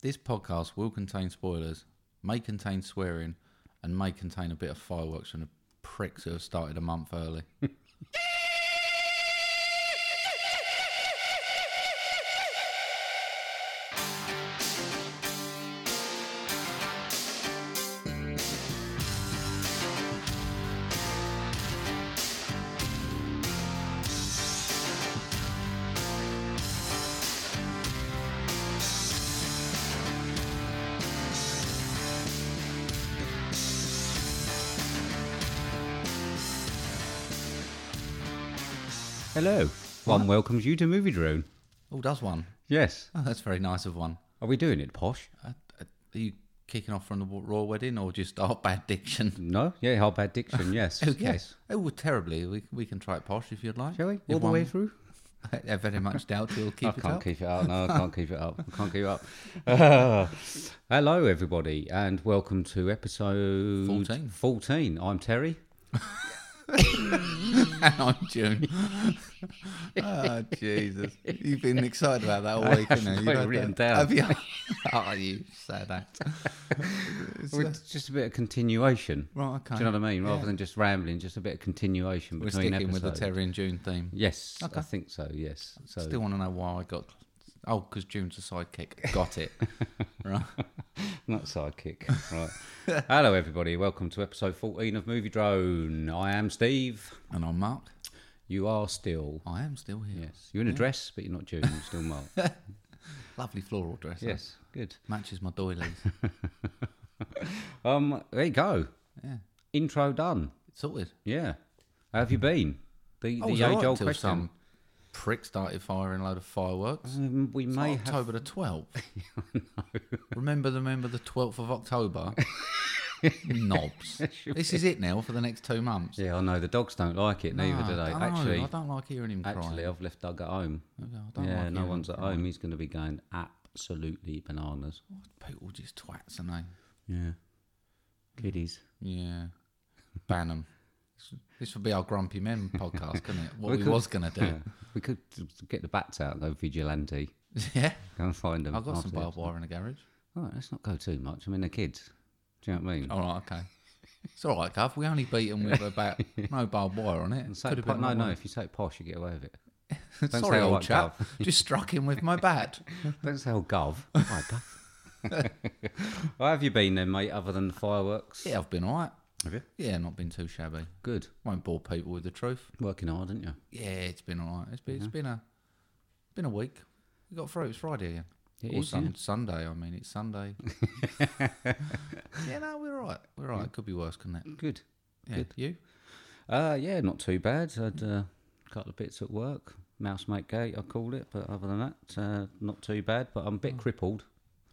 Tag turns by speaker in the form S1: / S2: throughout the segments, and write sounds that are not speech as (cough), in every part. S1: This podcast will contain spoilers, may contain swearing, and may contain a bit of fireworks from the pricks who have started a month
S2: (laughs)
S1: early.
S2: Hello. One welcomes you to Movie Drone.
S1: Oh, does one?
S2: Yes.
S1: Oh, that's very nice of one.
S2: Are we doing it, Posh?
S1: Uh, uh, Are you kicking off from the w- Raw Wedding or just (laughs) our bad diction?
S2: No? Yeah, how bad (laughs) diction? Yes.
S1: Oh,
S2: Yes.
S1: Oh, well, terribly. We, we can try it posh if you'd like.
S2: Shall we?
S1: If
S2: All the way
S1: one-
S2: through?
S1: (laughs) I very much doubt you'll keep
S2: (laughs) I
S1: it
S2: can't
S1: up.
S2: keep it up. (laughs) No, I can't keep it up. I can't keep it up. (laughs) Ah. hello, everybody, and welcome to episode
S1: 14.
S2: 14. I'm Terry.
S1: and (laughs) I'm June.
S2: (laughs)
S1: oh, Jesus. You've been excited about
S2: (laughs)
S1: that all week,
S2: have
S1: haven't you?
S2: got
S1: You've
S2: it
S1: had
S2: written
S1: that-
S2: down.
S1: Have you?
S2: (laughs)
S1: (laughs) oh, you sad act. It's,
S2: Well,
S1: uh,
S2: It's just a bit of continuation.
S1: right, okay.
S2: Do you know what I mean? Rather
S1: Yeah.
S2: than just rambling, just a bit of continuation
S1: We're
S2: between
S1: sticking
S2: episodes.
S1: with the Terry and June theme.
S2: Yes,
S1: Okay.
S2: I think so. Yes. So
S1: Still want to know why I got. Oh, because June's a sidekick. Got
S2: (laughs)
S1: it. right.
S2: Not sidekick, right. (laughs) Hello, everybody. Welcome to episode 14 of Movie Drone. I am Steve.
S1: And I'm Mark.
S2: You are still.
S1: I am still here.
S2: Yes. You're in a dress, but you're not June. You're
S1: (laughs)
S2: still Mark.
S1: Lovely floral dress. eh?
S2: yes. Good.
S1: Matches my doilies.
S2: (laughs) Um, there you go.
S1: yeah.
S2: Intro done.
S1: Sorted.
S2: Yeah. How have you been? The,
S1: I
S2: the
S1: was
S2: age
S1: alright
S2: old
S1: till
S2: question.
S1: Some prick started firing a load of fireworks.
S2: Um, we
S1: It's
S2: may have.
S1: October
S2: (laughs)
S1: the 12th. Remember, remember the 12th of
S2: (laughs)
S1: October? Knobs. this is it now for the next two months.
S2: Yeah, I know. The dogs don't like it, neither
S1: No,
S2: do they?
S1: I don't know,
S2: Actually,
S1: I don't like hearing him crying.
S2: actually, I've left Doug at home.
S1: I don't like
S2: Yeah, no
S1: hearing
S2: one's at home. He's going to be going absolutely bananas.
S1: People just twats, and they.
S2: Yeah. Kiddies.
S1: Yeah. (laughs) Ban them. This would be our Grumpy Men podcast, couldn't it? What
S2: We
S1: we,
S2: could-
S1: was going to do.
S2: We could get the bats out and go vigilante.
S1: (laughs) Yeah.
S2: Go and find them.
S1: I've got some
S2: after this.
S1: barbed wire in the garage.
S2: All right, let's not go too much. I mean, they're kids. Do you know what I mean?
S1: All right, okay. It's all right, Gav. We only beat them
S2: (laughs)
S1: with about no barbed wire on it.
S2: And say
S1: Could have
S2: po-
S1: been
S2: no,
S1: like
S2: no,
S1: one.
S2: if you say posh, you get away with it. say
S1: Sorry,
S2: I
S1: old
S2: like
S1: chap. Just struck him with my
S2: (laughs)
S1: bat.
S2: Don't say, oh,
S1: (laughs)
S2: gov. Oh, my God. (laughs) Where have you been then, mate, other than the fireworks?
S1: Yeah, I've been all right.
S2: Have you?
S1: Yeah, not been too shabby.
S2: Good.
S1: Won't bore people with the truth.
S2: Working hard, aren't you?
S1: Yeah, it's been all right. It's been, it's been a been a week. We got through. It's Friday again.
S2: It
S1: Or
S2: is,
S1: sun-
S2: yeah.
S1: Sunday, I mean. It's
S2: (laughs)
S1: Sunday. (laughs) yeah, no, we're all right. We're all right. Could be worse, couldn't it?
S2: Good.
S1: Yeah.
S2: Good.
S1: You?
S2: Uh, yeah, not too bad. I had uh, a couple of bits at work. Mousemate gate, I call it. But other than that, uh, not too bad. But I'm a bit
S1: Hmm.
S2: crippled.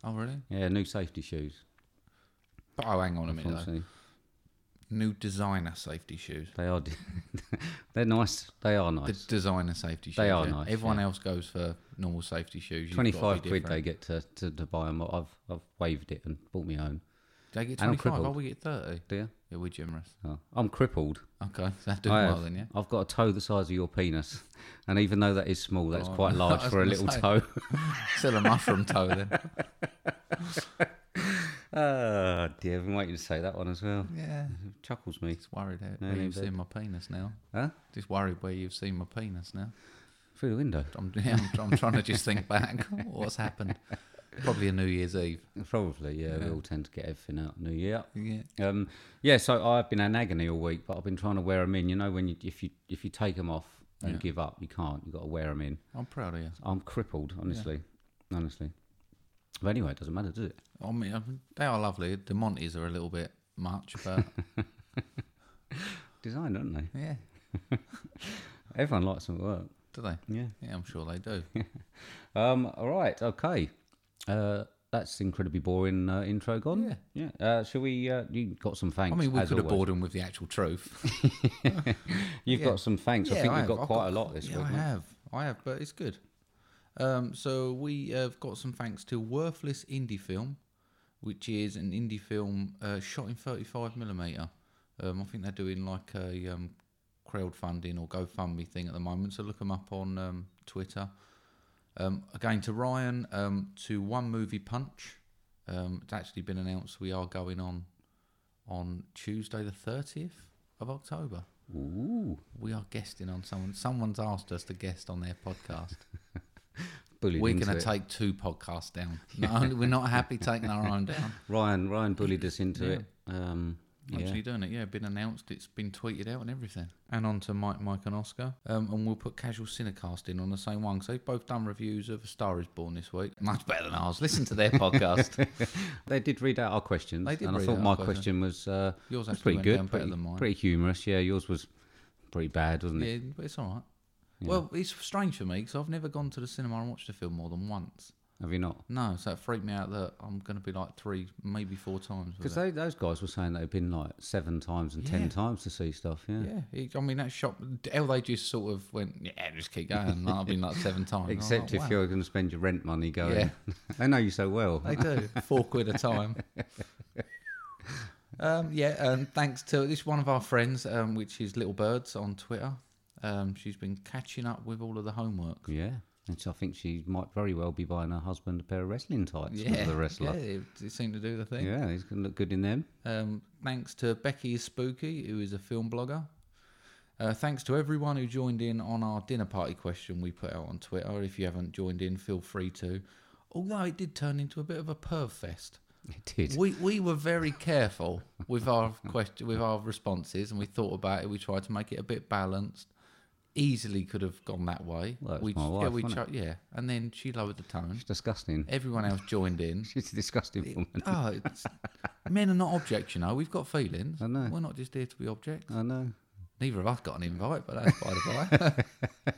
S1: Oh, really?
S2: Yeah, new safety shoes.
S1: But, oh, hang on a minute, though.
S2: unfortunately.
S1: New designer safety shoes.
S2: They are. (laughs) they're nice. They are
S1: The
S2: nice.
S1: designer safety shoes.
S2: They are
S1: yeah.
S2: nice,
S1: Everyone
S2: yeah.
S1: else goes for normal safety shoes. You've got to be
S2: Twenty-five quid
S1: different.
S2: they get to, to, to buy them. I've I've waived it and bought my own.
S1: They get
S2: And I'm
S1: 25. Oh,
S2: crippled.
S1: we get 30.
S2: Do you?
S1: Yeah, we're generous.
S2: Oh, I'm crippled.
S1: Okay, (laughs) so that's doing
S2: I
S1: well
S2: have.
S1: then, yeah?
S2: I've got a toe the size of your penis, (laughs) and even though that is small, that's quite
S1: Oh, (laughs)
S2: large
S1: I was
S2: for a
S1: gonna
S2: little
S1: say.
S2: toe. (laughs)
S1: Still a mushroom toe then.
S2: Ah, dear, I've been waiting to say that one as well.
S1: Yeah.
S2: Chuckles me.
S1: Just worried out
S2: No,
S1: where
S2: no,
S1: you've
S2: but-
S1: seen my penis now.
S2: Huh?
S1: Just worried where you've seen my penis now.
S2: Through the window,
S1: I'm, (laughs) yeah, I'm, I'm trying to just think back. (laughs) What's happened? Probably a New Year's Eve.
S2: probably. Yeah, we all tend to get everything out New Year.
S1: Yeah.
S2: Um, yeah, so I've been in agony all week, but I've been trying to wear them in. You know, when you if you if you take them off and
S1: Yeah.
S2: give up, you can't. You've got to wear them in.
S1: I'm proud of you.
S2: I'm crippled, honestly. Honestly. But anyway, it doesn't matter, does it?
S1: I mean, I mean, they are lovely. The Monties are a little bit much, but
S2: Design, aren't they?
S1: (laughs) yeah,
S2: Everyone likes them at work.
S1: do they?
S2: Yeah.
S1: Yeah, I'm sure they do.
S2: Um, all right, okay. Uh, that's incredibly boring uh, intro gone. Yeah. yeah. Uh, shall we? Uh, you got some thanks.
S1: I mean, we
S2: as
S1: could have
S2: always.
S1: bored them with the actual truth.
S2: You've
S1: yeah.
S2: got some thanks. I
S1: Yeah,
S2: think
S1: I have.
S2: we've got
S1: I've
S2: quite
S1: got-
S2: a lot this
S1: yeah,
S2: week.
S1: I
S2: mate.
S1: have. I have, but it's good. Um, so we have got some thanks to Worthless Indie Film, which is an indie film uh, shot in 35 millimeter. Um, I think they're doing like a um, crowdfunding or GoFundMe thing at the moment. So look them up on um, Twitter. Um, again, to Ryan, um, to One Movie Punch. Um, it's actually been announced we are going on on Tuesday, the 30th of October.
S2: Ooh,
S1: We are guesting on someone. Someone's asked us to guest on their podcast.
S2: bullied
S1: We're
S2: into
S1: going to
S2: it.
S1: take two podcasts
S2: (laughs)
S1: down. Not only we're not happy taking our own down.
S2: Ryan. Ryan bullied us into
S1: Yeah.
S2: it. Um, yeah.
S1: Actually doing it, yeah. Been announced, it's been tweeted out and everything. And on to Mike, Mike and Oscar. Um, and we'll put Casual Cinecast in on the same one because they've both done reviews of A Star Is Born this week. Much better than ours. Listen
S2: (laughs)
S1: to their podcast.
S2: They did read out our questions,
S1: They did
S2: and I
S1: read
S2: thought
S1: out
S2: my
S1: our question.
S2: question was uh,
S1: Yours
S2: was
S1: actually
S2: pretty
S1: went
S2: good,
S1: down better
S2: pretty,
S1: than mine.
S2: pretty humorous. Yeah, yours was pretty bad, wasn't it?
S1: yeah, but it's all right. Well, it's strange for me because I've never gone to the cinema and watched a film more than once.
S2: Have you not?
S1: No, so it freaked me out that I'm going to be like three, maybe four times. with
S2: Because those guys were saying they've been like seven times and
S1: Yeah.
S2: ten times to see stuff. Yeah,
S1: Yeah, he, I mean that shop. Hell, they just sort of went, yeah, just keep going. And I've been like seven times. And I was
S2: except
S1: like,
S2: if
S1: Oh, "Wow."
S2: you're going to spend your rent money going.
S1: Yeah.
S2: (laughs) they know you so well.
S1: they do four quid a
S2: (laughs)
S1: time. um, yeah, and thanks to this one of our friends, um, which is Little Birds on Twitter. Um, she's been catching up with all of the homework.
S2: Yeah, and so I think she might very well be buying her husband a pair of wrestling tights
S1: Yeah,
S2: for the wrestler.
S1: yeah, it, it seemed to do the
S2: Yeah,
S1: thing.
S2: he's going to look good in them. (laughs)
S1: Um, thanks to Becky is Spooky, who is a film blogger. Uh, thanks to everyone who joined in on our dinner party question we put out on Twitter. If you haven't joined in, feel free to. Although it did turn into a bit of a perv fest.
S2: It did.
S1: We we were very careful with our question with our responses, and we thought about it. We tried to make it a bit balanced. Easily could have gone that way.
S2: Well, that's
S1: we
S2: my
S1: ch- yeah,
S2: wife,
S1: we
S2: wasn't
S1: yeah, and then she lowered the tone.
S2: She's disgusting. (laughs)
S1: Everyone else joined in.
S2: She's a disgusting woman.
S1: Oh, it's, men are not objects, you know. We've got feelings.
S2: I know.
S1: We're not just here to be objects.
S2: I know. (laughs)
S1: Neither of us got an invite, but that's by the by.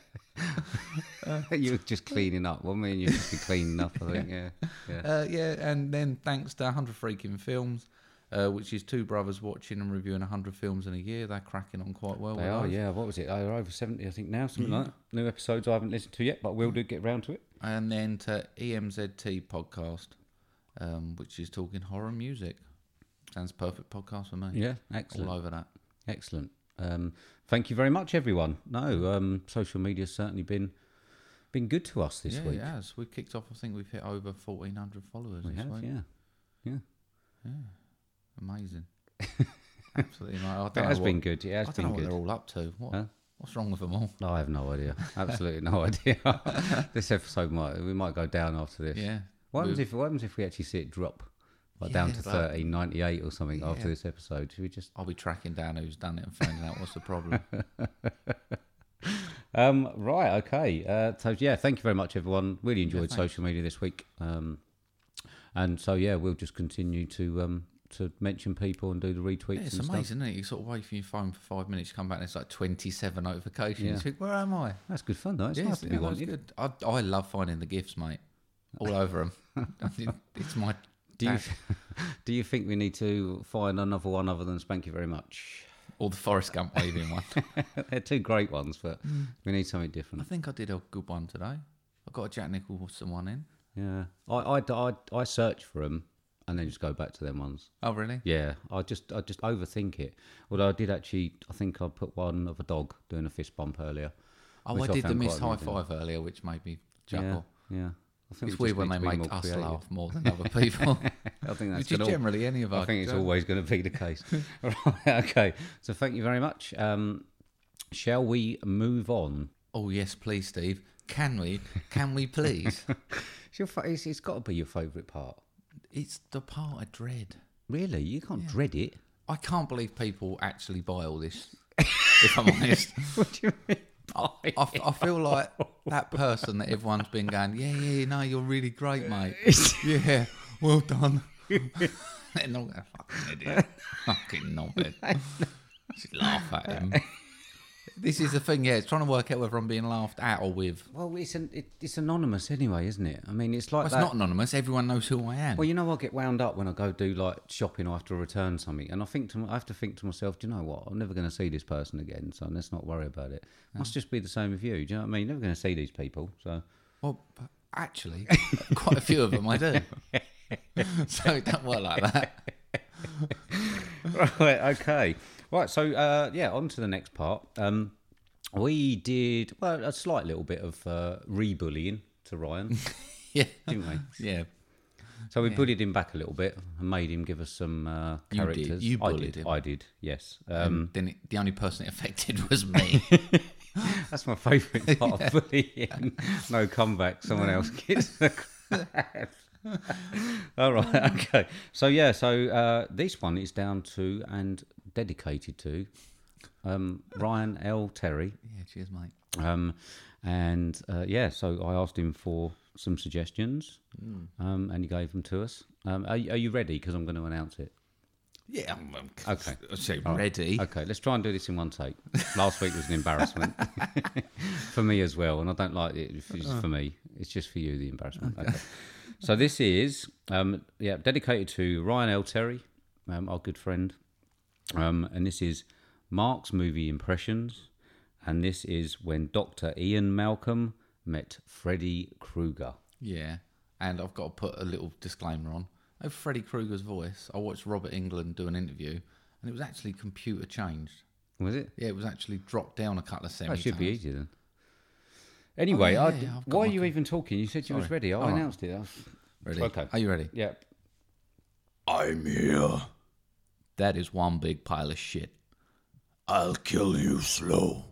S2: you were just cleaning up. Well, me and you just be cleaning up. I think. Yeah. Yeah.
S1: (laughs) uh, (laughs) yeah, and then thanks to 100 Freaking Films, uh, which is two brothers watching and reviewing 100 films in a year. They're cracking on quite well.
S2: They
S1: with
S2: are,
S1: those.
S2: yeah. What was it? They're over 70, I think, now, something like that. New episodes I haven't listened to yet, but we'll do get round to it.
S1: And then to E EMZT Podcast, um, which is talking horror music. Sounds perfect podcast for me.
S2: Yeah,
S1: All
S2: excellent.
S1: over that.
S2: Excellent. Um, thank you very much, everyone. No, um, social media's certainly been been good to us this
S1: yeah,
S2: week.
S1: it has. We've kicked off, I think we've hit over 1,400 followers
S2: we
S1: this
S2: have,
S1: week.
S2: yeah.
S1: (laughs) Amazing. Absolutely. amazing. I don't
S2: It
S1: know
S2: has
S1: what-
S2: been good. It
S1: I
S2: has
S1: don't know
S2: been
S1: what
S2: good.
S1: they're all up to. What,
S2: Huh?
S1: What's wrong with them all?
S2: No, I have no
S1: (laughs)
S2: idea. Absolutely no idea. (laughs) this episode might we might go down after this.
S1: Yeah.
S2: What happens
S1: We've-
S2: if what happens if we actually see it drop? Like down
S1: Yeah,
S2: to
S1: but-
S2: thirteen ninety eight or something
S1: Yeah.
S2: after this episode. Should we just
S1: I'll be tracking down who's done it and finding out what's the problem.
S2: Um, right, okay. Uh, so yeah, thank you very much, everyone. Really enjoyed
S1: thanks.
S2: social media this week. Um, and so yeah, we'll just continue to um to mention people and do the retweets
S1: (laughs) Yeah, it's
S2: and
S1: amazing,
S2: stuff.
S1: isn't it? You sort of wait for your phone for five minutes, you come back and it's like 27 notifications.
S2: Yeah.
S1: You think, where am I?
S2: That's good fun, though. It's
S1: Yeah,
S2: nice to be
S1: yeah, that's
S2: wanted.
S1: good. I, I love finding the gifts, mate. All (laughs) over them. it's my.
S2: Do you
S1: Dad.
S2: (laughs) do you think we need to find another one other than Spank You Very Much? (laughs)
S1: Or the Forrest Gump waving one.
S2: They're two great ones, but we need something
S1: (laughs) I
S2: different.
S1: think I did a good one today. I got a Jack Nicholson one in.
S2: Yeah, I I, I, I search for them and then just go back to them ones.
S1: Oh, really?
S2: Yeah, I just I just overthink it. Although I did actually, I think I put one of a dog doing a fist bump earlier.
S1: Oh, I
S2: which
S1: did the
S2: found
S1: missed
S2: quite
S1: high
S2: amusing.
S1: five earlier, which made me chuckle.
S2: Yeah, yeah. I think we
S1: It's
S2: just
S1: weird when
S2: need
S1: they
S2: to be
S1: make
S2: more
S1: us
S2: creative.
S1: laugh more than other people, (laughs)
S2: I think (laughs) that's
S1: which is
S2: gonna,
S1: generally any of
S2: I
S1: us.
S2: think it's always going to be the (laughs) case. right, okay, so thank you very much. Um, shall we move on?
S1: Oh yes, please, Steve. Can
S2: (laughs)
S1: we? Can we please?
S2: It's, your fa- it's, it's got to be your favourite part.
S1: it's the part I dread.
S2: Really, you can't dread it.
S1: I can't believe people actually buy all this. If I'm honest,
S2: (laughs) What do you mean?
S1: I, f- I feel like that person that everyone's been going, yeah, yeah, no, you're really great,
S2: (laughs)
S1: mate. yeah, well done. and I'm going, fucking idiot, fucking
S2: (laughs)
S1: knobhead. Just laugh at him. This is the thing, yeah. It's trying to work out whether I'm being laughed at or with.
S2: Well, it's an, it, it's anonymous anyway, isn't it? I mean, it's like
S1: Well, it's
S2: that.
S1: not anonymous. Everyone knows who I am.
S2: Well, you know, I get wound up when I go do like shopping or I have to return something, and I think to, m- I have to think to myself, do you know what? I'm never going to see this person again, so let's not worry about it. Must just be the same with you. Do you know what I mean? You're never going to see these people, so
S1: Well, p-
S2: (laughs)
S1: actually, quite a few of them I do. (laughs) so it don't work like that.
S2: (laughs) right, okay, right. So uh, yeah, on to the next part. Um, we did well a slight little bit of uh, re-bullying to Ryan,
S1: (laughs) yeah,
S2: didn't we?
S1: yeah.
S2: So we
S1: Yeah.
S2: bullied him back a little bit and made him give us some uh,
S1: You did.
S2: characters.
S1: You
S2: I
S1: bullied
S2: did.
S1: him.
S2: I did. Yes. Um,
S1: Um, then it, the only person it affected (laughs) was
S2: (laughs)
S1: me.
S2: That's my favourite part of bullying. No comeback. Someone else gets the crap. All right. Okay. So yeah. So uh, this one is down to and dedicated to um, Ryan L. Terry.
S1: yeah, cheers, mate.
S2: Um, and uh, yeah, so I asked him for some suggestions, um, and he gave them to us. Um, are, you- are you ready? Because I'm going to announce it.
S1: Yeah, I'm, I'm
S2: Oh, Okay.
S1: I say ready.
S2: Okay, let's try and do this in one take. Last week was an embarrassment (laughs) for me as well, and I don't like it. If it's for me, it's just for you the embarrassment. Okay. So this is um, yeah dedicated to Ryan L Terry, um, our good friend, um, and this is Mark's movie impressions, and this is when Doctor Ian Malcolm met Freddy Krueger.
S1: Yeah, and I've got to put a little disclaimer on. Over Freddy Krueger's voice, I watched Robert England do an interview, and it was actually computer changed.
S2: Was it?
S1: Yeah, it was actually dropped down a couple of
S2: That
S1: centimeters.
S2: should be easy then. Anyway, I,
S1: Oh, yeah, I've got
S2: why are
S1: my
S2: you even talking? You said you was
S1: Sorry. Oh.
S2: ready. I
S1: All right.
S2: announced it. I was-
S1: Ready?
S2: Okay.
S1: Are you ready?
S2: Yep.
S1: I'm here. That is one big pile of shit. I'll kill you slow.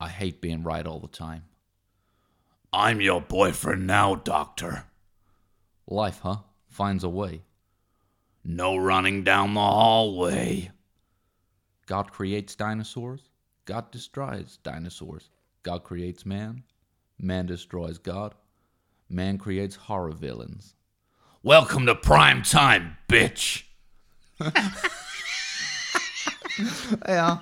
S1: I hate being right all the time. I'm your boyfriend now, Doctor. Life, huh? Finds a way. No running down the hallway. God creates dinosaurs. God destroys dinosaurs. God creates man. Man destroys God. Man creates horror villains. Welcome to prime time, bitch. yeah.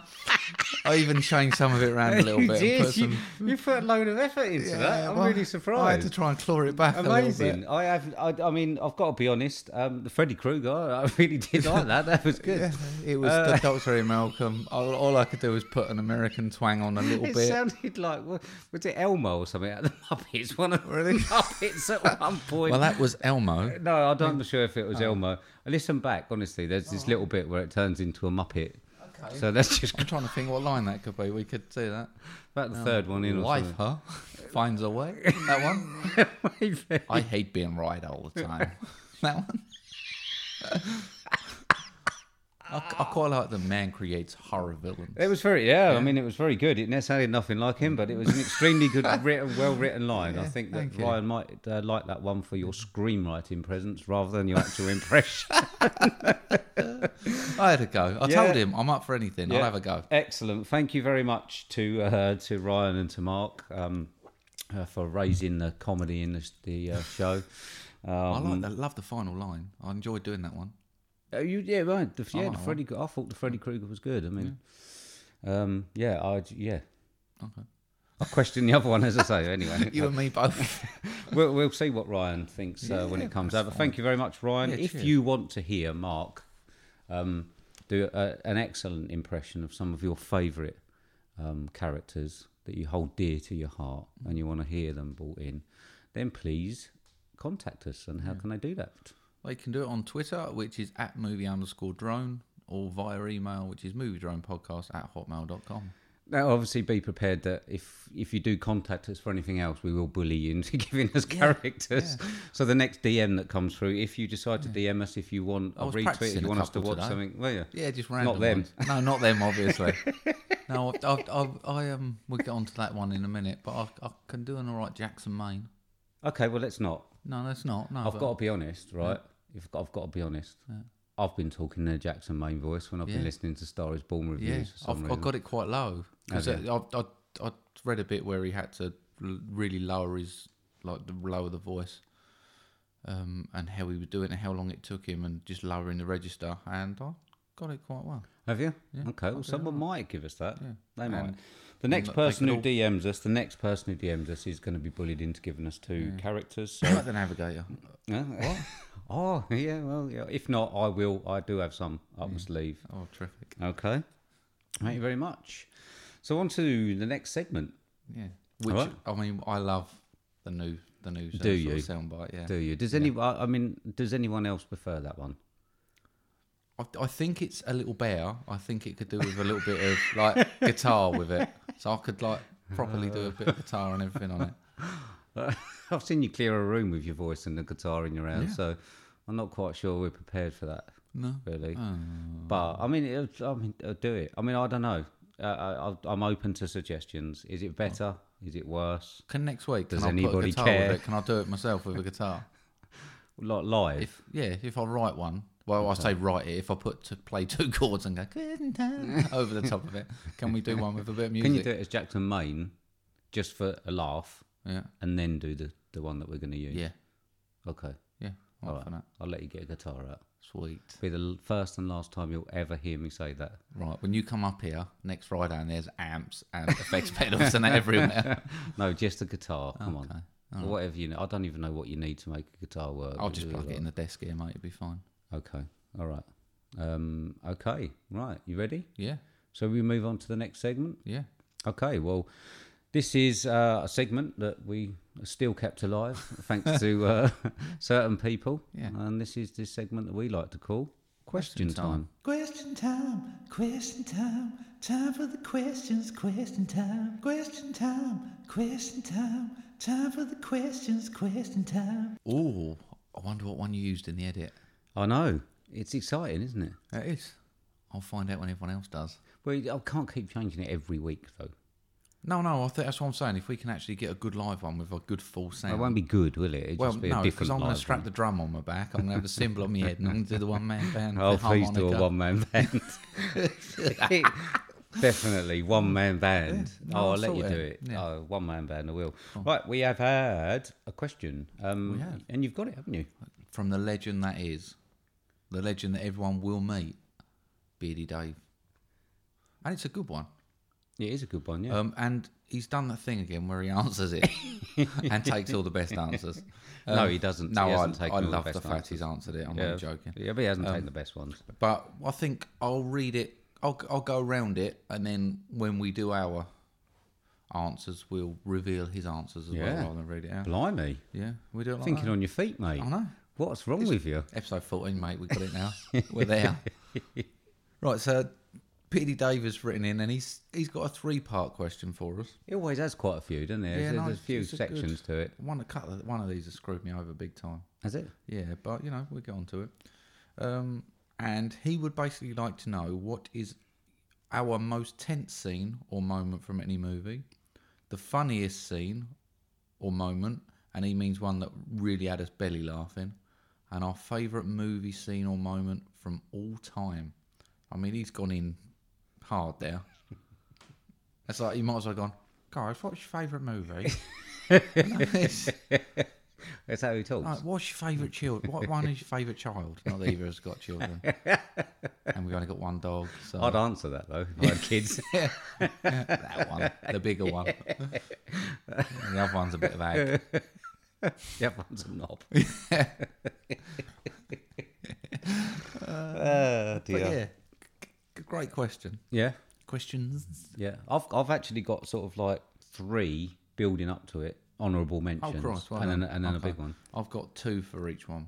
S1: I even changed some of it around a little
S2: You
S1: bit.
S2: did.
S1: and put some,
S2: You, you put a load of effort into that. I'm
S1: well,
S2: really
S1: I had
S2: surprised.
S1: to try and claw it back. A little
S2: Amazing.
S1: bit.
S2: I have. I, I mean, I've got to be honest. Um, the Freddy Krueger. (laughs) I really did like that. That was good.
S1: It was
S2: Uh,
S1: the Doctor and
S2: (laughs)
S1: Malcolm. All, all I could do was put an American twang on a little
S2: It
S1: bit.
S2: sounded like wa- was it Elmo or something? (laughs) The Muppets. One
S1: (laughs)
S2: of the Muppets at one point. Uh,
S1: well, that was Elmo. Oh.
S2: no, I don't. I'm sure if it was Elmo. I listen back. Honestly, there's this little bit where it turns into a Muppet.
S1: Okay.
S2: So that's just (laughs)
S1: I'm trying to think what line that could be. We could do that.
S2: about
S1: Oh.
S2: the third one in. or
S1: Life,
S2: something.
S1: huh? Finds a way. That one. (laughs)
S2: Maybe.
S1: I hate being right all the time. (laughs) that one. I, I quite like the man creates horror villains.
S2: It was very, yeah, I mean, it was very good. It ne- sounded nothing like him, but it was an
S1: (laughs)
S2: extremely good, written, well written line. I think that
S1: thank you.
S2: Ryan might uh, like that one for your screenwriting presence rather than your
S1: (laughs)
S2: actual impression.
S1: I had a go. I
S2: Yeah.
S1: told him I'm up for anything. I'll have a go.
S2: Excellent. Thank you very much to uh, to Ryan and to Mark um, uh, for raising the comedy in the, the uh, show.
S1: I
S2: Um,
S1: like that. Love the final line. I enjoyed doing that one.
S2: uh, you, yeah, right. The, yeah,
S1: like
S2: the
S1: that
S2: Freddy. Kr- I thought the Freddy Krueger was good. I mean, yeah, um, yeah, I, yeah.
S1: Okay.
S2: I question the other one as I say.
S1: (laughs)
S2: Anyway,
S1: (laughs) You and me both.
S2: we'll, we'll see what Ryan thinks uh, when it comes out. But thank you very much, Ryan.
S1: Yeah,
S2: if
S1: cheers.
S2: you want to hear Mark um, do a, an excellent impression of some of your favourite um, characters that you hold dear to your heart and you want to hear them brought in, then please contact us. And how can I do that?
S1: They can do it on Twitter, which is at movie underscore drone, or via email, which is movie drone podcast at hotmail.com.
S2: Now, obviously, be prepared that if if you do contact us for anything else, we will bully you into (laughs) giving us characters. So the next DM that comes through, if you decide to DM us, if you want
S1: I
S2: a
S1: was
S2: retweet, if
S1: practicing
S2: you
S1: a
S2: want us to
S1: couple
S2: watch
S1: today.
S2: something, well, yeah.
S1: Yeah, just random.
S2: them.
S1: ones. No, not
S2: (laughs)
S1: them, obviously. no, I, I, I, I um, we'll get onto that one in a minute, but I, I can do an all right Jackson Maine.
S2: Okay, well, let's not.
S1: No, that's not. No,
S2: I've
S1: but-
S2: got to be honest, right? If I've got to be honest, I've been talking in a Jackson main voice when I've
S1: Yeah.
S2: been listening to Star is Born
S1: Yeah,
S2: reviews. for some
S1: I've, I've
S2: reason.
S1: got it quite low because
S2: Have
S1: I, I, I read a bit where he had to l- really lower his like the lower the voice, um, and how he was doing it, how long it took him, and just lowering the register, and I got it quite
S2: (laughs)
S1: well.
S2: Have you? okay, well, someone might give us that. They might. the next
S1: look, they
S2: person
S1: could
S2: who
S1: all-
S2: DMs us, the next person who DMs us is going to be bullied into giving us two characters. So
S1: (coughs) Like the navigator.
S2: Yeah. (laughs) oh, yeah. Well, yeah. if not, I will. I do have some up my sleeve.
S1: Oh, terrific!
S2: Okay. Thank you very much. So on to the next segment.
S1: Yeah, which
S2: Alright.
S1: I mean, I love the new the new uh,
S2: Do
S1: sort
S2: you?
S1: of soundbite. Yeah,
S2: Do you? Does any? I I mean, does anyone else prefer that one?
S1: I, I think it's a little better. I think it could do with a little bit of
S2: (laughs) Uh.
S1: like guitar with it, so I could like properly do a bit of guitar and everything on it.
S2: I've seen you clear a room with your voice and the guitar in your hand,
S1: Yeah.
S2: so I'm not quite sure we're prepared for that
S1: No.
S2: really.
S1: Oh.
S2: But I mean, it, I mean, uh, do it. I mean, I don't know. Uh, I, I- I'm open to suggestions. Is it better? Is it worse?
S1: Can next week? Can
S2: Does
S1: I put a
S2: anybody
S1: guitar
S2: care?
S1: With it? Can I do it myself with a guitar?
S2: Like live?
S1: if yeah, if I write one, well, I say write it. If I put to play two (laughs) chords and go "Couldn't I?" over the top of it, can we do one with a bit of music?
S2: Can you do it as Jackson Maine, just for a laugh,
S1: Yeah,
S2: and then do the the one that we're going to use?
S1: yeah,
S2: Okay.
S1: yeah. I'm up
S2: Alright.
S1: for that.
S2: I'll let you get a guitar out.
S1: Sweet.
S2: Be the l- first and last time you'll ever hear me say that.
S1: Right, when you come up here next Friday, and there's amps and (laughs) effects pedals and everywhere.
S2: No, just
S1: (laughs)
S2: a guitar. (laughs) Come
S1: Okay.
S2: on. Or Whatever you know. I don't even know what you need to make a guitar work.
S1: I'll just plug it in the desk here, mate. It'll be fine.
S2: Okay. All right. Um, okay. Right. You ready?
S1: Yeah,
S2: So we move on to the next segment.
S1: yeah.
S2: Okay, well, this is uh, a segment that we are still
S1: (laughs)
S2: kept alive thanks to uh, (laughs) certain people.
S1: Yeah.
S2: And this is this segment that we like to call Question,
S1: Question time.
S2: Time.
S3: Question time, question time, time for the questions, question time, question time, question time, time for the questions, question time.
S1: Oh, I wonder what one you used in the edit.
S2: I know. It's exciting, isn't it?
S1: That is. I'll find out when everyone else does.
S2: Well, I can't keep changing it every week, though.
S1: No, no, I think that's what I'm saying. If we can actually get a good live one with a good full sound,
S2: It won't be good, will it? It'll
S1: well,
S2: just be
S1: no,
S2: a
S1: because
S2: different
S1: I'm going
S2: live
S1: to strap
S2: one.
S1: the drum on my back. I'm going to have a cymbal on my head, and I'm going to do the one
S2: (laughs)
S1: man band.
S2: Oh,
S1: the
S2: please do a
S1: harmonica.
S2: one man
S1: (laughs)
S2: band. (laughs) Definitely, one man band.
S1: no,
S2: oh, I'll
S1: I'll
S2: let you
S1: sort
S2: do
S1: it.
S2: it.
S1: Yeah.
S2: Oh, one man band, I will. Right, we have had a question. Um,
S1: We have.
S2: And you've got it, haven't you?
S1: from the legend that is, the legend that everyone will meet, Beardy Dave, and it's a good one.
S2: It is a good one, yeah.
S1: Um, and he's done that thing again where he answers
S2: (laughs)
S1: it and takes all the best answers.
S2: No,
S1: Um,
S2: he doesn't.
S1: No,
S2: He hasn't
S1: I,
S2: taken
S1: I
S2: all the
S1: love the,
S2: best
S1: fact he's answered it. I'm
S2: yeah.
S1: not joking.
S2: Yeah, but he hasn't
S1: Um,
S2: taken the best ones.
S1: But I think I'll read it. I'll, I'll go around it, and then when we do our answers, we'll reveal his answers as well
S2: Yeah.
S1: rather than read it out.
S2: Blimey.
S1: Yeah, we do it like
S2: Thinking
S1: that.
S2: on your feet, mate.
S1: I know.
S2: What's wrong with you?
S1: Episode 14, mate. We've got it
S2: (laughs)
S1: now. We're there. Right, so P.D. Davis written in, and he's he's got a three part question for us.
S2: He always has quite a few, doesn't he?
S1: Yeah,
S2: there's
S1: no,
S2: there's a few
S1: it's a good-
S2: sections to it.
S1: One, a couple of- one of these has screwed me over big time.
S2: Has it?
S1: Yeah, but you know, we'll get on to it. Um, and he would basically like to know what is our most tense scene or moment from any movie, the funniest scene or moment, and he means one that really had us belly laughing, and our favourite movie scene or moment from all time. I mean, he's gone in hard there. That's like, he might as well have gone, guys, what's your favourite movie? It's-
S2: That's how he talks.
S1: like, what's your favourite child? (laughs) What one is your favourite child? Not that either of us got (laughs) children, and we've only got one dog. So
S2: I'd answer that, though. if I
S1: (laughs)
S2: had kids.
S1: that one, the bigger (laughs) one. And the other one's a bit of ag.
S2: The (laughs) other one's a knob.
S1: (laughs)
S2: Ah,
S1: But yeah, g- g- great question.
S2: Yeah,
S1: Questions?
S2: yeah. I've I've actually got sort of like three building up to it, honourable
S1: Oh
S2: mentions,
S1: Christ! Well
S2: and then
S1: done.
S2: and then
S1: Okay.
S2: a big one.
S1: I've got two for each one.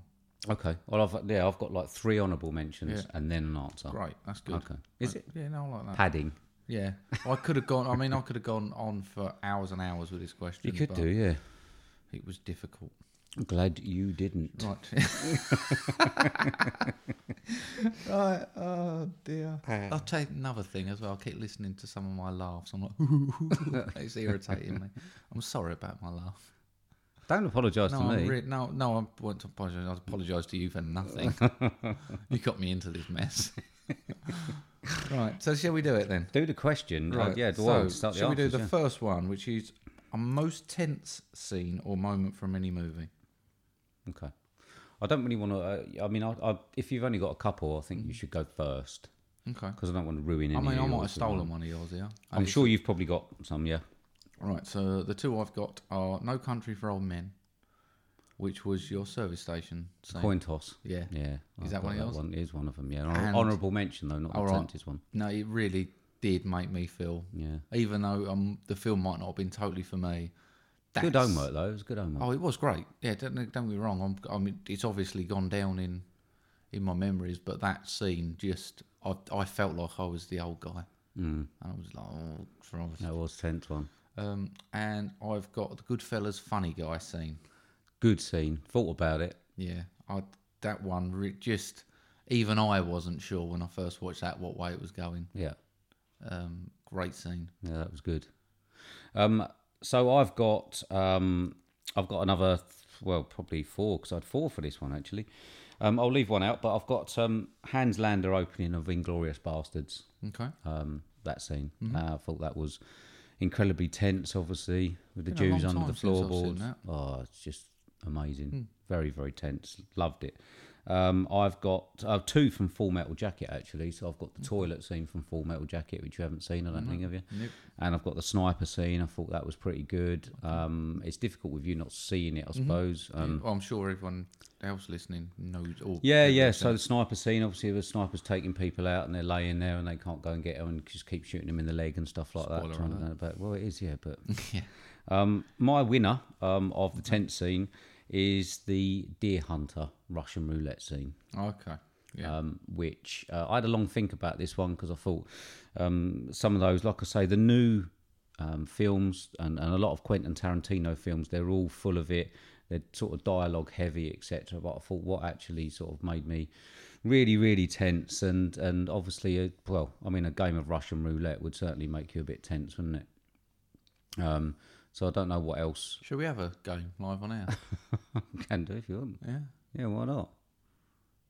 S2: Okay. Well, I've yeah, I've got like three honourable mentions
S1: Yeah.
S2: and then an answer.
S1: Great, that's good.
S2: Okay. Is it
S1: Yeah, no, I like that.
S2: padding?
S1: Yeah, I could have gone. I mean, I could have gone on for hours and hours with this question.
S2: You could
S1: but
S2: do, yeah.
S1: It was difficult.
S2: I'm glad you didn't.
S1: Right.
S2: (laughs)
S1: (laughs) right. Oh dear. I'll take another thing as well. I keep listening to some of my laughs. I'm like, (laughs) it's irritating me. I'm sorry about my laugh.
S2: Don't apologise
S1: No,
S2: to me.
S1: I'm re- no, no. I want to apologise. I apologise to you for
S2: (laughs)
S1: nothing. you got me into this mess. (laughs) right. So shall we do it then?
S2: do the question. Right. Uh, yeah. Do I
S1: so
S2: start the
S1: shall we do
S2: answers,
S1: the
S2: yeah.
S1: first one, which is a most tense scene or moment from any movie?
S2: Okay. I don't really want to. Uh, I mean, I, I, if you've only got a couple, I
S1: Mm-hmm.
S2: think you should go first
S1: Okay.
S2: because I don't want to ruin any.
S1: I mean,
S2: of
S1: I might have
S2: yours.
S1: stolen one of yours here.
S2: I'm sure you've probably got some. Yeah.
S1: Right, so the two I've got are No Country for Old Men, which was your service station. Scene.
S2: Coin toss.
S1: Yeah.
S2: Yeah. I've
S1: that
S2: got
S1: one of yours?
S2: One is one of them, yeah.
S1: And-
S2: Honourable mention, though, not the
S1: All right.
S2: tenth one.
S1: No, it really did make me feel,
S2: Yeah.
S1: even though um, the film might not have been totally for me.
S2: Good
S1: that's-
S2: homework, though. It was good homework.
S1: Oh, it was great. Yeah, don't, don't get me wrong. I'm, I mean, it's obviously gone down in in my memories, but that scene just, I, I felt like I was the old guy. Mm. And I was like, oh, Christ.
S2: That was 10th one.
S1: Um, and I've got the Goodfellas funny guy scene.
S2: Good scene. Thought about it.
S1: Yeah, I that one re- just even I wasn't sure when I first watched that what way it was going.
S2: Yeah.
S1: Um, great scene.
S2: Yeah, that was good. Um, so I've got um, I've got another th- well probably four because I had four for this one actually. Um, I'll leave one out, but I've got um, Hans Lander opening of Inglorious Bastards.
S1: Okay.
S2: Um, that scene,
S1: Mm-hmm.
S2: uh, I thought that was incredibly tense. Obviously, with the
S1: Been a long
S2: Jews under
S1: time
S2: the
S1: since I've seen
S2: floorboards.
S1: that. Hmm.
S2: Oh, it's just amazing. Very very tense. Loved it. Um, I've got uh, two from Full Metal Jacket actually. So I've got the
S1: Hmm.
S2: toilet scene from Full Metal Jacket, which you haven't seen, I don't think, have you?
S1: Nope.
S2: and I've got the sniper scene. I thought that was pretty good. Um, it's difficult with you not seeing it,
S1: Mm-hmm.
S2: I suppose. Um,
S1: Well, I'm sure everyone else listening knows. Or
S2: yeah, yeah. So the sniper scene, obviously, the snipers taking people out, and they're laying there, and they can't go and get them, and just keep shooting them in the leg and stuff like that.
S1: Spoiler
S2: trying to- But well, it is, yeah. But
S1: (laughs) yeah.
S2: um, my winner um, of the tent scene is the deer hunter Russian roulette scene.
S1: Okay. Yeah.
S2: um, which uh, I had a long think about this one because I thought um, some of those, like I say, the new um, films and, and a lot of Quentin Tarantino films, they're all full of it. They're sort of dialogue heavy, etc. But I thought what actually sort of made me really, really tense, and and obviously, uh well, I mean, a game of Russian roulette would certainly make you a bit tense, wouldn't it? Um, so I don't know what else (laughs)
S1: Shall we have a game live on air?
S2: you can do if you want.
S1: yeah.
S2: Yeah, why not?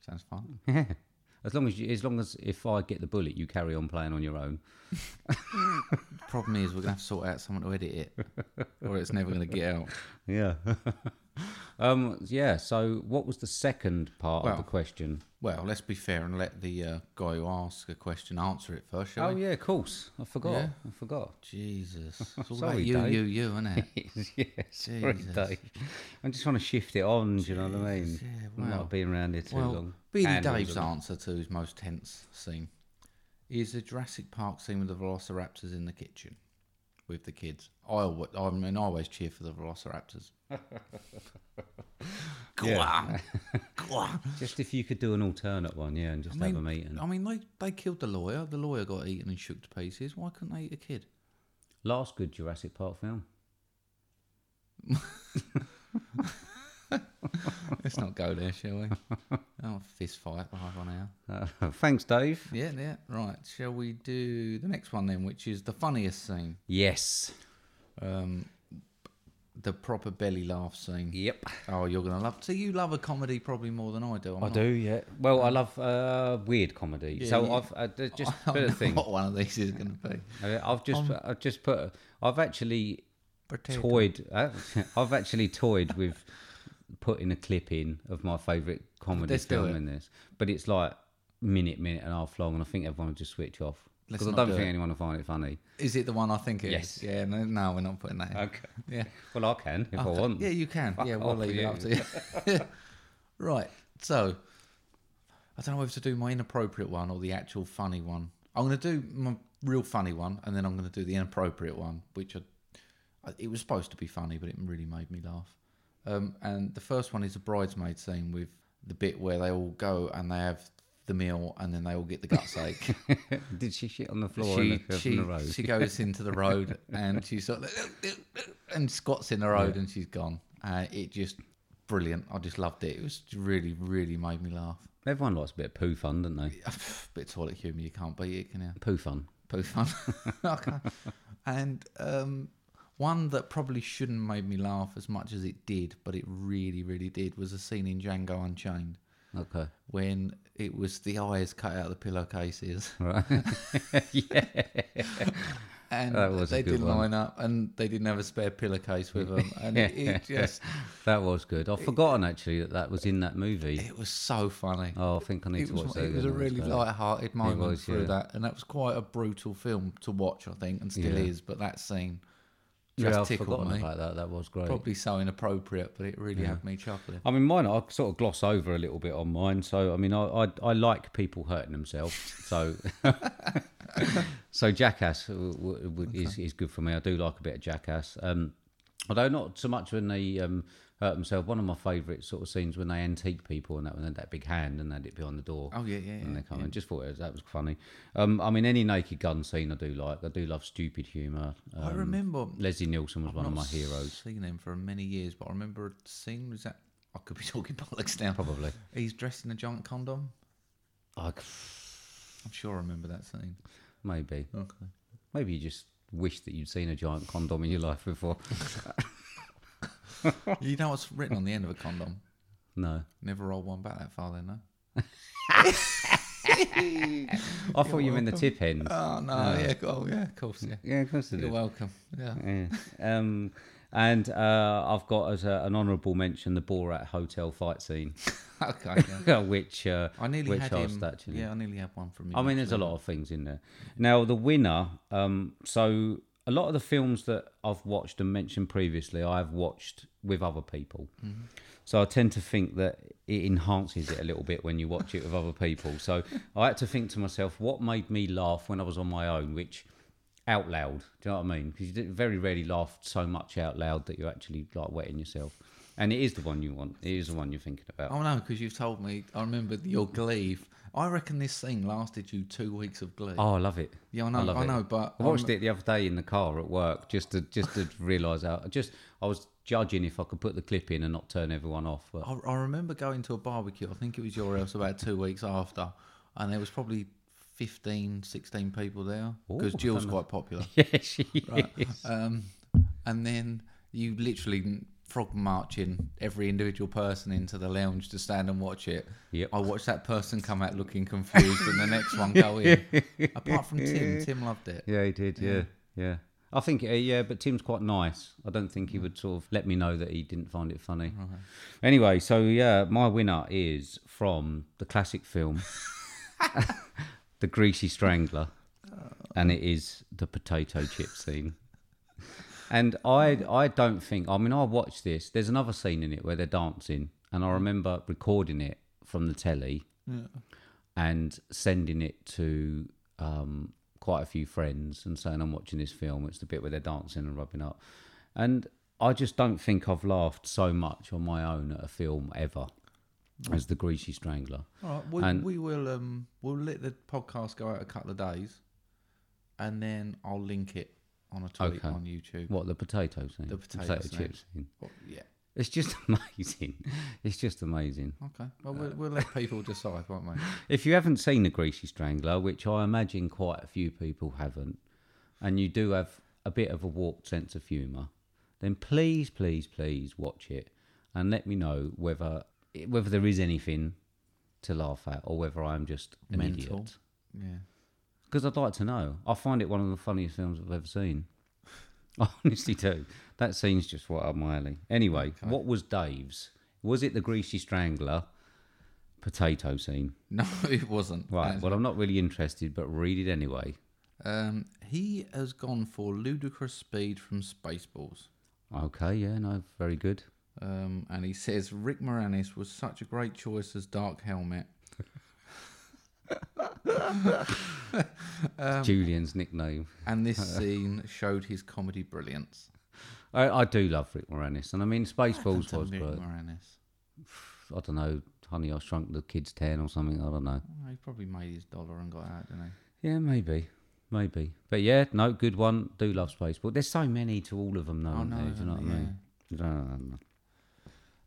S1: Sounds fun.
S2: Yeah. As long as you, as long as if I get the bullet, you carry on playing on your own.
S1: Problem is, we're gonna have to sort out someone to edit
S2: (laughs)
S1: it, or it's never gonna get out.
S2: Yeah. (laughs) um. Yeah. So, what was the second part of
S1: Well,
S2: the question?
S1: Well, let's be fair and let the uh, guy who asks a question answer it first, shall
S2: oh
S1: we?
S2: yeah, of course. I forgot.
S1: Yeah.
S2: I forgot.
S1: Jesus, it's all
S2: Sorry,
S1: about you,
S2: Dave.
S1: you, you, isn't it?
S2: (laughs) yes. Sorry,
S1: Jesus.
S2: (laughs) Dave. I'm just trying to shift it on. Do you know what I mean?
S1: Jesus, yeah,
S2: I'm
S1: wow.
S2: Not being around here too
S1: well,
S2: long.
S1: Beanie
S2: And
S1: Dave's
S2: also-
S1: answer to his most tense scene is the Jurassic Park scene with the Velociraptors in the kitchen with the kids. I, al- I mean, I always cheer for the (laughs) Velociraptors. Gwah. Gwah.
S2: Just if you could do an alternate one, yeah, and just have a meeting.
S1: I mean, they, they killed the lawyer. The lawyer got eaten and shook to pieces. Why couldn't they eat a kid?
S2: Last good Jurassic Park film.
S1: Let's not go there, shall we? (laughs) oh, fist fight live on air.
S2: Uh, (laughs) thanks, Dave.
S1: Yeah, yeah. Right. Shall we do the next one then, which is the funniest scene?
S2: Yes.
S1: Um, the proper belly laugh scene.
S2: Yep.
S1: Oh, you're gonna love. So you love a comedy probably more than I do. I'm
S2: I
S1: not- (laughs)
S2: do, yeah. Well, I love uh, weird comedy.
S1: Yeah,
S2: so
S1: you-
S2: I've uh,
S1: (laughs)
S2: there's just
S1: I
S2: a bit
S1: don't
S2: of thing.
S1: know What one of these is gonna be?
S2: I- I've just I've just put I've actually toyed uh, I've actually toyed with putting a clip in of my favourite comedy
S1: Let's do
S2: film
S1: it.
S2: in this, but it's like minute minute and a half long, and I think everyone will just switch off
S1: Let's
S2: because I
S1: not
S2: don't
S1: do
S2: think
S1: it.
S2: anyone will find it funny.
S1: Is it the one I think it is?
S2: Yes.
S1: Yeah. No, no, we're not putting that. In.
S2: Okay.
S1: Yeah.
S2: Well, I can if I,
S1: Okay.
S2: want.
S1: Oh, Yeah, you can.
S2: Fuck
S1: yeah, we'll
S2: off
S1: leave it
S2: you.
S1: up to you.
S2: (laughs)
S1: (laughs) right. So, I don't know whether to do my inappropriate one or the actual funny one. I'm going to do my real funny one, and then I'm going to do the inappropriate one, which I, I- it was supposed to be funny, but it really made me laugh. Um, and the first one is the bridesmaid scene with the bit where they all go and they have the meal, and then they all get the guts ache.
S2: Did she shit on the floor in
S1: she
S2: the,
S1: she,
S2: on the road?
S1: she goes into the road and she sort of and squats in the road and she's gone. Uh, it just brilliant. I just loved it. It was really really made me laugh. (sighs)
S2: Everyone likes a bit of poo fun, don't they?
S1: bit of toilet humour you can't beat it, can you?
S2: Poo fun.
S1: Poo fun. (laughs) okay. And um, one that probably shouldn't have made me laugh as much as it did, but it really really did was a scene in Django Unchained
S2: Okay.
S1: when it was the eyes cut out of the pillowcases.
S2: (laughs) Right. yeah.
S1: and
S2: That was a
S1: they
S2: good
S1: didn't
S2: one.
S1: line up, and they didn't have a spare pillowcase with
S2: (laughs)
S1: them, and it, it just
S2: That was good. I've forgotten actually that that was in that movie.
S1: it was so funny.
S2: Oh, I think I need
S1: it
S2: to
S1: was,
S2: watch that.
S1: it was a
S2: again. That's
S1: really
S2: great.
S1: light-hearted moment
S2: was,
S1: through
S2: yeah.
S1: that, and that was quite a brutal film to watch, I think, and still
S2: Yeah.
S1: is. But that scene
S2: Yeah,
S1: just
S2: I've
S1: tickled
S2: forgotten
S1: me.
S2: about that. That was great.
S1: Probably so inappropriate, but it really had me chuckling.
S2: I mean, mine. I sort of gloss over a little bit on mine. So, I mean, I I, I like people hurting themselves. So, (laughs) so Jackass w- w- w- is is good for me. I do like a bit of Jackass. Um, although not so much when they um hurt themselves. One of my favourite sort of scenes when they antique people and that, when they had that big hand and they had it behind the door.
S1: Oh yeah, yeah. yeah
S2: and they come
S1: yeah.
S2: in. Just thought it was, that was funny. Um, I mean, any naked gun scene I do like. I do love stupid humour. Um,
S1: I remember
S2: Leslie Nielsen was
S1: I've
S2: one of
S1: not
S2: my heroes.
S1: Seen him for many years, but I remember a scene. Was that I could be (laughs) talking bollocks now?
S2: Probably.
S1: He's dressed in a giant condom.
S2: I,
S1: I'm sure I remember that scene.
S2: maybe.
S1: Okay.
S2: Maybe you just wish that you'd seen a giant condom in your life
S1: (laughs)
S2: before.
S1: you know what's written on the end of a condom?
S2: No.
S1: Never roll one back that far, then, no?
S2: I thought you meant the tip end.
S1: (laughs) Oh no, yeah, cool, yeah, of course, yeah.
S2: Yeah, of course it
S1: You're
S2: is.
S1: welcome. Yeah.
S2: Yeah. Um, and uh, I've got as a, an honourable mention the Borat hotel fight scene, (laughs)
S1: (laughs) okay. Yeah.
S2: which uh,
S1: I nearly
S2: which
S1: had
S2: I
S1: him.
S2: was actually.
S1: Yeah, I nearly had one from you.
S2: I mean, there's a lot of things in there. Now, the winner. Um, so, a lot of the films that I've watched and mentioned previously, I've watched with other people. So, I tend to think that it enhances it a little bit when you watch it with other people. So, I had to think to myself, what made me laugh when I was on my own, which out loud. Do you know what I mean? Because you didn't- very rarely laugh so much out loud that you're actually like wetting yourself. And it is the one you want. It is the one you're thinking about.
S1: Oh no, because you've told me. I remember your Glee. I reckon this thing lasted you two weeks of Glee.
S2: Oh, I love it.
S1: Yeah, I know,
S2: love
S1: I
S2: it.
S1: know, but
S2: I watched it the other day in the car at work just to just to (laughs) realise out. Just I was judging if I could put the clip in and not turn everyone off. But
S1: I, I remember going to a barbecue. I think it was your house about two weeks after, and there was probably 15, 16 people there because
S2: Ooh, (laughs)
S1: Jill's quite popular.
S2: yeah, (laughs) she is.
S1: Um, and then you literally frog marching every individual person into the lounge to stand and watch it.
S2: Yep.
S1: I watched that person come out looking confused, and the next one go in.
S2: (laughs)
S1: Apart from Tim, Tim loved it.
S2: Yeah, he did. Yeah, yeah. I think uh, yeah, but Tim's quite nice. I don't think he would sort of let me know that he didn't find it funny. Anyway, so yeah, my winner is from the classic film, The Greasy Strangler, and it is the potato chip scene. And I, I don't think. I mean, I watched this. There's another scene in it where they're dancing, and I remember recording it from the telly and sending it to um, quite a few friends and saying, I'm watching this film. It's the bit where they're dancing and rubbing up. And I just don't think I've laughed so much on my own at a film ever
S1: Hmm.
S2: as The Greasy Strangler.
S1: All right, we,
S2: And-
S1: we will um we'll let the podcast go out a couple of days, and then I'll link it on a tweet
S2: Okay.
S1: on YouTube.
S2: What, the potato scene?
S1: The potato scene.
S2: chip scene.
S1: Well, yeah.
S2: It's just (laughs) amazing. It's just amazing.
S1: Okay. Well, we'll,
S2: Uh,
S1: we'll
S2: (laughs)
S1: let people decide, won't we?
S2: If you haven't seen The Greasy Strangler, which I imagine quite a few people haven't, and you do have a bit of a warped sense of humour, then please, please, please watch it and let me know whether whether there is anything to laugh at or whether I'm just an
S1: Mental.
S2: idiot.
S1: Yeah.
S2: Because I'd like to know. I find it one of the funniest films I've ever seen. (laughs) I honestly do. That scene's just right up my alley. Anyway, what was Dave's? Was it the Greasy Strangler potato scene?
S1: No, (laughs) it wasn't. Um,
S2: Right.
S1: And,
S2: Well, I'm not really interested, but read it anyway.
S1: um, he has gone for ludicrous speed from Spaceballs.
S2: Okay. Yeah. No. Very good.
S1: Um, and he says Rick Moranis was such a great choice as Dark Helmet. Um,
S2: Julian's nickname.
S1: And this
S2: (laughs)
S1: scene showed his comedy brilliance.
S2: I, I do love Rick Moranis, and I mean Spaceballs
S1: To
S2: was,
S1: Rick
S2: but
S1: Moranis.
S2: I don't know. Honey, I shrunk the kids ten or something. I don't know.
S1: Well, Oh, he probably made his dollar and got out, didn't he?
S2: Yeah, maybe, maybe. But yeah, no, good one. Do love Spaceballs. There's so many to all of them, though.
S1: I
S2: aren't
S1: know,
S2: there? Do you know what I mean? I don't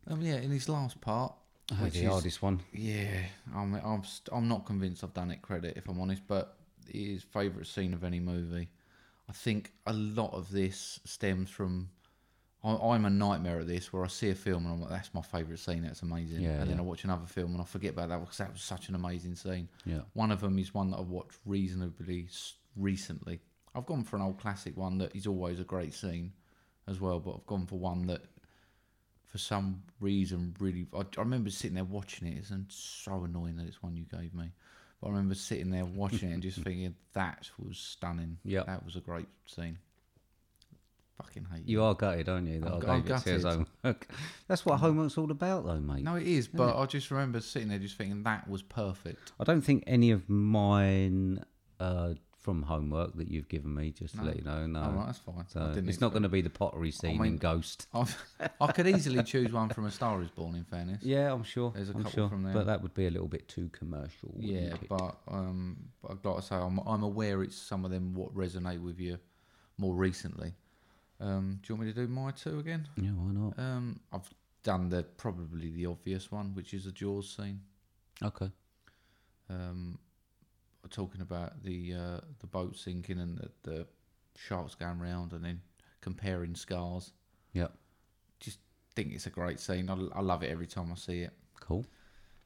S2: know.
S1: Um, yeah, in his last part,
S2: Oh,
S1: which
S2: the
S1: is
S2: hardest one.
S1: yeah, I'm I'm st- I'm not convinced I've done it credit if I'm honest, but his favourite scene of any movie. I think a lot of this stems from. I, I'm a nightmare at this, where I see a film and I'm like, "That's my favourite scene. That's amazing."
S2: Yeah,
S1: and then
S2: yeah.
S1: I watch another film and I forget about that because that was such an amazing scene.
S2: Yeah.
S1: One of them is one that I've watched reasonably s- recently. I've gone for an old classic one that is always a great scene as well, but I've gone for one that, for some reason, really. I, I remember sitting there watching it. It's so annoying that it's one you gave me. But I remember sitting there watching it and just
S2: (laughs)
S1: thinking, that was stunning.
S2: Yep.
S1: That was a great scene. Fucking hate you.
S2: You are gutted, aren't you? That
S1: I'm
S2: I
S1: gu- I'm
S2: gave it to his
S1: gutted. Mm.
S2: (laughs) homework. That's what homework's all about, though, mate.
S1: No, it is, but I just remember sitting there just thinking, that was perfect.
S2: I don't think any of mine uh, from homework that you've given me, just to
S1: No.
S2: let you know. No,
S1: All right, that's fine.
S2: so
S1: I didn't
S2: it's not
S1: expect-
S2: going to be the pottery scene
S1: mean-
S2: in Ghost.
S1: I've, I could easily choose one from A Star Is Born. In fairness,
S2: Yeah, I'm sure.
S1: There's a
S2: I'm
S1: couple
S2: sure,
S1: from there.
S2: but that would be a little bit too commercial. wouldn't
S1: Yeah,
S2: it?
S1: but um, but I'd like to say I'm I'm aware it's some of them what resonate with you more recently. Um, do you want me to do my two again?
S2: yeah, why not?
S1: Um, I've done the probably the obvious one, which is the Jaws scene.
S2: Okay.
S1: Um, talking about the uh, the boat sinking and the, the sharks going round, and then comparing scars.
S2: Yeah.
S1: Just think it's a great scene. I, I love it every time I see it.
S2: Cool.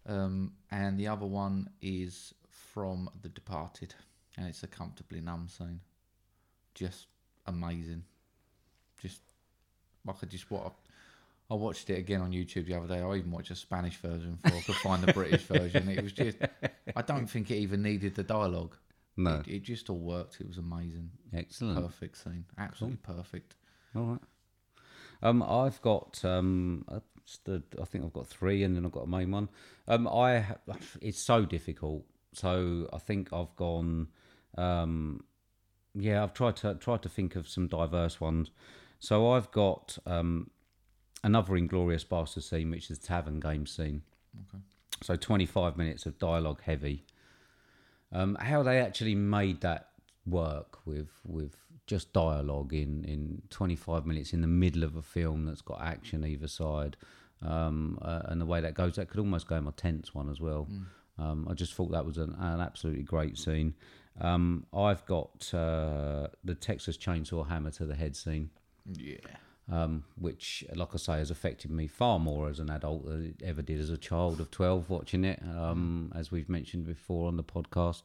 S1: Um, and the other one is from The Departed, and it's a comfortably numb scene. Just amazing. Just I could just what I watched it again on YouTube the other day. I even watched a Spanish version before I could find the British version. It was just I don't think it even needed the dialogue.
S2: No. Hmm.
S1: It, it just all worked. It was amazing.
S2: Excellent.
S1: Perfect scene. Absolutely perfect.
S2: All right. Um, I've got um, uh, s- the- I think I've got three, and then I've got a main one. Um, I ha- it's so difficult. So I think I've gone. Um, yeah, I've tried to tried to think of some diverse ones. So I've got um, another inglorious bastard scene, which is the tavern game scene. So 25 minutes of dialogue heavy. Um, how they actually made that work with with just dialogue in, in 25 minutes in the middle of a film that's got action either side, um, uh, and the way that goes, that could almost go in my tense one as well. Um, I just thought that was an, an absolutely great scene. Um, I've got uh, the Texas Chainsaw Hammer to the head scene
S1: Yeah.
S2: um, which, like I say, has affected me far more as an adult than it ever did as a child of 12 watching it. Um, as we've mentioned before on the podcast,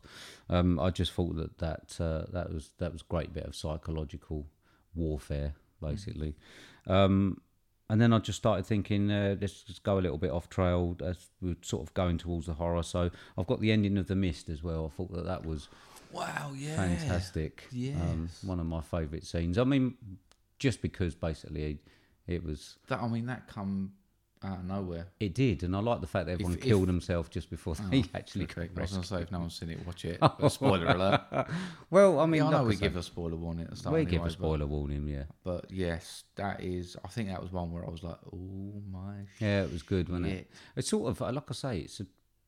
S2: um, I just thought that that uh, that was that was a great bit of psychological warfare, basically. Um, and then I just started thinking, uh, let's just go a little bit off trail. As we're sort of going towards the horror, so I've got the ending of the mist as well. I thought that that was
S1: Wow, yeah.
S2: fantastic. Um,
S1: Yes.
S2: one of my favourite scenes. I mean, just because basically it was,
S1: That I mean that come out of nowhere.
S2: it did, and I like the fact that everyone
S1: if- Oh.
S2: killed himself just before they (laughs) actually
S1: Perfect.
S2: got
S1: I was going to
S2: rescued.
S1: say, if no one's seen it, watch
S2: (laughs)
S1: it. But spoiler alert.
S2: Well, I
S1: I
S2: mean,
S1: mean, I know
S2: like
S1: we
S2: I say,
S1: give a spoiler warning at the start.
S2: we
S1: anyway,
S2: give a
S1: but-
S2: spoiler warning, yeah.
S1: But, yes, that is. I think that was one where I was like, oh my shit.
S2: Yeah, it was good, wasn't it? It's sort of uh, like I say, it's a,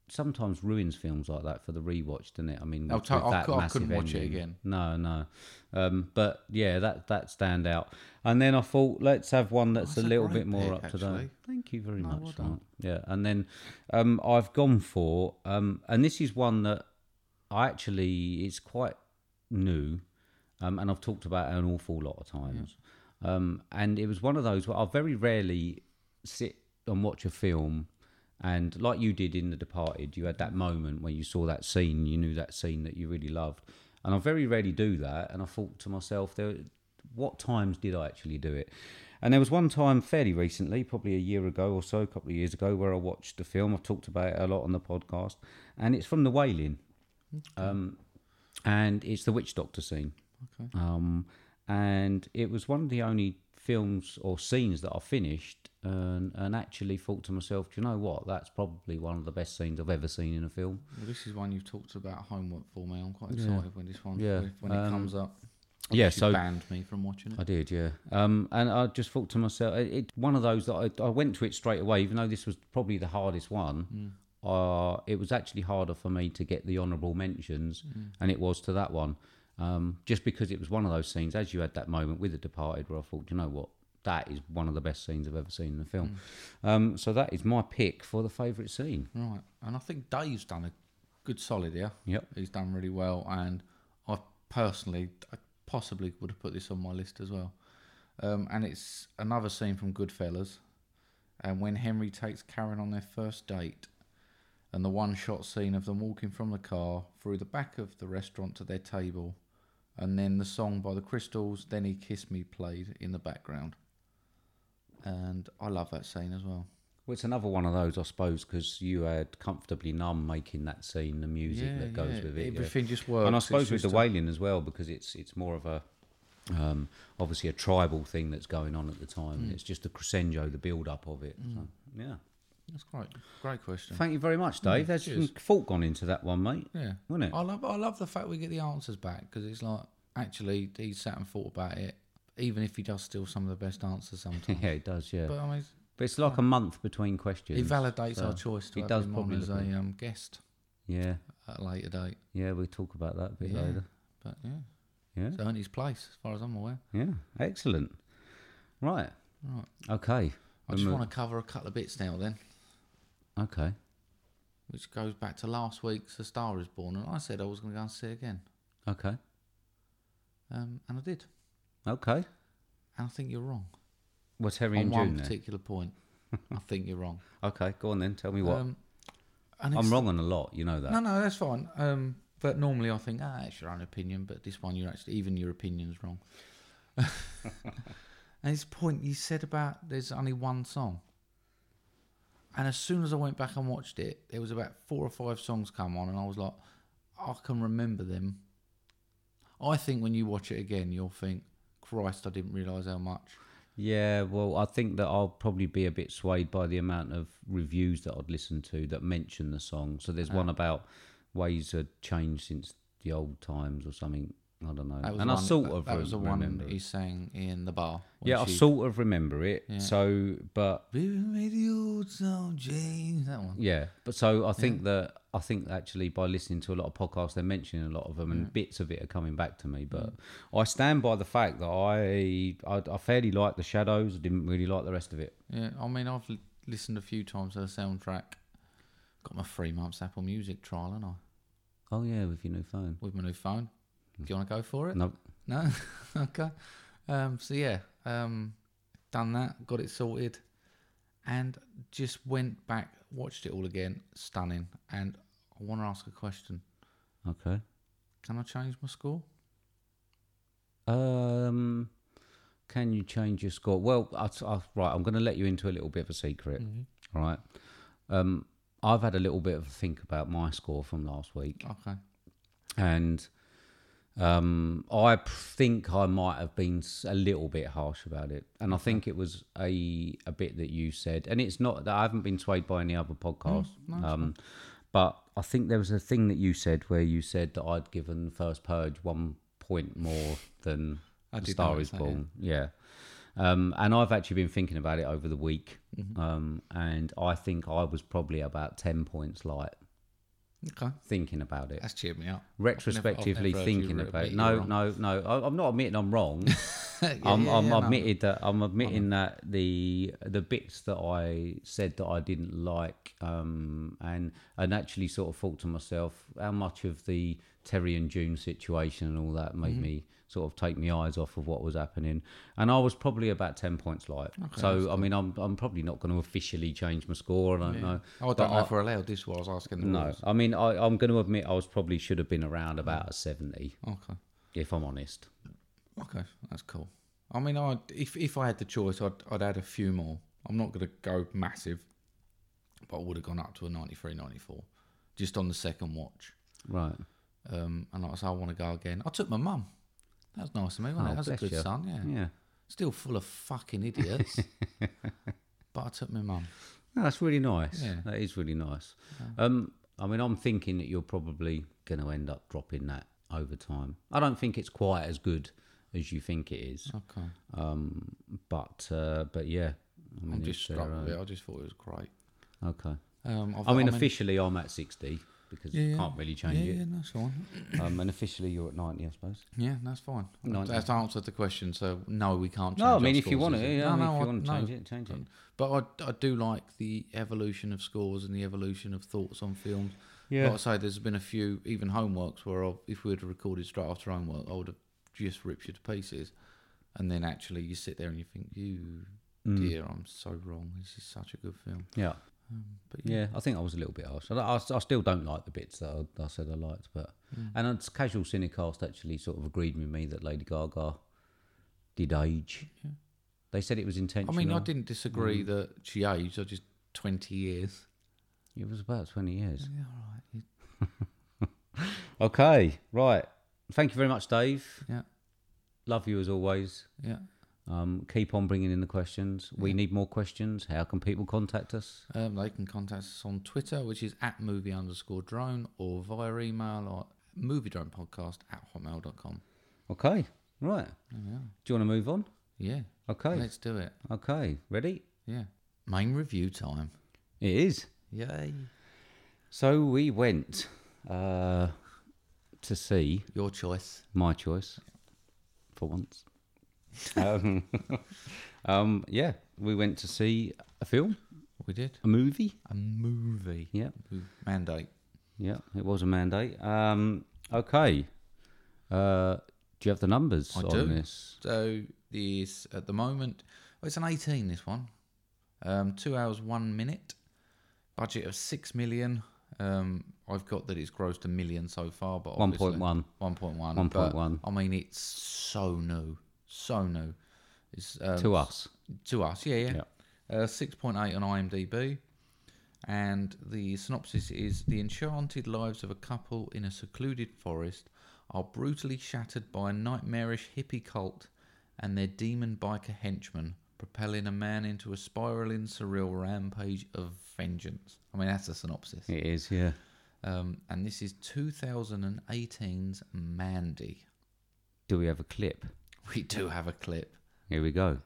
S2: sometimes ruins films like that for the rewatch, doesn't it? I mean,
S1: I'll
S2: with,
S1: tell-
S2: with
S1: Oh, I
S2: that
S1: cou- I
S2: massive
S1: couldn't watch it
S2: ending.
S1: again.
S2: No, no. Um, but yeah, that that stand out. And then I thought, let's have one that's,
S1: That's
S2: a
S1: Oh, a
S2: little
S1: great
S2: bit more
S1: pick,
S2: up to date.
S1: actually.
S2: Thank you very
S1: No, Oh, well
S2: much.
S1: done.
S2: Mark. Yeah, and then um, I've gone for, um, and this is one that I actually it's quite new, um, and I've talked about it an awful lot of times. Um, and it was one of those where I very rarely sit and watch a film, and like you did in The Departed, you had that moment when you saw that scene, you knew that scene that you really loved, and I very rarely do that. And I thought to myself, there, what times did I actually do it? And there was one time fairly recently, probably a year ago or so, a couple of years ago, where I watched the film. I've talked about it a lot on the podcast, and it's from The Wailing Um, and it's the witch doctor scene.
S1: Okay.
S2: Um, and it was one of the only films or scenes that I finished and, and actually thought to myself, do you know what? That's probably one of the best scenes I've ever seen in a film.
S1: Well, this is one you've talked about homework for me. I'm quite
S2: Yeah.
S1: excited when this one
S2: Yeah.
S1: when- when it
S2: Um,
S1: comes up.
S2: yeah,
S1: Obviously
S2: so-
S1: banned me from watching it.
S2: I did, yeah. Um, and I just thought to myself, it, it one of those that I, I went to it straight away, even though this was probably the hardest one. Uh, it was actually harder for me to get the honourable mentions, and it was to that one, um, just because it was one of those scenes. As you had that moment with the Departed, where I thought, you know what, that is one of the best scenes I've ever seen in a film. Um, so that is my pick for the favourite scene.
S1: Right, and I think Dave's done a good solid here.
S2: Yep.
S1: he's done really well, and I personally, I possibly would have put this on my list as well. Um, and it's another scene from Goodfellas, and when Henry takes Karen on their first date, and the one-shot scene of them walking from the car through the back of the restaurant to their table, and then the song by the Crystals, "Then He Kissed Me," played in the background. And I love that scene as well.
S2: Well, it's another one of those, I suppose, because you had comfortably numb making that scene, the music that goes with it. yeah.
S1: Everything just works.
S2: and I
S1: It's
S2: suppose with
S1: just
S2: the
S1: a-
S2: whaling as well, because it's it's more of a um, obviously
S1: Mm.
S2: a tribal thing that's going on at the time. It's just the crescendo, the build up of it. So, yeah,
S1: That's great. Great question.
S2: Thank you very much, Dave. There's some
S1: Mm. cheers.
S2: thought gone into that one, mate.
S1: Yeah, (laughs)
S2: Wouldn't it?
S1: I love I love the fact we get the answers back because it's like actually he sat and thought about it, even if he does steal some of the best answers sometimes.
S2: (laughs) yeah, it does. Yeah,
S1: But
S2: but,
S1: I mean,
S2: it's like a month between questions.
S1: it validates
S2: so
S1: our choice to
S2: it
S1: have
S2: does
S1: him
S2: probably
S1: on as a
S2: look good.
S1: um, guest
S2: Yeah,
S1: at a later date.
S2: yeah. We'll talk about that a bit
S1: Yeah.
S2: later.
S1: But yeah,
S2: Yeah,
S1: so in his place, as far as I'm aware.
S2: yeah. Excellent. Right.
S1: Right.
S2: Okay.
S1: I
S2: The
S1: just
S2: mo-
S1: want to cover a couple of bits now then,
S2: Okay.
S1: which goes back to last week's A Star Is Born, and I said I was going to go and see it again,
S2: Okay.
S1: um, and I did.
S2: Okay.
S1: And I think you're wrong
S2: Well, Terry
S1: on
S2: and
S1: one
S2: June then.
S1: particular
S2: (laughs)
S1: point. I think you're wrong.
S2: Okay, go on then. Tell me what.
S1: Um, and
S2: I'm
S1: it's-
S2: wrong on a lot. You know that.
S1: No, no, that's fine. Um, but normally I think, ah, it's your own opinion. But this one, you're actually even your opinion's
S2: (laughs)
S1: wrong. and his point you said about there's only one song. And as soon as I went back and watched it, there was about four or five songs come on, and I was like, I can remember them. I think when you watch it again, you'll think, Christ, I didn't realise how much.
S2: Yeah, well, I think that I'll probably be a bit swayed by the amount of reviews that I'd listened to that mention the song. So
S1: Ah.
S2: there's one about ways had changed since the old times or something. I don't know.
S1: That was one,
S2: and I sort
S1: that,
S2: of
S1: that was the one
S2: remember.
S1: he sang in the bar. when
S2: yeah, I
S1: she-
S2: sort of remember it.
S1: Yeah.
S2: So, but
S1: Baby, made the old song change. That one.
S2: yeah, but so I think that I think actually by listening to a lot of podcasts, they're mentioning a lot of them, and bits of it are coming back to
S1: Mm.
S2: me. But I stand by the fact that I I, I fairly liked the shadows. I didn't really like the rest of it.
S1: Yeah, I mean, I've l- listened a few times to the soundtrack. Got my three months Apple Music trial, and I
S2: Oh yeah, with your new phone.
S1: with my new phone. Do you want to go for it?
S2: Hmm. No,
S1: No, (laughs) okay. Um, so yeah, um, done that, got it sorted, and just went back, watched it all again. Stunning. And I want to ask a question.
S2: okay.
S1: Can I change my score?
S2: Um, can you change your score? Well, I, I, right, I'm going to let you into a little bit of a secret. All right. Um, I've had a little bit of a think about my score from last week,
S1: Okay.
S2: and um, I p- think I might have been s- a little bit harsh about it, and I think it was a a bit that you said, and it's not that I haven't been swayed by any other podcast.
S1: Mm,
S2: um, but I think there was a thing that you said where you said that I'd given First Purge one point more than
S1: I
S2: The
S1: did
S2: Star
S1: notice
S2: Is
S1: that,
S2: Born. Yeah. Um, and I've actually been thinking about it over the week,
S1: Mm-hmm.
S2: um, and I think I was probably about ten points light
S1: Okay.
S2: thinking about it
S1: That's cheered me up. (laughs)
S2: retrospectively
S1: I've never heard you
S2: thinking
S1: re- admit
S2: about it.
S1: you
S2: No,
S1: were
S2: no, no. I, I'm not admitting I'm wrong. I'm,
S1: (laughs) yeah,
S2: I'm
S1: yeah, no.
S2: admitted that I'm admitting that the the bits that I said that I didn't like, um, and and actually sort of thought to myself how much of the Terry and June situation and all that
S1: Mm-hmm.
S2: made me sort of take my eyes off of what was happening, and I was probably about ten points light. so I mean, I'm I'm probably not going to officially change my score. I don't know.
S1: Oh, I
S2: But
S1: don't know if we're allowed. This was asking. The
S2: no,
S1: rules.
S2: I mean, I, I'm going to admit I was probably should have been around about a 70,
S1: Okay.
S2: if I'm honest.
S1: Okay, that's cool. I mean, I if if I had the choice, I'd I'd add a few more. I'm not going to go massive, but I would have gone up to a 93, 94, just on the second watch.
S2: Right.
S1: Um, and like I say, I want to go again. I took my mum. That was nice of me, wasn't it?
S2: Oh,
S1: That was a
S2: bless
S1: good
S2: you.
S1: son, yeah.
S2: Yeah.
S1: Still full of fucking
S2: (laughs)
S1: idiots, but I took my mum.
S2: No, that's really nice.
S1: Yeah.
S2: That is really nice. Um, I mean, I'm thinking that you're probably going to end up dropping that over time. I don't think it's quite as good as you think it is.
S1: Okay,
S2: Um, but uh, but yeah. I mean,
S1: I'm just
S2: it's their
S1: struck with
S2: own.
S1: it. I just thought it was great.
S2: Okay.
S1: Um, I've,
S2: I mean, officially, I'm at 60 because
S1: Yeah,
S2: you
S1: yeah.
S2: can't really change
S1: yeah, yeah,
S2: it.
S1: that's fine.
S2: Um, and officially, you're at 90, I suppose.
S1: Yeah, that's fine.
S2: No,
S1: that's answered the question. So no, we can't. Change
S2: No, I
S1: our
S2: mean, if you
S1: scores,
S2: want
S1: is
S2: to,
S1: it?
S2: yeah, I mean, if you
S1: I-
S2: want to
S1: no.
S2: change it, change it.
S1: But I, I do like the evolution of scores and the evolution of thoughts on films.
S2: Yeah.
S1: Like I say, there's been a few, even homeworks, where i if we had recorded straight after homework, I would have just ripped you to pieces. And then actually, you sit there and you think, you dear, I'm so wrong. This is such a good film. Um,
S2: Yeah.
S1: But yeah.
S2: Yeah, I think I was a little bit harsh. I, I, I still don't like the bits that I, I said I liked, but
S1: Mm.
S2: and it's casual cinecast actually sort of agreed with me that Lady Gaga did age. They said it was
S1: I
S2: intentional.
S1: mean, I didn't disagree that she aged, I just 20 years.
S2: It was about twenty years.
S1: Yeah, all right. You-
S2: (laughs) Okay, right. Thank you very much, Dave.
S1: Yeah,
S2: Love you as always.
S1: yeah.
S2: Um, keep on bringing in the questions. We need more questions. How can people contact us?
S1: Um, they can contact us on Twitter, which is at movie underscore drone, or via email or movie drone podcast at hotmail.com.
S2: Okay, right. Do you want to move on?
S1: Yeah.
S2: Okay,
S1: Let's do it.
S2: okay. Ready?
S1: Yeah. Main review time.
S2: It is.
S1: Yay.
S2: So we went uh, to see
S1: Your choice.
S2: my choice for
S1: (laughs)
S2: once. um, (laughs) um, yeah, we went to see a film,
S1: We did.
S2: a movie.
S1: A movie.
S2: Yeah,
S1: Ooh, Mandate.
S2: yeah, it was a mandate. Um, okay. Uh, do you have the numbers
S1: I
S2: on
S1: do.
S2: this?
S1: So this at the moment, well, it's an 18. This one, um, two hours one minute, budget of six million. Um, I've got that it's grossed a million so far, but
S2: One
S1: obviously-
S2: point one.
S1: 1.1.
S2: 1.1.
S1: but, I mean, it's so new, so new. It's um,
S2: to us.
S1: to us, yeah, yeah. Uh, 6.8 on IMDb. And the synopsis is The enchanted lives of a couple in a secluded forest are brutally shattered by a nightmarish hippie cult and their demon biker henchman, propelling a man into a spiraling, surreal rampage of vengeance. I mean, that's the synopsis.
S2: It is, yeah.
S1: Um, and this is 2018's Mandy.
S2: Do we have a clip?
S1: We do have a clip.
S2: Here we go.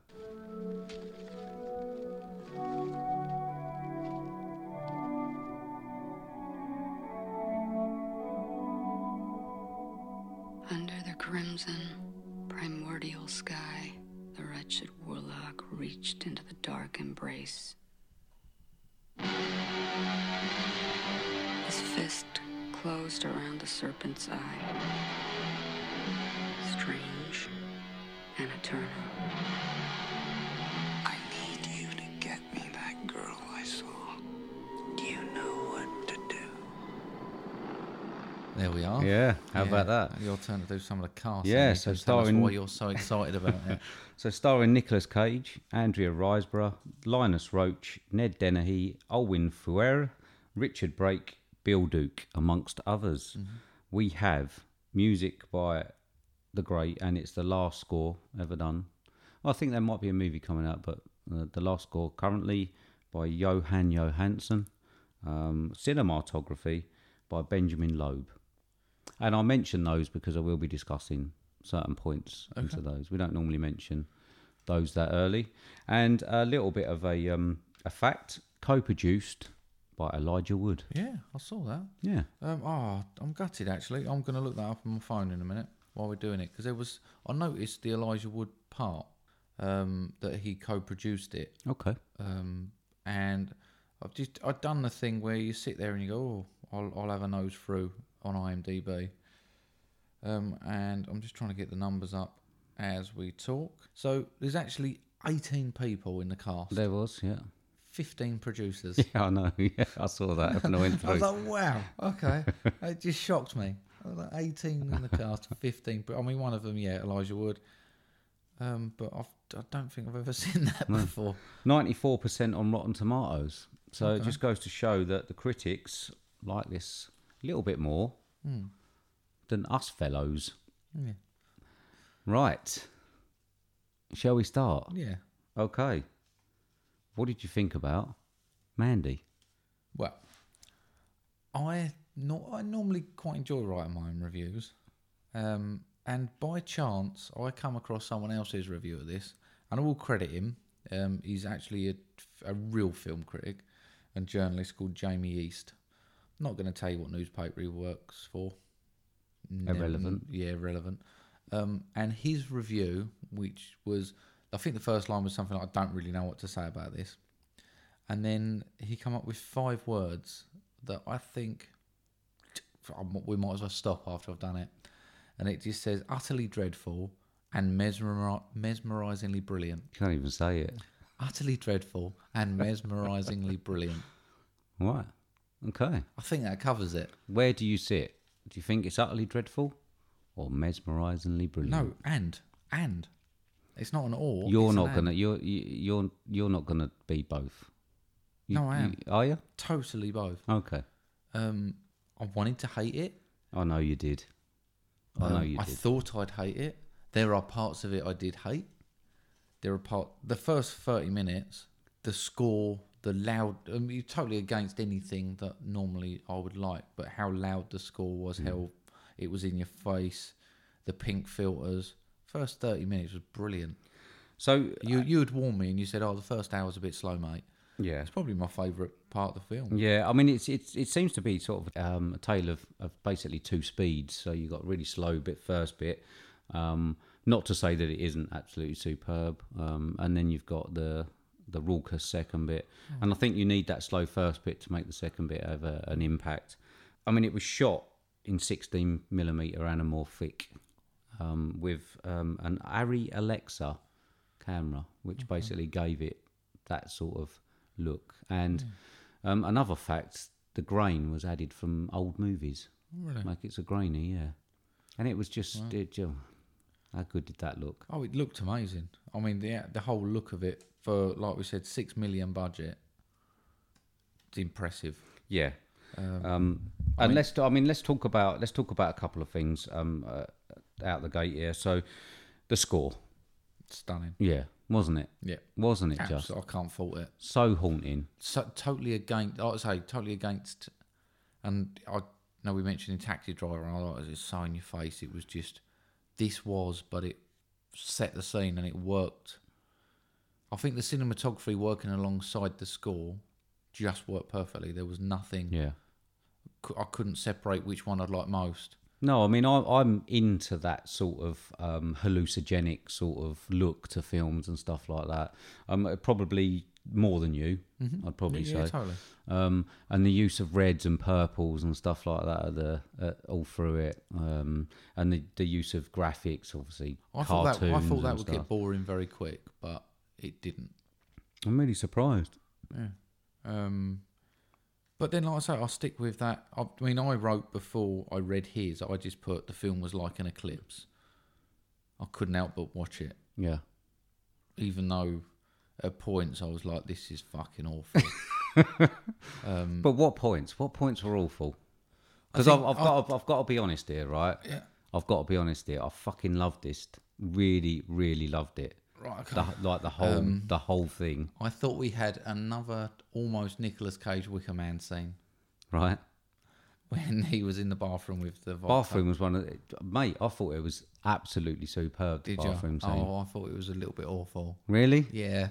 S4: Under the crimson, primordial sky, the wretched warlock reached into the dark embrace. His fist closed around the serpent's eye. Strange and eternal. I need you to get me that girl I saw. You know what to do.
S1: There we are.
S2: Yeah, how about that?
S1: Your turn to do some of the cast.
S2: Yeah,
S1: Andy,
S2: so
S1: just tell us why
S2: starring-
S1: you're so excited about
S2: (laughs)
S1: it.
S2: So starring Nicolas Cage, Andrea Riseborough, Linus Roach, Ned Dennehy, Owen Fuer, Richard Brake, Bill Duke, amongst others. We have music by the great, and it's the last score ever done. I think there might be a movie coming out, but uh, the last score currently by Johan Johansson, um, cinematography by Benjamin Loeb. And I mention those because I will be discussing certain points into those. We don't normally mention those that early. And a little bit of a um, a fact co-produced by Elijah Wood.
S1: Yeah, I saw that.
S2: Yeah.
S1: Um, oh, I'm gutted actually. I'm going to look that up on my phone in a minute while we're doing it because there was I noticed the Elijah Wood part um, that he co-produced it,
S2: Okay.
S1: um, and I've just I've done the thing where you sit there and you go, oh, I'll I'll have a nose through on IMDb, um, and I'm just trying to get the numbers up as we talk. So there's actually 18 people in the cast,
S2: There was,
S1: (laughs)
S2: yeah.
S1: 15 producers.
S2: Yeah, I know. (laughs) Yeah, I saw that when I
S1: (laughs)
S2: went
S1: I was
S2: through.
S1: like, wow, okay. it just shocked me. I was like, 18 in the cast, 15. But I mean, one of them, yeah, Elijah Wood. Um, but I've, I don't think I've ever (laughs) seen that before.
S2: Ninety-four percent on Rotten Tomatoes. So it just goes to show that the critics like this a little bit more
S1: Hmm.
S2: than us fellows.
S1: Yeah.
S2: Right. Shall we start?
S1: Yeah.
S2: Okay. What did you think about Mandy?
S1: Well, I no, I normally quite enjoy writing my own reviews, um, and by chance I come across someone else's review of this, and I will credit him. Um, he's actually a, a real film critic and journalist called Jamie East. I'm not going to tell you what newspaper he works for. Never-
S2: Irrelevant.
S1: yeah, irrelevant. Um, and his review, which was, I think the first line was something like, I don't really know what to say about this and then he come up with five words that I think we might as well stop after I've done it. And it just says utterly dreadful and mesmeri- mesmerizingly brilliant.
S2: Can't even say it.
S1: Utterly dreadful
S2: (laughs)
S1: and mesmerizingly brilliant.
S2: Right. Okay.
S1: I think that covers it.
S2: Where do you sit? Do you think it's utterly dreadful or mesmerizingly brilliant?
S1: No, and and it's not an or.
S2: You're
S1: it's an
S2: not
S1: and.
S2: gonna. You're you- you're you're not gonna be both. You-
S1: No, I am.
S2: you- are you?
S1: totally both.
S2: Okay.
S1: Um, I wanted to hate it.
S2: I know you did. I know
S1: Um,
S2: you
S1: I
S2: did.
S1: thought I'd hate it. There are parts of it I did hate. There are part the first thirty minutes, the score, the loud. I mean, it's totally against anything that normally I would like, but how loud the score was,
S2: Hmm.
S1: how it was in your face, the pink filters. First thirty minutes was brilliant.
S2: So
S1: You you had warned me, and you said, "Oh, the first hour's a bit slow, mate."
S2: yeah,
S1: It's probably my favourite part of the film.
S2: yeah. I mean, it's it's it seems to be sort of um, a tale of, of basically two speeds. So you got really slow bit first bit. Um, not to say that it isn't absolutely superb, um, and then you've got the the raucous second bit, and I think you need that slow first bit to make the second bit have a, an impact. I mean, it was shot in 16 millimeter anamorphic um, with um, an Arri Alexa camera, which basically gave it that sort of look. And um, another fact, the grain was added from old movies.
S1: Really?
S2: Like it's a grainy, yeah. And it was just, it, ju- how good did that look?
S1: Oh, it looked amazing. I mean, the the whole look of it for like we said, six million budget. It's impressive.
S2: Yeah. Um, and let's, I mean, let's talk about let's talk about a couple of things um, uh, out the gate here. So, the score,
S1: Stunning.
S2: yeah, wasn't it?
S1: Yeah.
S2: Wasn't it just
S1: Absolutely, I can't fault it.
S2: so haunting?
S1: So, totally against. Like I say totally against. And I know we mentioned in Taxi Driver, and I like it's so in your face. It was just this was, but it set the scene and it worked. I think the cinematography working alongside the score just worked perfectly. There was nothing.
S2: Yeah.
S1: cou- I couldn't separate which one I'd like most.
S2: No, I mean I, I'm into that sort of um, hallucinogenic sort of look to films and stuff like that. Um, probably more than you,
S1: Mm-hmm.
S2: I'd probably say.
S1: totally.
S2: um, and the use of reds and purples and stuff like that are the uh, all through it, um, and the, the use of graphics, obviously
S1: I
S2: cartoons.
S1: thought that I thought that
S2: and
S1: would
S2: stuff.
S1: get boring very quick, but it didn't.
S2: I'm really surprised.
S1: Um, but then, like I say, I'll stick with that. I, I mean, I wrote before I read his. I just put the film was like an eclipse. I couldn't help but watch it,
S2: Yeah,
S1: even though at points I was like, "This is fucking
S2: (laughs)
S1: awful."
S2: but what points? What points were awful? Because I've,
S1: think
S2: I've got I've, I've got to be honest here, right?
S1: Yeah.
S2: I've got to be honest here. I fucking loved this. Really, really loved it.
S1: right. okay.
S2: The, like the whole
S1: Um,
S2: the whole thing,
S1: I thought we had another almost Nicolas Cage Wicker Man scene (laughs)
S2: right?
S1: when he was in the bathroom with the vodka.
S2: Bathroom was one of the, mate. I thought it was absolutely superb. The
S1: Did
S2: bathroom
S1: you?
S2: scene.
S1: Oh, I thought it was a little bit awful.
S2: Really?
S1: Yeah.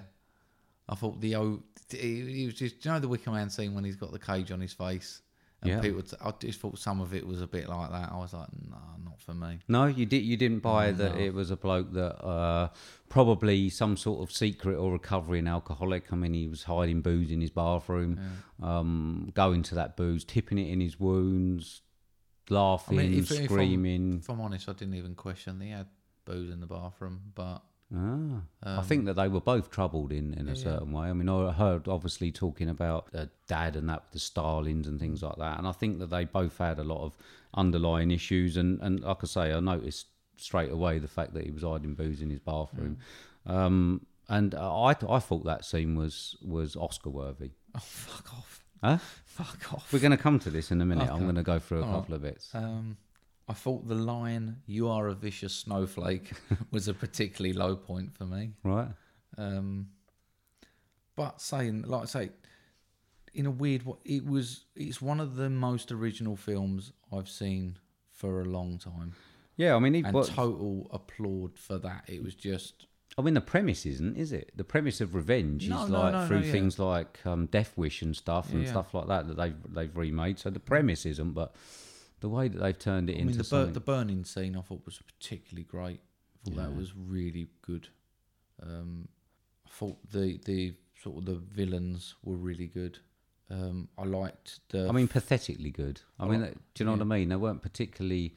S1: I thought the old. He, he was just. Do you know the Wicker Man scene when he's got the cage on his face? And
S2: Yeah.
S1: people. T- I just thought some of it was a bit like that. I was like, no, not for me.
S2: No, you did. You didn't buy that it was a bloke that uh, probably some sort of secret or recovering alcoholic. I mean, he was hiding booze in his bathroom, um, going to that booze, tipping it in his wounds, laughing,
S1: if- if I'm-
S2: screaming.
S1: If I'm honest, I didn't even question. They had booze in the bathroom, but (laughs)
S2: Ah. I think that they were both troubled in, in a certain way. I mean, I heard obviously talking about uh, dad and that with the Starlings and things like that. And I think that they both had a lot of underlying issues. And, and like I say, I noticed straight away the fact that he was hiding booze in his bathroom.
S1: Mm.
S2: Um, and uh, I, I thought that scene was, was Oscar worthy.
S1: oh, fuck off,
S2: Huh?
S1: fuck off.
S2: We're going to come to this in a minute. I'm going to go through a
S1: All
S2: couple of bits.
S1: Um, I thought the line "You are a vicious snowflake" (laughs) was a particularly low point for me.
S2: Right?
S1: Um, but saying, like I say, in a weird way, it was. It's one of the most original films I've seen for a long time,
S2: Yeah, I mean, he,
S1: and
S2: what,
S1: total applaud for that. It was just
S2: I mean, the premise isn't, is it? The premise of revenge
S1: No,
S2: is
S1: no,
S2: like
S1: no,
S2: through
S1: no, yeah.
S2: things like um, Death Wish and stuff and
S1: Yeah.
S2: stuff like that that they've they've remade. So the premise isn't, but the way that they've turned it
S1: I
S2: into
S1: mean, the, bur-
S2: something.
S1: the burning scene I thought was particularly great. I thought that was really good. Um, I thought the the sort of the villains were really good. Um, I liked the.
S2: I mean, pathetically good. I mean, do you know what I mean? They weren't particularly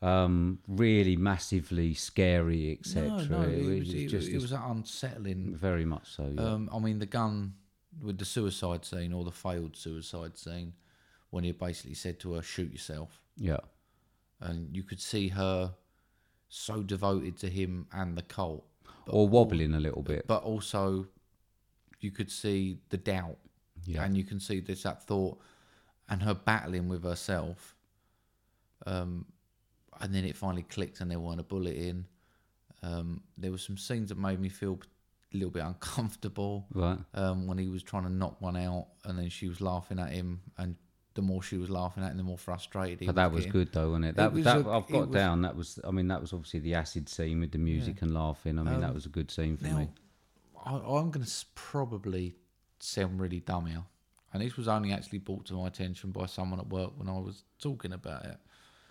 S2: um, really massively scary, etc.
S1: no, no, it,
S2: it, was
S1: was, it,
S2: just
S1: it was unsettling.
S2: very much so. Yeah.
S1: Um, I mean, the gun with the suicide scene or the failed suicide scene when he basically said to her, shoot yourself.
S2: yeah,
S1: And you could see her so devoted to him and the cult,
S2: or wobbling a little bit.
S1: but also you could see the doubt.
S2: Yeah.
S1: And you can see this that thought and her battling with herself. Um, and then it finally clicked and there weren't a bullet in. Um, there were some scenes that made me feel a little bit uncomfortable
S2: Right.
S1: um, when he was trying to knock one out, and then she was laughing at him, and the more she was laughing at him, the more frustrated he
S2: But that was
S1: getting.
S2: good though, wasn't it? That,
S1: was
S2: that
S1: a-
S2: I've
S1: it
S2: got
S1: was-
S2: down. That was, I mean, that was obviously the acid scene with the music and laughing. I mean, that was a good scene for me.
S1: Um, Now, I, I'm going to probably sound really dumb here, and this was only actually brought to my attention by someone at work when I was talking about it.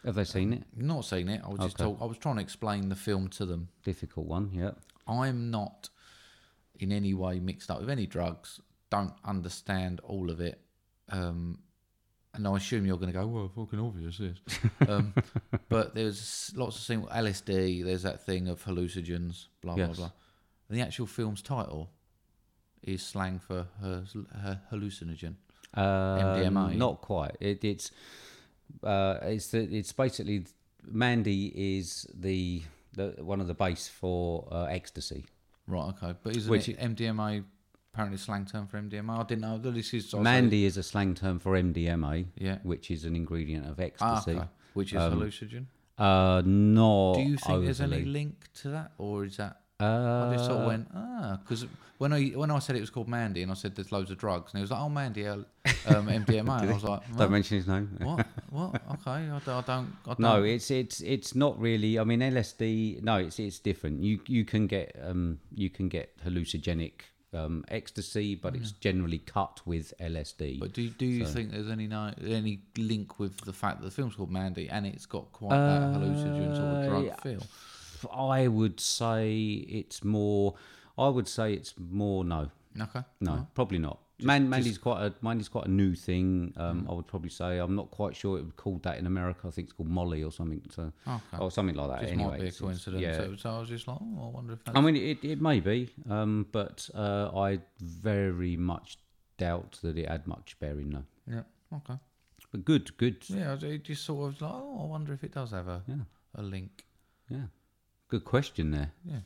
S2: Have they seen it?
S1: Not seen it. I was just
S2: Okay.
S1: talk, I was trying to explain the film to them.
S2: Difficult one. Yeah.
S1: I'm not in any way mixed up with any drugs. Don't understand all of it. Um, and I assume you're going to go, well, fucking obvious
S2: (laughs)
S1: this. um, but there's lots of things with LSD. There's that thing of hallucinogens, blah
S2: Yes.
S1: blah blah. And the actual film's title is slang for her, her hallucinogen.
S2: Uh,
S1: MDMA.
S2: Not quite. It, it's uh, it's the, it's basically Mandy is the, the one of the base for uh, ecstasy.
S1: Right, okay. But isn't
S2: Which
S1: it MDMA apparently slang term for MDMA? I didn't know. This is I was like-
S2: Mandy is a slang term for MDMA,
S1: Yeah.
S2: which is an ingredient of
S1: Ah,
S2: ecstasy.
S1: okay. Which is
S2: Um,
S1: hallucinogen.
S2: Uh, not.
S1: Do you think there's any
S2: overly.
S1: link to that, or is that?
S2: Uh,
S1: I just sort of went ah because when I when I said it was called Mandy and I said there's loads of drugs and he was like oh Mandy uh,
S2: (laughs)
S1: um, MDMA and I was like
S2: Don't
S1: "Huh?
S2: mention his name.
S1: what
S2: (laughs)
S1: what okay I, d- I don't I
S2: No,
S1: don't-
S2: it's it's it's not really. I mean, LSD. No, it's it's different. You you can get um you can get hallucinogenic um ecstasy, but it's generally cut with LSD.
S1: Mm. but do do you think there's any no, any link with the fact that the film's called Mandy and it's got quite that hallucinogen sort of drug
S2: Uh,
S1: feel?
S2: I would say it's more. I would say it's more. No,
S1: Okay,
S2: no, probably not. Man, Mandy's quite a Mandy's quite a new thing. Um,
S1: Mm.
S2: I would probably say I'm not quite sure it would be called that in America. I think it's called Molly or something, so,
S1: Oh, Okay.
S2: or something like that.
S1: just
S2: anyway,
S1: might be a
S2: Oh, It's- it's-
S1: coincidence.
S2: yeah.
S1: So, so I was just like, oh, I wonder if that's
S2: I mean, it, it may be, um, but uh, I very much doubt that it had much bearing, no.
S1: yeah. Okay,
S2: But good, good,
S1: yeah. I ju- just sort of was like, oh, I wonder if it does have a
S2: Yeah.
S1: a link.
S2: yeah. Good question there.
S1: Yeah.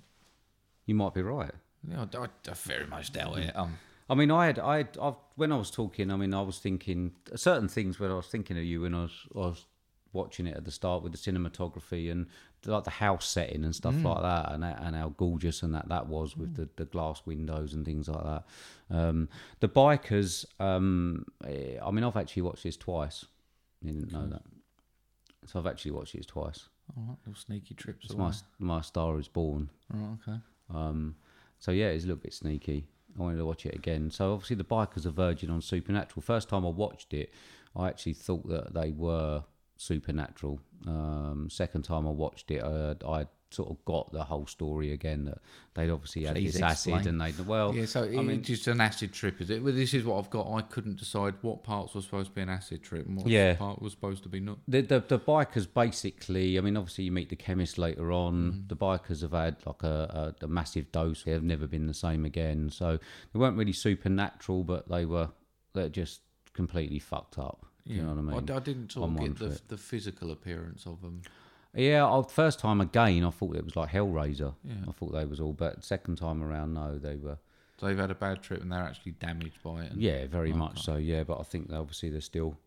S2: You might be right.
S1: Yeah, I, I very much doubt it. Um,
S2: I mean, I had, I, had, I've, when I was talking, I mean, I was thinking certain things when I was thinking of you when I was, I was watching it at the start with the cinematography and the, like the house setting and stuff like that, and that- and how gorgeous and that that was with the, the glass windows and things like that. Um, the bikers, um, eh, I mean, I've actually watched this twice. I didn't know that, so I've actually watched this twice.
S1: all right, little sneaky trips.
S2: It's
S1: away.
S2: my my star is born.
S1: Right, okay.
S2: Um, so yeah, it's a little bit sneaky. I wanted to watch it again. So obviously, the bikers are verging on supernatural. First time I watched it, I actually thought that they were supernatural. Um, second time I watched it, uh, I sort of got the whole story again. That they'd obviously had
S1: Please
S2: this acid,
S1: explain.
S2: and they well,
S1: yeah, so
S2: Oh, I
S1: it,
S2: mean,
S1: it's just an acid trip, is it? Well, this is what I've got. I couldn't decide what parts were supposed to be an acid trip and what
S2: Yeah.
S1: part was supposed to be not.
S2: the, the the bikers basically. I mean, obviously you meet the chemist later on.
S1: Mm-hmm.
S2: The bikers have had like a, a, a massive dose. They've never been the same again. So they weren't really supernatural, but they were they're just completely fucked up. Do You know what I mean?
S1: d- I, didn't sort
S2: On
S1: of
S2: one
S1: get the,
S2: trip.
S1: the physical appearance of them.
S2: yeah. I, first time again, I thought it was like Hellraiser.
S1: Yeah.
S2: I thought they was all, but second time around, no, they were.
S1: They've had a bad trip and they're actually damaged by it. And
S2: Yeah, very much so. Yeah, but I think that obviously they're still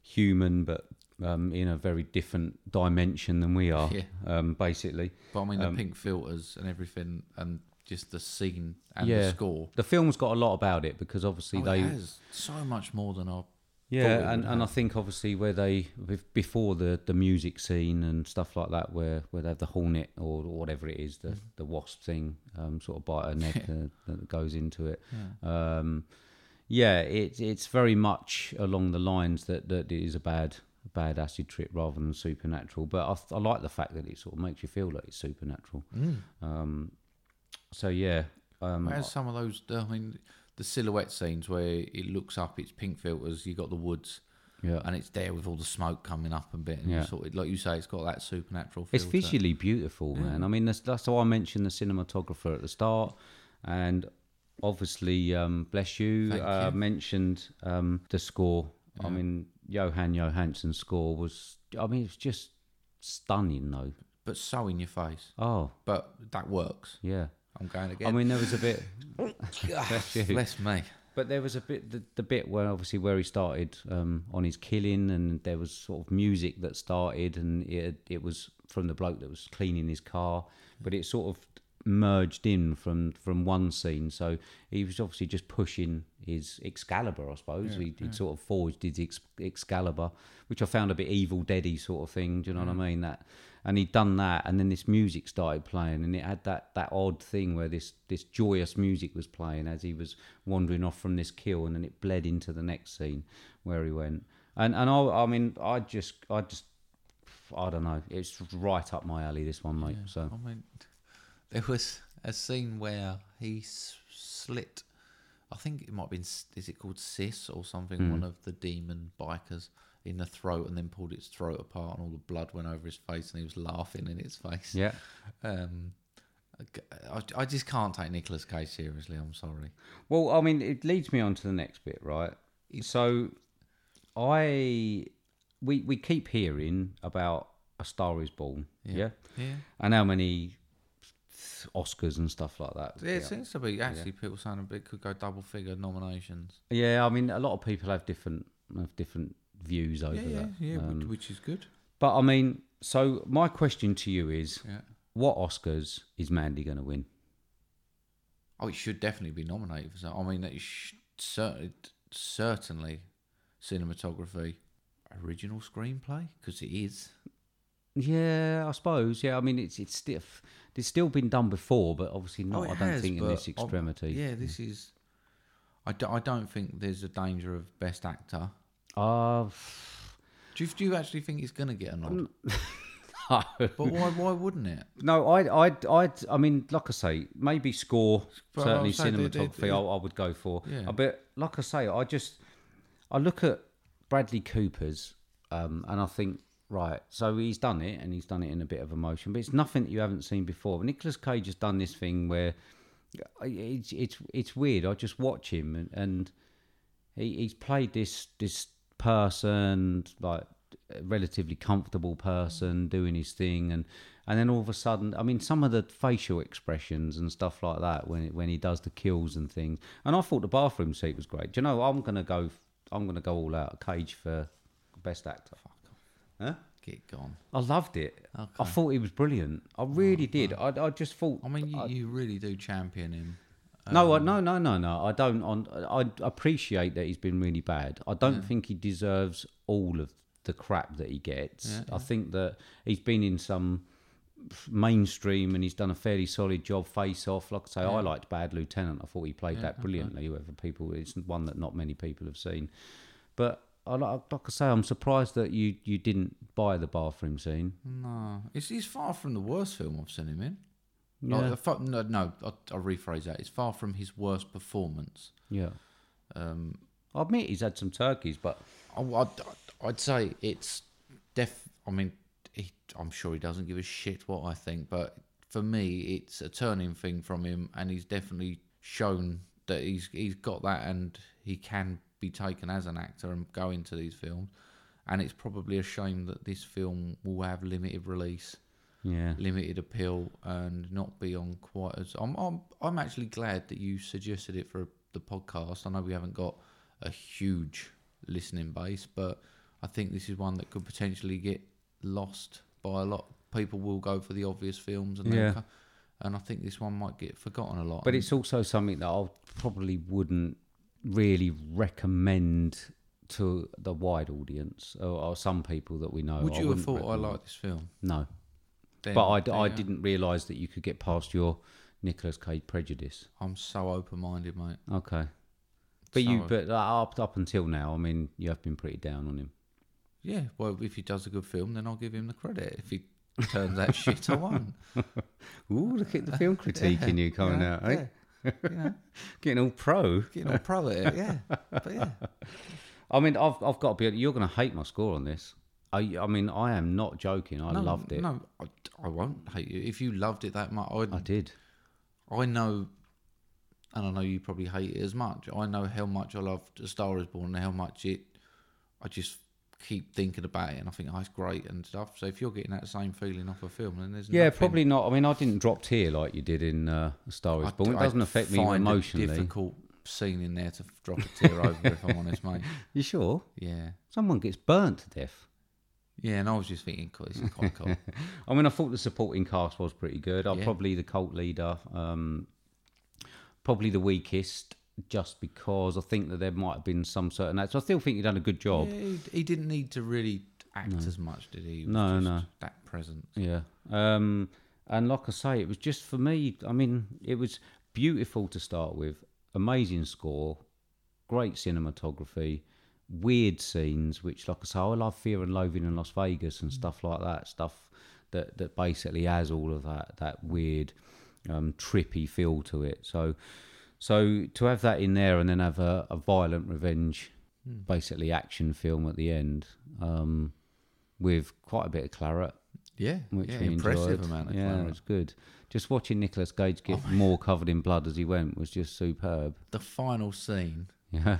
S2: human, but um, in a very different dimension than we are.
S1: (laughs) Yeah.
S2: Um, basically.
S1: But I mean,
S2: um,
S1: the pink filters and everything, and just the scene and the score.
S2: The film's got a lot about it because obviously
S1: Oh,
S2: they
S1: it has so much more than I. thought it
S2: yeah, and,
S1: would
S2: and I think obviously where they bef- before the, the music scene and stuff like that, where, where they have the hornet or whatever it is, the
S1: Mm-hmm.
S2: the wasp thing, um, sort of bite her neck
S1: (laughs)
S2: uh, that goes into it. Yeah, um, yeah it's it's very much along the lines that that it is a bad a bad acid trip rather than supernatural. But I, th- I like the fact that it sort of makes you feel like it's supernatural.
S1: Mm.
S2: Um, so yeah, um,
S1: Whereas some of those, uh, I mean, the silhouette scenes where it looks up, it's pink filters, you got the woods,
S2: yeah.
S1: and it's there with all the smoke coming up and bit, and
S2: Yeah.
S1: you sort of, like you say, it's got that supernatural. Feel
S2: It's
S1: to it.
S2: visually beautiful, man. I mean, that's, that's how I mentioned the cinematographer at the start, and obviously, um, bless you,
S1: Thank
S2: uh,
S1: you.
S2: mentioned um, the score. I mean, Johan Johansson's score was, I mean, it's just stunning, though.
S1: but so in your face.
S2: Oh,
S1: But that works.
S2: yeah.
S1: I'm going again. (laughs)
S2: (laughs) I mean, there was a bit.
S1: bless me.
S2: But there was a bit, the, the bit where obviously where he started um, on his killing, and there was sort of music that started, and it it was from the bloke that was cleaning his car, but it sort of merged in from from one scene. So he was obviously just pushing his Excalibur, I suppose. he he sort of forged his Ex- Excalibur, which I found a bit Evil Deady sort of thing. Do you know what I mean? That, and he'd done that, and then this music started playing, and it had that that odd thing where this this joyous music was playing as he was wandering off from this kill, and then it bled into the next scene where he went. And and I I mean I just I just. I don't know. It's right up my alley, this one, mate. So
S1: I mean, there was a scene where he s- slit. I think it might have been. s- Is it called Sis or something?
S2: Hmm.
S1: One of the demon bikers in the throat, and then pulled its throat apart, and all the blood went over his face, and he was laughing in its face.
S2: yeah,
S1: Um, I g- I, I just can't take Nicolas Cage seriously. I'm sorry.
S2: Well, I mean, it leads me on to the next bit, right? So, I we we keep hearing about a Star Is Born, yeah,
S1: Yeah.
S2: and how many Oscars and stuff like that.
S1: There seems to be actually people saying a bit could go double figure nominations.
S2: Yeah, I mean, a lot of people have different have different views over
S1: Yeah, yeah,
S2: that. Um,
S1: yeah, which, which is good.
S2: But I mean, so my question to you is,
S1: Yeah.
S2: what Oscars is Mandy going to win?
S1: Oh, it should definitely be nominated for something. I mean, it sh- cer- certainly cinematography, original screenplay, because it is.
S2: Yeah, I suppose. Yeah, I mean, it's it's stiff. It's still been done before, but obviously not.
S1: Oh, it
S2: I don't
S1: has,
S2: think in
S1: but
S2: this
S1: I'm-
S2: extremity.
S1: yeah, this is. I, do, I don't think there's a danger of best actor.
S2: Uh,
S1: Do you, do you actually think it's going to get a (laughs) nod?
S2: no.
S1: But why why wouldn't it?
S2: no, I, I, I, I mean, like I say, maybe score,
S1: But
S2: certainly
S1: I'm saying they- they-
S2: cinematography, I, I would go for.
S1: Yeah.
S2: Uh, But like I say, I just, I look at Bradley Cooper's, um, and I think, right, so he's done it, and he's done it in a bit of emotion, but it's nothing that you haven't seen before. Nicholas Cage has done this thing where I- it's it's it's weird. I just watch him and, and he, he's played this this person like a relatively comfortable person doing his thing and and then all of a sudden i mean some of the facial expressions and stuff like that when when he does the kills and things and i thought the bathroom seat was great Do you know i'm gonna go i'm gonna go all out cage for best actor huh?
S1: Get gone.
S2: i loved it i thought he was brilliant i really did I, I just thought
S1: Oh, I mean, you, you really do champion him.
S2: no, I, no, no, no, no. I don't. On I appreciate that he's been really bad. I don't think he deserves all of the crap that he gets. I think that he's been in some f- mainstream and he's done a fairly solid job. Face off, like I say, I liked Bad Lieutenant. I thought he played that brilliantly. Whether people, it's one that not many people have seen. But I like, like I say, I'm surprised that you you didn't buy the bathroom scene.
S1: No, it's, it's far from the worst film I've seen him in. Like,
S2: Yeah.
S1: Oh, the fu- no, no I'll, I'll rephrase that. It's far from his worst performance.
S2: Yeah.
S1: Um,
S2: I admit he's had some turkeys, but
S1: I, would I'd say it's def. I mean, he, I'm sure he doesn't give a shit what I think, but for me, it's a turning thing from him, and he's definitely shown that he's he's got that, and he can be taken as an actor and go into these films. And it's probably a shame that this film will have limited release.
S2: yeah.
S1: limited appeal and not be on quite as. I'm I'm I'm actually glad that you suggested it for the podcast. I know we haven't got a huge listening base, but I think this is one that could potentially get lost by a lot. People will go for the obvious films, and
S2: Yeah.
S1: yeah. and I think this one might get forgotten a lot.
S2: But
S1: And
S2: it's also something that I probably wouldn't really recommend to the wide audience or, or some people that we know.
S1: would
S2: I
S1: you have
S2: wouldn't
S1: thought I
S2: recommend-
S1: liked this film?
S2: No,
S1: Then
S2: but I d-
S1: there
S2: I,
S1: you are.
S2: didn't realise that you could get past your Nicolas Cage prejudice.
S1: I'm so open-minded, mate.
S2: Okay, but you
S1: So-
S2: but uh, up up until now, I mean, you have been pretty down on him.
S1: Yeah, well, if he does a good film, then I'll give him the credit. If he turns out (laughs) shit, I won't.
S2: Ooh, look at the (laughs) film critique in you
S1: (laughs)
S2: coming
S1: Yeah,
S2: out, eh?
S1: yeah, you know.
S2: Getting all pro.
S1: getting
S2: (laughs)
S1: all pro at it, yeah. But yeah,
S2: I mean, I've I've got to be. You're going to hate my score on this. I I mean, I am not joking. I
S1: no,
S2: loved it.
S1: No, I, I won't hate you if you loved it that much. I,
S2: I did.
S1: I know, and I know you probably hate it as much. I know how much I loved A Star Is Born and how much it. I just keep thinking about it, and I think oh, it's great and stuff. So if you're getting that same feeling off a film, then there's
S2: Yeah,
S1: nothing-
S2: probably not. I mean, I didn't drop tear like you did in uh, A Star
S1: I
S2: Is
S1: d-
S2: Born. It
S1: I
S2: doesn't affect me
S1: find it
S2: emotionally.
S1: Difficult scene in there to drop a tear over, if I'm honest,
S2: (laughs)
S1: mate.
S2: You sure?
S1: Yeah.
S2: Someone gets burnt to death.
S1: Yeah, and I was just thinking, "God, this is quite cool.
S2: I mean, I thought the supporting cast was pretty good. I'm
S1: Yeah.
S2: probably the cult leader, um, probably the weakest, just because I think that there might have been some certain acts. I still think he done a good
S1: yeah,
S2: job.
S1: he, he didn't need to really act as much, did he? he was
S2: No,
S1: just
S2: no.
S1: That presence.
S2: Yeah. Um, and like I say, it was just for me. I mean, it was beautiful to start with, amazing score, great cinematography, weird scenes, which, like I say, I love Fear and Loathing in Las Vegas and stuff like that. Stuff that that basically has all of that that weird, um, trippy feel to it. So, so to have that in there and then have a, a violent revenge, basically action film at the end, um, with quite a bit of claret
S1: Yeah.
S2: which
S1: yeah,
S2: we
S1: impressive
S2: enjoyed.
S1: amount of Oh.
S2: yeah, it
S1: clarity.
S2: was good. Just watching Nicolas Cage get more covered in blood as he went was just superb. (laughs)
S1: The final scene,
S2: Yeah,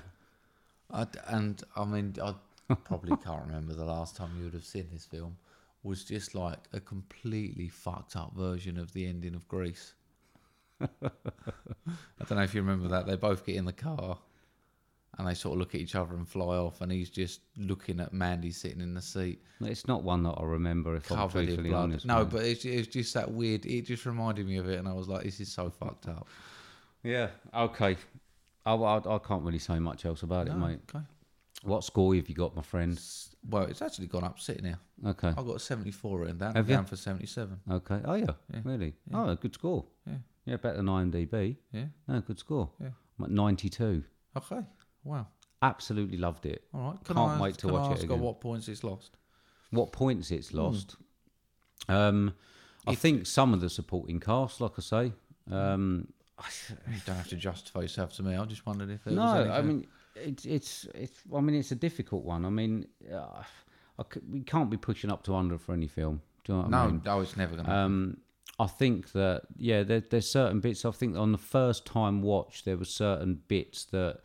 S1: I d and I mean,
S2: (laughs)
S1: I probably can't remember the last time you would have seen this film, was just like a completely fucked up version of the ending of
S2: (laughs)
S1: Grease. I don't know if you remember that. They both get in the car and they sort of look at each other and fly off, and he's just looking at Mandy sitting in the seat.
S2: it's not one that I remember if I'm
S1: covered in
S2: truthfully
S1: blood.
S2: honest.
S1: no,
S2: mate.
S1: but it's, it's just that weird. It just reminded me of it, and I was like, "This is so fucked up."
S2: yeah, okay. I, I, I can't really say much else about it,
S1: No,
S2: mate.
S1: okay.
S2: What score have you got, my friend?
S1: Well, it's actually gone up sitting here.
S2: Okay,
S1: I got a seventy-four written down.
S2: Have you?
S1: down for seventy-seven.
S2: okay. Oh yeah, really? Oh, good score.
S1: Yeah.
S2: yeah, better than IMDb.
S1: Yeah.
S2: No, good score.
S1: Yeah.
S2: I'm at ninety-two.
S1: Okay. Wow.
S2: Absolutely loved it.
S1: All right. Can I,
S2: Can't wait to
S1: can I
S2: watch it
S1: ask
S2: again.
S1: At what points it's lost?
S2: what points it's lost. Um, I think some of the supporting cast, like I say, um,
S1: You don't have to justify yourself to me. I just wondered if there
S2: no,
S1: was anything.
S2: I mean it's it's it's. I mean it's a difficult one. I mean, uh, I c- we can't be pushing up to hundred for any film. Do you know what I
S1: no,
S2: mean?
S1: no, it's never gonna.
S2: Um, I think that yeah, there, there's certain bits. I think on the first time watch, there were certain bits that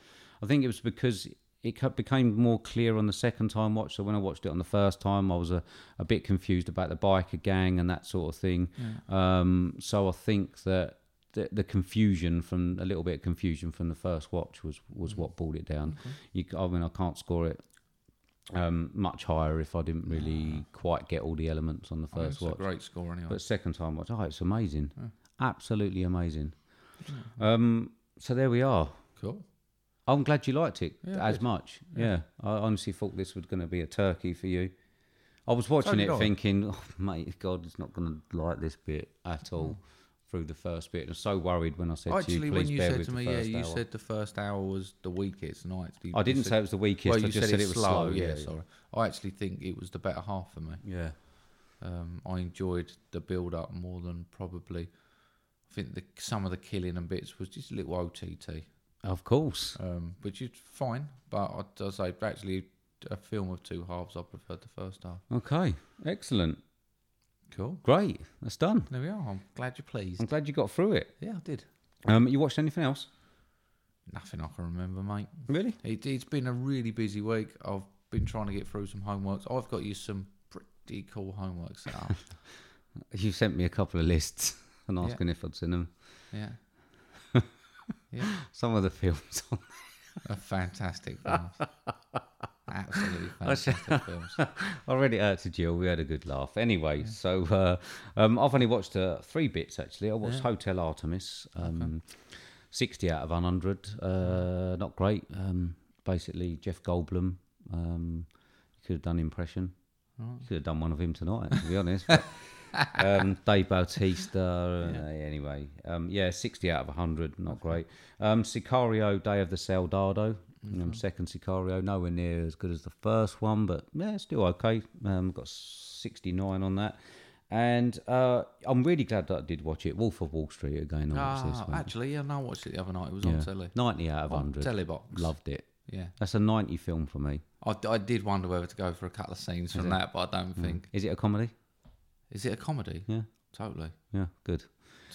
S2: I think it was because it ca- became more clear on the second time watch. So when I watched it on the first time, I was a, a bit confused about the biker gang and that sort of thing. Um, so I think that. The, the confusion from a little bit of confusion from the first watch was was
S1: Mm.
S2: what brought it down. You, c- I mean, I can't score it um, much higher if I didn't really quite get all the elements on the
S1: I mean,
S2: first
S1: it's a
S2: watch.
S1: great score anyway.
S2: But second time watch, oh, it's amazing, absolutely amazing. Um, so there we are.
S1: cool.
S2: I'm glad you liked it
S1: Yeah,
S2: as
S1: good.
S2: much. Yeah. I honestly thought this was going to be a turkey for you. I was watching
S1: did
S2: it
S1: I.
S2: thinking, (laughs) oh, mate, God, it's not going to like this bit at all. Through the first bit, I was so worried when I said to
S1: Mm. Actually,
S2: you,
S1: when
S2: please
S1: you
S2: bear
S1: said
S2: with
S1: to
S2: the
S1: me, yeah,
S2: first
S1: you
S2: hour."
S1: said the first hour was the weakest, and I actually
S2: I didn't
S1: said,
S2: say it was the weakest.
S1: Well, you
S2: I just
S1: said,
S2: said,
S1: it's
S2: it was
S1: slow.
S2: slow.
S1: yeah, sorry. I actually think it was the better half for me.
S2: yeah.
S1: Um, I enjoyed the build up more than probably. I think the some of the killing and bits was just a little OTT,
S2: Of course.
S1: um, which is fine. But I, I say actually a film of two halves. I preferred the first half.
S2: Okay, excellent,
S1: Cool.
S2: great. That's done.
S1: There we are. I'm glad you're pleased.
S2: I'm glad you got through it.
S1: Yeah, I did.
S2: Um, you watched anything else?
S1: Nothing I can remember, mate.
S2: Really?
S1: It, it's been a really busy week. I've been trying to get through some homeworks. I've got you some pretty cool homeworks set (laughs) up.
S2: You sent me a couple of lists (laughs) and asking if I'd seen them.
S1: yeah. (laughs) Yeah.
S2: Some of the (laughs) films. on-
S1: A (laughs) fantastic film. Absolutely fantastic films. (laughs)
S2: I really hurt to Jill. We had a good laugh. Anyway, so uh, um, I've only watched uh, three bits actually. I watched Hotel Artemis, um, 60 out of 100. Uh, not great. Um, basically, Jeff Goldblum. Um, you could have done impression. You could have done one of him tonight, to be honest. but, um, Dave Bautista. uh, Anyway, um, yeah, 60 out of 100. Not great. Um, Sicario, Day of the Soldado. Um, second Sicario, nowhere near as good as the first one, but yeah, still okay. Um, got 69 on that. And uh, I'm really glad that I did watch it. Wolf of Wall Street again. I watched this
S1: Ah,
S2: one.
S1: actually, yeah, no, I watched it the other night. It was
S2: Yeah.
S1: on telly.
S2: 90 out of
S1: On
S2: 100.
S1: telly box.
S2: Loved it.
S1: Yeah.
S2: That's a 90 film for me.
S1: I, I did wonder whether to go for a couple of scenes from that, but I don't think.
S2: Is it a comedy?
S1: Is it a comedy?
S2: Mm. Yeah.
S1: Totally.
S2: Yeah, good.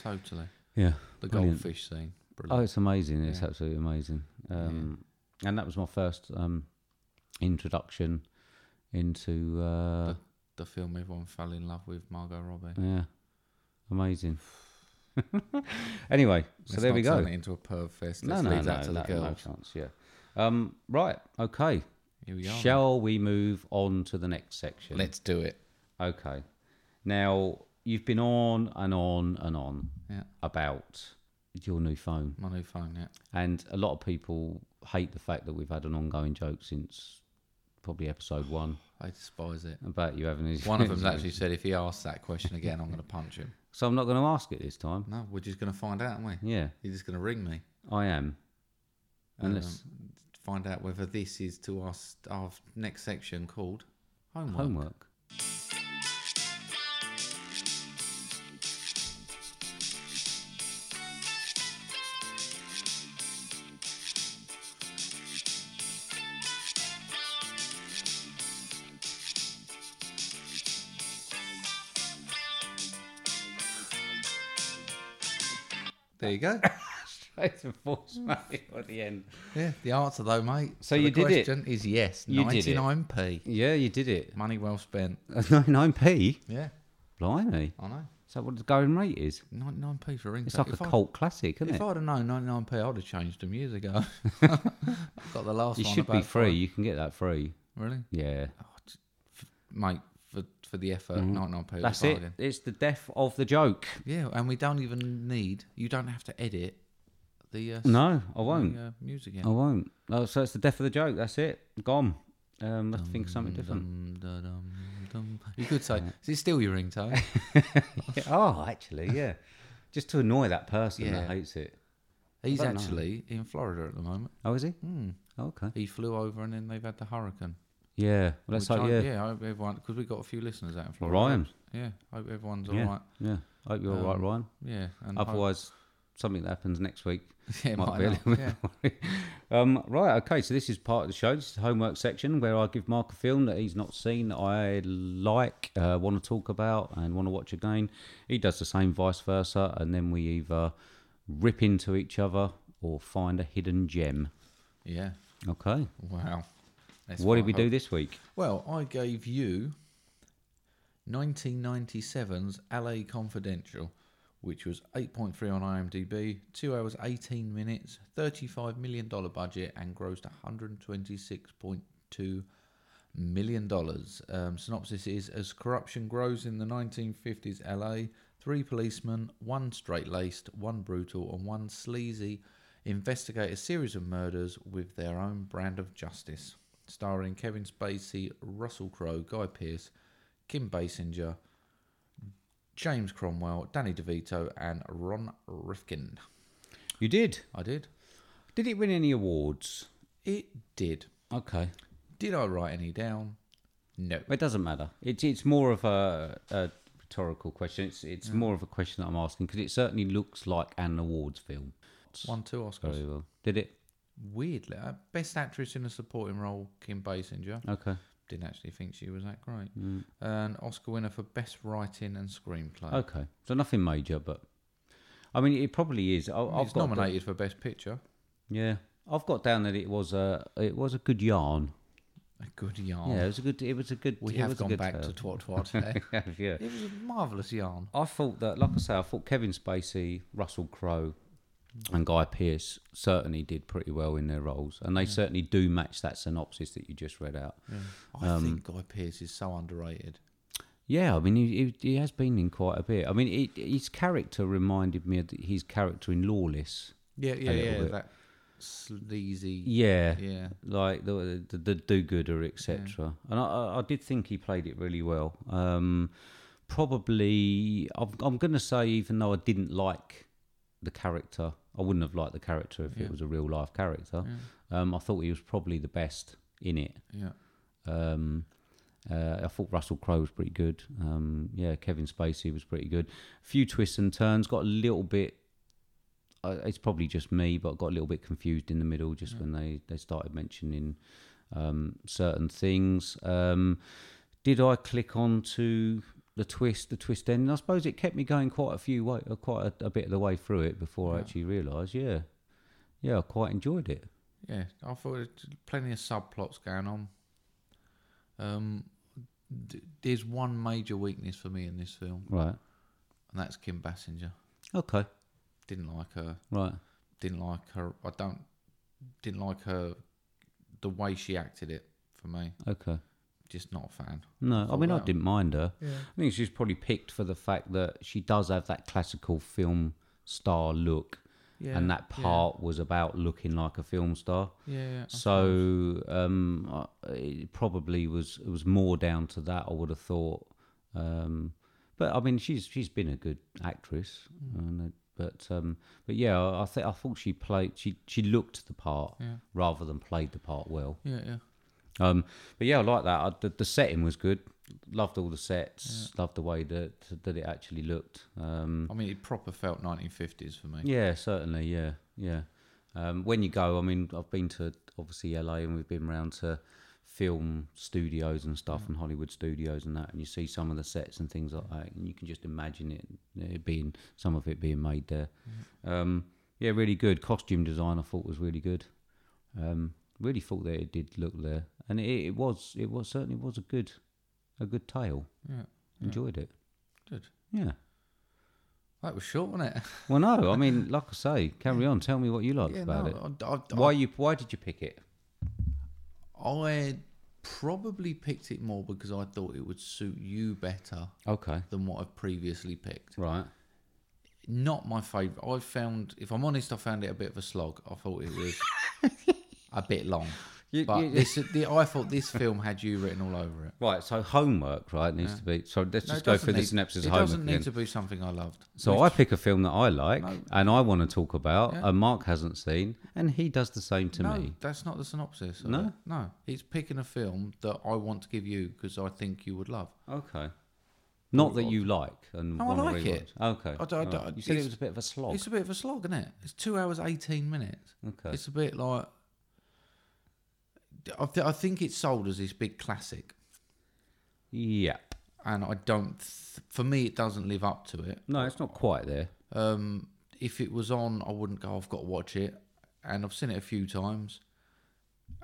S1: Totally.
S2: Yeah.
S1: The
S2: Brilliant.
S1: goldfish scene.
S2: Oh,
S1: Brilliant.
S2: it's amazing. It's absolutely amazing. Um, And that was my first um, introduction into. Uh,
S1: the film everyone fell in love with, Margot Robbie.
S2: yeah. Amazing. (laughs) anyway, so
S1: Let's
S2: there we
S1: not turn
S2: go.
S1: it into a perv fest.
S2: No,
S1: Let's
S2: no, no,
S1: leave that to
S2: no,
S1: the
S2: no
S1: girls.
S2: chance. Yeah. Um, right. Okay.
S1: Here we are.
S2: Shall we move on to the next section?
S1: Let's do it.
S2: Okay. Now you've been on and on and on
S1: Yeah,
S2: about your new phone,
S1: my new phone. Yeah,
S2: and a lot of people hate the fact that we've had an ongoing joke since probably episode one
S1: I despise
S2: (laughs)
S1: it.
S2: about you having these.
S1: One of
S2: (laughs)
S1: them's actually said, if he asks that question again, I'm going to punch him.
S2: So I'm not going to ask it this time.
S1: No, we're just going to find out, aren't we?
S2: Yeah,
S1: He's just going to ring me
S2: I am.
S1: and
S2: Unless-
S1: um, find out whether this is to our s- our next section called homework.
S2: Homework. (laughs)
S1: There you
S2: (laughs)
S1: go.
S2: Straight to voicemail (laughs) at the end.
S1: yeah, the answer though, mate.
S2: So
S1: to
S2: you
S1: the
S2: did it.
S1: question Is yes.
S2: You did it.
S1: 99p.
S2: Yeah, you did it. (laughs)
S1: Money well spent.
S2: 99p.
S1: Yeah,
S2: Blimey.
S1: I know.
S2: Is that what the going rate is?
S1: 99p for a ringtone.
S2: It's like
S1: If
S2: a
S1: I-
S2: cult classic, isn't
S1: If
S2: it?
S1: I'd have known 99p, I'd have changed them years ago.
S2: (laughs)
S1: (laughs) I've got the last
S2: You
S1: one.
S2: should be
S1: about
S2: free.
S1: five-
S2: You can get that free.
S1: Really?
S2: Yeah.
S1: Mate, for, for the effort, 99p. was
S2: Mm-hmm. That's
S1: a
S2: it.
S1: bargain.
S2: It's the death of the joke.
S1: Yeah, and we don't even need, you don't have to edit the, uh, s-
S2: No, I
S1: the,
S2: won't. Oh,
S1: uh, music in.
S2: I won't. No, so it's the death of the joke. That's it. Gone. Um, let's think of something different.
S1: Dum, da, dum, dum. You could say, is it still your
S2: (laughs)
S1: ringtone?
S2: Yeah, Oh, actually, yeah. Just to annoy that person
S1: Yeah.
S2: that hates it.
S1: He's
S2: I don't know.
S1: actually in Florida at the moment.
S2: Oh, is he?
S1: Hmm.
S2: Okay.
S1: He flew over and then they've had the hurricane.
S2: Yeah. Well, that's
S1: Which
S2: like,
S1: I,
S2: yeah.
S1: yeah, I hope everyone, because we've got a few listeners out in
S2: Well,
S1: Florida.
S2: Ryan.
S1: Yeah, I hope everyone's
S2: Yeah.
S1: all right.
S2: Yeah. Hope you're all right,
S1: Um,
S2: Ryan.
S1: Yeah. And hope-
S2: Otherwise, something that happens next week
S1: (laughs) yeah,
S2: might,
S1: might
S2: be a
S1: not,
S2: little bit
S1: yeah.
S2: worrying. Um, right, okay, so this is part of the show. This is the homework section where I give Mark a film that he's not seen that I like, uh, want to talk about, and want to watch again. He does the same, vice versa, and then we either rip into each other or find a hidden gem.
S1: Yeah.
S2: Okay.
S1: Wow. That's
S2: what did
S1: quite
S2: we do
S1: hard.
S2: this week?
S1: Well, I gave you 1997's LA Confidential, which was 8.3 on IMDb, 2 hours 18 minutes, $35 million budget, and grossed $126.2 million. Um, synopsis is As corruption grows in the 1950s LA, three policemen, one straight laced, one brutal, and one sleazy, investigate a series of murders with their own brand of justice. Starring Kevin Spacey, Russell Crowe, Guy Pearce, Kim Basinger, James Cromwell, Danny DeVito, and Ron Rifkin.
S2: You did.
S1: I did.
S2: Did it win any awards?
S1: It did.
S2: Okay.
S1: Did I write any down? No.
S2: It doesn't matter. It's it's more of a, a rhetorical question. It's it's more of a question that I'm asking because it certainly looks like an awards film.
S1: One, two Oscars.
S2: Very well. Did it?
S1: Weirdly, uh, best actress in a supporting role, Kim Basinger.
S2: Okay.
S1: Didn't actually think she was that great.
S2: Mm.
S1: An Oscar winner for best writing and screenplay.
S2: Okay. So nothing major, but I mean, it probably is. I, I've
S1: it's
S2: got
S1: nominated for best picture.
S2: yeah, I've got down that it was a it was a good yarn.
S1: A good yarn.
S2: Yeah, it was a good. It was a good.
S1: Oh. we
S2: it
S1: have
S2: was a
S1: gone
S2: good
S1: back
S2: tale.
S1: to Twat Twat today.
S2: We have, (laughs) yeah.
S1: it was a marvellous yarn.
S2: I thought that, like I say, I thought Kevin Spacey, Russell Crowe, and Guy Pearce certainly did pretty well in their roles, and they certainly do match that synopsis that you just read out.
S1: I
S2: Um,
S1: think Guy Pearce is so underrated.
S2: Yeah, I mean, he, he, he has been in quite a bit. I mean, it, his character reminded me of his character in Lawless.
S1: Yeah, yeah,
S2: little
S1: yeah.
S2: bit.
S1: That sleazy.
S2: Yeah,
S1: Yeah.
S2: like the the, the do-gooder, etc. And I- I, I did think he played it really well. Um, probably, I'm, I'm going to say, even though I didn't like the character, I wouldn't have liked the character if
S1: Yeah.
S2: it was a real life character. Um, I thought he was probably the best in it.
S1: Yeah.
S2: Um, uh, I thought Russell Crowe was pretty good. Um, yeah, Kevin Spacey was pretty good. A few twists and turns. Got a little bit. Uh, it's probably just me, but I got a little bit confused in the middle just when they they started mentioning um, certain things. Um, did I click on to the twist, the twist end? And I suppose it kept me going quite a few way, uh, quite a, a bit of the way through it before I actually realised. Yeah, yeah, I quite enjoyed it.
S1: Yeah. I thought there's plenty of subplots going on. Um, d- there's one major weakness for me in this film,
S2: Right.
S1: and that's Kim Basinger.
S2: Okay.
S1: Didn't like her.
S2: Right.
S1: Didn't like her. I don't. Didn't like her. The way she acted it for me,
S2: Okay.
S1: just not a fan.
S2: No, I
S1: Oh,
S2: mean
S1: wow.
S2: I didn't mind her.
S1: Yeah.
S2: I think she's probably picked for the fact that she does have that classical film star look,
S1: Yeah.
S2: and that
S1: yeah,
S2: part was about looking like a film star.
S1: Yeah. yeah, I suppose.
S2: So um, I- it probably was it was more down to that I would have thought. Um, but I mean, she's she's been a good actress,
S1: Mm.
S2: and, uh, but um, but yeah, I I, th- I thought she played she she looked the part
S1: Yeah.
S2: rather than played the part well.
S1: Yeah. Yeah.
S2: Um, but yeah, I like that. I, the, the setting was good. Loved all the sets. Loved the way that that it actually looked. Um,
S1: I mean, it proper felt 1950s for me.
S2: yeah, certainly. Yeah, yeah. Um, when you go, I mean, I've been to obviously LA and we've been round to film studios and stuff and Hollywood studios and that, and you see some of the sets and things like that, and you can just imagine it, it being some of it being made there.
S1: Mm-hmm.
S2: Um, yeah, really good costume design. I thought was really good. Um, really thought that it did look there, and it, it was it was certainly was a good a good tale.
S1: Yeah.
S2: Enjoyed it.
S1: Good.
S2: Yeah.
S1: That was short, wasn't it?
S2: Well, no, I mean, like I say, carry on. Tell me what you liked
S1: yeah,
S2: about it.
S1: no, I, I, I-
S2: Why you? Why did you pick it?
S1: I probably picked it more because I thought it would suit you better
S2: Okay.
S1: than what I've previously picked.
S2: Right.
S1: Not my favourite. I found, if I'm honest, I found it a bit of a slog. I thought it
S2: (laughs)
S1: was a bit long.
S2: You-
S1: but
S2: you-
S1: this, the, I thought this film had you written all over it.
S2: (laughs) Right. So homework, right, needs to be. So let's
S1: No,
S2: just
S1: it
S2: go
S1: doesn't
S2: through the
S1: need-
S2: synopsis
S1: It
S2: of homework.
S1: doesn't need
S2: again.
S1: to be something I loved.
S2: so I pick a film that I like and I want to talk about,
S1: Yeah.
S2: and Mark hasn't seen, and he does the same to
S1: no,
S2: me.
S1: that's not the synopsis. of
S2: No?
S1: it. no, it's picking a film that I want to give you because I think you would love.
S2: Okay. Not that you like and
S1: No, I
S2: wanna
S1: like it.
S2: rewatch. Okay.
S1: I don't- I
S2: alright.
S1: don't-
S2: you said it
S1: it's-
S2: was a bit of a slog.
S1: It's a bit of a slog, isn't it? It's two hours eighteen minutes.
S2: Okay.
S1: It's a bit like. I, th- I think it's sold as this big classic,
S2: Yeah.
S1: and I don't. Th- for me, it doesn't live up to it.
S2: No, it's not quite there.
S1: Um, if it was on, I wouldn't go. I've got to watch it, and I've seen it a few times,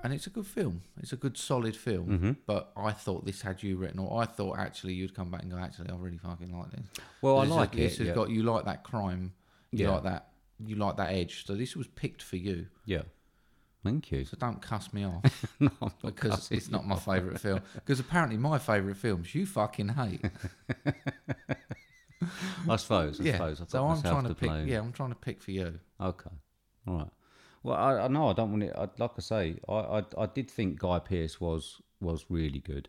S1: and it's a good film. It's a good, solid film.
S2: Mm. Mm-hmm.
S1: But I thought this had you written, or I thought actually you'd come back and go, actually, I really fucking like this.
S2: Well, Oh, I
S1: This is-
S2: like
S1: This
S2: it,
S1: has
S2: yeah.
S1: got you like that crime. You
S2: Yeah.
S1: like that. You like that edge. So this was picked for you.
S2: Yeah. Thank you.
S1: So don't cuss me off
S2: (laughs) no, I'm not
S1: because
S2: cussing.
S1: it's not my favourite
S2: (laughs)
S1: film. Because apparently my favourite films you fucking hate.
S2: I suppose. I
S1: Mm. yeah.
S2: suppose. I've
S1: so
S2: got
S1: I'm
S2: myself
S1: trying
S2: to
S1: to pick.
S2: blame.
S1: Yeah, I'm trying to pick for you.
S2: Okay. All right. Well, I, I know I don't want it. I, like I say, I, I I did think Guy Pearce was was really good.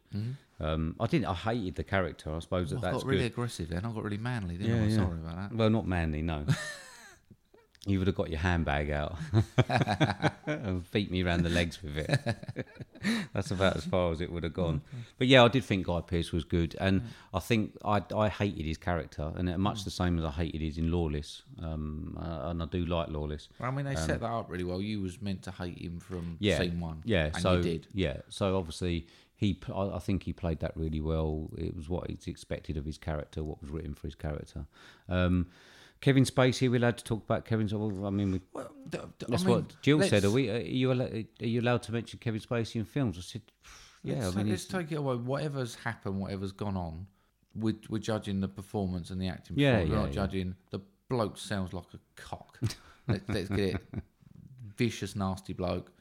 S2: Um, I didn't. I hated the character. I suppose
S1: Mm. Well,
S2: that
S1: I
S2: that's
S1: got really
S2: good.
S1: aggressive then. I got really manly, didn't I? I'm Sorry about that.
S2: Well, not manly. No. you would have got your handbag out and beat me around the legs with it. that's about as far as it would have gone. But yeah, I did think Guy Pearce was good, and I think I I hated his character, and much the same as I hated his in Lawless. Um, uh, and I do like Lawless.
S1: I mean, they set that up really well. You was meant to hate him from
S2: Um, yeah,
S1: scene one.
S2: Yeah,
S1: and
S2: so
S1: you did.
S2: yeah, so obviously he, p- I I think he played that really well. It was what it's expected of his character, what was written for his character. Um, Kevin Spacey, we're allowed to talk about Kevin. Well, I mean, we,
S1: Well, d- d- I
S2: that's
S1: mean,
S2: what Jill said.
S1: let's-
S2: Are we? Are you? allo- Are you allowed to mention Kevin Spacey in films? I said, yeah.
S1: let's,
S2: I mean,
S1: let's
S2: he's-
S1: take it away. Whatever's happened, whatever's gone on, we're, we're judging the performance and the acting.
S2: Yeah,
S1: performance.
S2: yeah,
S1: We're not
S2: yeah.
S1: judging the bloke sounds like a cock.
S2: (laughs)
S1: Let, let's get it. Vicious, nasty bloke.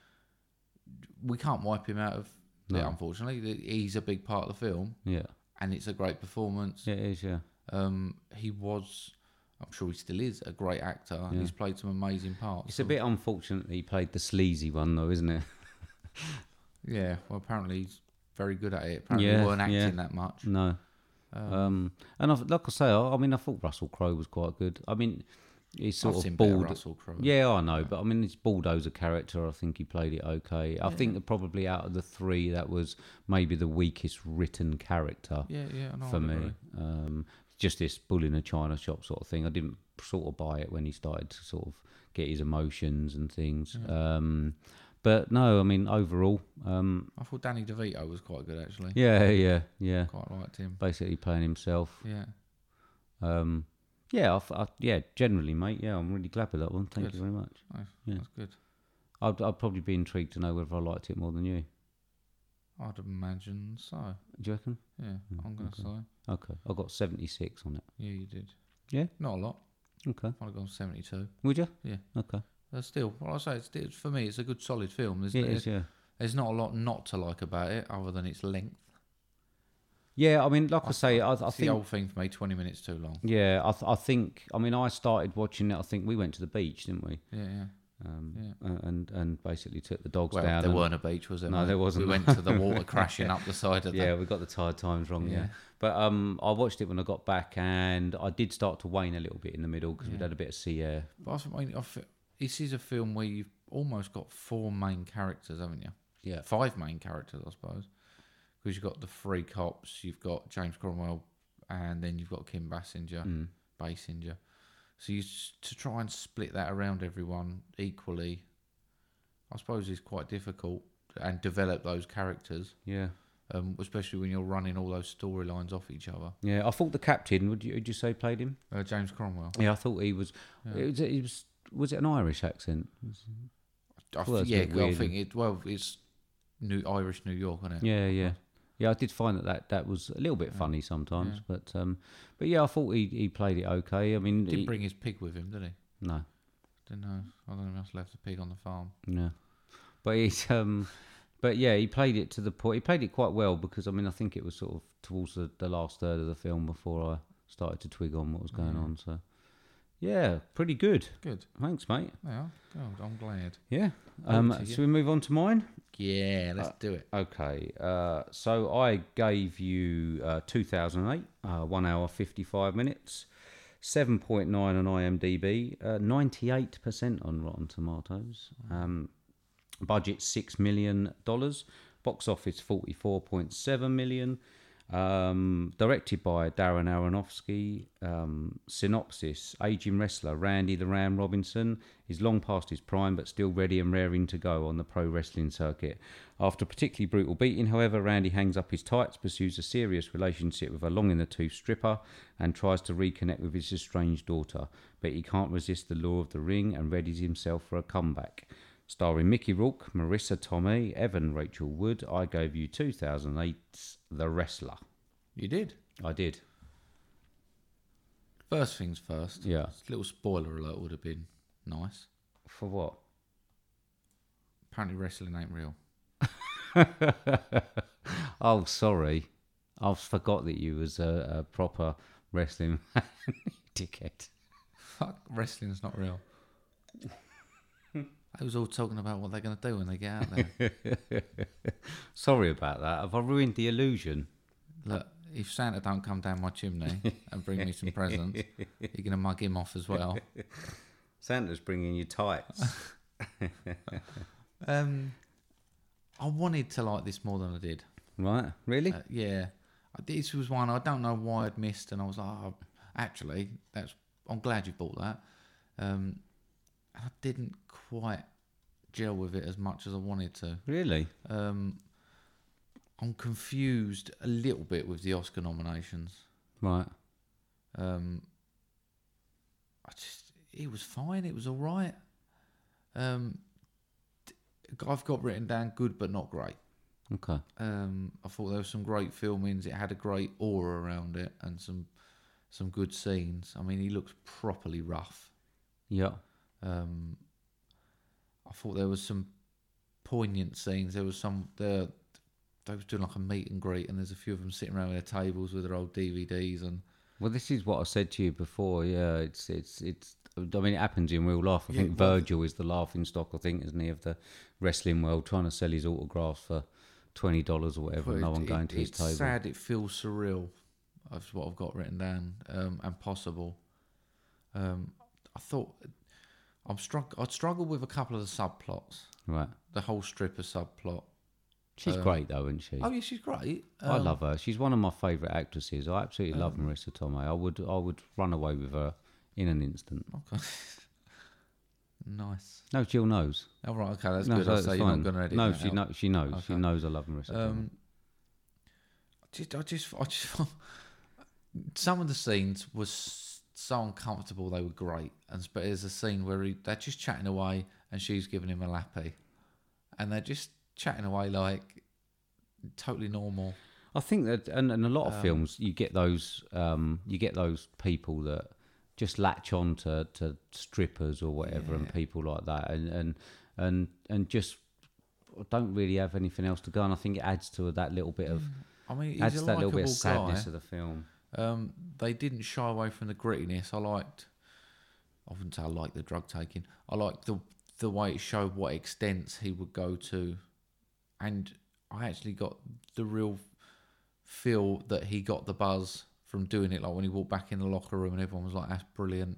S1: We can't wipe him out of it, unfortunately. The- He's a big part of the film,
S2: yeah,
S1: and it's a great performance.
S2: yeah, it is. Yeah,
S1: Um, he was, I'm sure he still is, a great actor. and He's played some amazing parts.
S2: it's a bit unfortunate that he played the sleazy one though, isn't it? (laughs)
S1: Yeah, well, apparently he's very good at it. Apparently
S2: Yeah,
S1: he weren't acting
S2: yeah. Mm,
S1: that much.
S2: No. Um, and I've, like I say, I, I mean, I thought Russell Crowe was quite good. I mean, he's sort
S1: I've
S2: of
S1: seen better
S2: bald.
S1: Russell Crowe.
S2: Yeah, I know, but I mean, his bulldozer character. I think he played it okay. I think that probably out of the three, that was maybe the weakest written character
S1: Yeah, yeah, I know,
S2: for
S1: I'd
S2: me.
S1: agree.
S2: Um, just this bull in a china shop sort of thing. I didn't sort of buy it when he started to sort of get his emotions and things. Um, but no, I mean, overall, um,
S1: I thought Danny DeVito was quite good actually.
S2: yeah, yeah, yeah.
S1: Quite liked him.
S2: Basically playing himself.
S1: Yeah.
S2: Um, yeah, I f I yeah, generally, mate. Yeah, I'm really glad with that one. Thank
S1: Good.
S2: you very much.
S1: Nice.
S2: Yeah.
S1: That's good.
S2: I'd, I'd probably be intrigued to know whether I liked it more than you.
S1: I'd imagine so.
S2: Do you reckon? Mm,
S1: Yeah, I'm gonna say.
S2: Okay, I got 76 on it.
S1: Yeah, you did.
S2: Yeah?
S1: Not a lot.
S2: Okay.
S1: I'd have gone 72.
S2: Would you?
S1: Yeah.
S2: Okay.
S1: That's still, well, I say, it's, it's, for me, it's a good solid film. There's,
S2: It
S1: there's,
S2: is, yeah.
S1: there's not a lot not to like about it other than its length.
S2: Yeah, I mean, like I say, I, I
S1: It's
S2: think
S1: the old thing for me, 20 minutes too long.
S2: Yeah, I, th- I think. I mean, I started watching it. I think we went to the beach, didn't we?
S1: Yeah, yeah.
S2: Um,
S1: Yeah.
S2: a- And and basically took the dogs
S1: Well,
S2: down.
S1: there
S2: and-
S1: weren't a beach, was there?
S2: No,
S1: mate?
S2: there wasn't.
S1: We went to
S2: (laughs)
S1: the water crashing up the side of
S2: Yeah,
S1: the.
S2: we got the tired times wrong. Yeah.
S1: Yeah.
S2: But um, I watched it when I got back, and I did start to wane a little bit in the middle because we'd had a bit of sea air.
S1: But I think- I mean, I fe- this is a film where you've almost got four main characters, haven't you?
S2: Yeah.
S1: Five main characters, I suppose. Because you've got the three cops, you've got James Cromwell, and then you've got Kim Basinger.
S2: Mm.
S1: Basinger. So you s- to try and split that around everyone equally, I suppose is quite difficult and develop those characters,
S2: Yeah.
S1: um, especially when you're running all those storylines off each other.
S2: Yeah. I thought the captain. Would you would you say played him?
S1: Uh, James Cromwell.
S2: Yeah, I thought he was. It was. It was was it an Irish accent?
S1: I
S2: Well,
S1: th-
S2: that's a
S1: yeah,
S2: bit
S1: well, I
S2: weird, eh?
S1: think it. Well, it's New Irish New York, isn't it?
S2: Yeah, yeah, yeah. I did find that that, that was a little bit funny sometimes, but um, but yeah, I thought he, he played it okay. I mean,
S1: He didn't
S2: he-
S1: bring his pig with him, did he?
S2: no,
S1: Didn't know. I don't know. He must have left the pig on the farm.
S2: no, but he's um, but yeah, he played it to the point. He played it quite well because I mean, I think it was sort of towards the, the last third of the film before I started to twig on what was going on. So yeah, pretty good.
S1: Good.
S2: Thanks, mate.
S1: Yeah. God, I'm glad.
S2: Yeah. Um,
S1: Over to you.
S2: so we move on to mine.
S1: Yeah,
S2: Uh,
S1: let's do it.
S2: Okay, uh, so I gave you uh, 2008, uh, 1 hour 55 minutes, 7.9 on IMDb, uh, 98% on Rotten Tomatoes, um, budget $6 million, box office $44.7 million, um, directed by Darren Aronofsky, um, synopsis aging wrestler Randy the Ram Robinson is long past his prime but still ready and raring to go on the pro wrestling circuit. After a particularly brutal beating, however, Randy hangs up his tights, pursues a serious relationship with a long in the tooth stripper, and tries to reconnect with his estranged daughter. But he can't resist the lure of the ring and readies himself for a comeback. Starring Mickey Rourke, Marissa Tomei, Evan Rachel Wood, I gave you 2008's The Wrestler.
S1: You did.
S2: I did.
S1: First things first.
S2: Yeah.
S1: Little spoiler alert would have been nice.
S2: For what?
S1: Apparently, wrestling ain't real.
S2: (laughs) Oh, sorry. I forgot that you was a, a proper wrestling (laughs) dickhead.
S1: Fuck, wrestling's not
S2: (laughs)
S1: real. I was all talking about what they're going to do when they get out there.
S2: Sorry about that. Have I ruined the illusion?
S1: Look, if Santa don't come down my chimney and bring me some presents, you're going to mug him off as well.
S2: Santa's bringing you tights.
S1: (laughs) Um, I wanted to like this more than I did.
S2: right? Really?
S1: Uh, yeah, I- this was one I don't know why I'd missed, and I was like, oh, actually, that's. I'm glad you bought that. Um, I didn't quite gel with it as much as I wanted to.
S2: really?
S1: Um, I'm confused a little bit with the Oscar nominations.
S2: Right.
S1: Um, I just, it was fine. It was all right. Um, d- I've got written down good but not great.
S2: Okay.
S1: Um, I thought there were some great filmings. It had a great aura around it and some some good scenes. I mean, he looks properly rough.
S2: Yeah.
S1: Um, I thought there was some poignant scenes. There was some the they was doing like a meet and greet, and there's a few of them sitting around their tables with their old DVDs and
S2: Well, this is what I said to you before. Yeah, it's it's it's. I mean, it happens in real life. I
S1: Yeah,
S2: think
S1: well-
S2: Virgil is the laughing stock. I think, isn't he, of the wrestling world, trying to sell his autographs for twenty dollars or whatever. and
S1: Well,
S2: no
S1: it-
S2: one going
S1: it-
S2: to his
S1: it's
S2: table.
S1: sad. It feels surreal. That's what I've got written down um, and possible. Um, I thought I'm strugg- I'd struggle with a couple of the subplots.
S2: Right.
S1: The whole stripper subplot.
S2: She's great though, isn't she?
S1: Um, Oh yeah, she's great.
S2: I love her. She's one of my favourite actresses. I absolutely
S1: um,
S2: love Marissa Tomei. I would I would run away with her in an instant.
S1: Okay. (laughs) nice.
S2: No, Jill knows.
S1: All right. Okay, that's
S2: no,
S1: good.
S2: so
S1: I
S2: it's
S1: say you're not
S2: fine.
S1: going to edit.
S2: No,
S1: that
S2: she
S1: out.
S2: knows. She knows. She
S1: Okay.
S2: knows. I love Marissa. Tomei.
S1: Um, I just, I just, I just, (laughs) some of the scenes was so uncomfortable. They were great, and but there's a scene where he, they're just chatting away, and she's giving him a lappy, and they're just chatting away like totally normal.
S2: um, I think that, and, and a lot of films, you get those, um, you get those people that just latch on to, to strippers or whatever and people like that and and and and just don't really have anything else to go and I think it adds to that little bit of
S1: I mean, Mm. he's
S2: adds
S1: a
S2: to that little
S1: likable
S2: bit of sadness
S1: guy.
S2: of the film.
S1: Um, they didn't shy away from the grittiness. I liked. I wouldn't say I liked the drug taking. I liked the the way it showed what extents he would go to, and I actually got the real feel that he got the buzz from doing it. Like when he walked back in the locker room and everyone was like, "That's brilliant."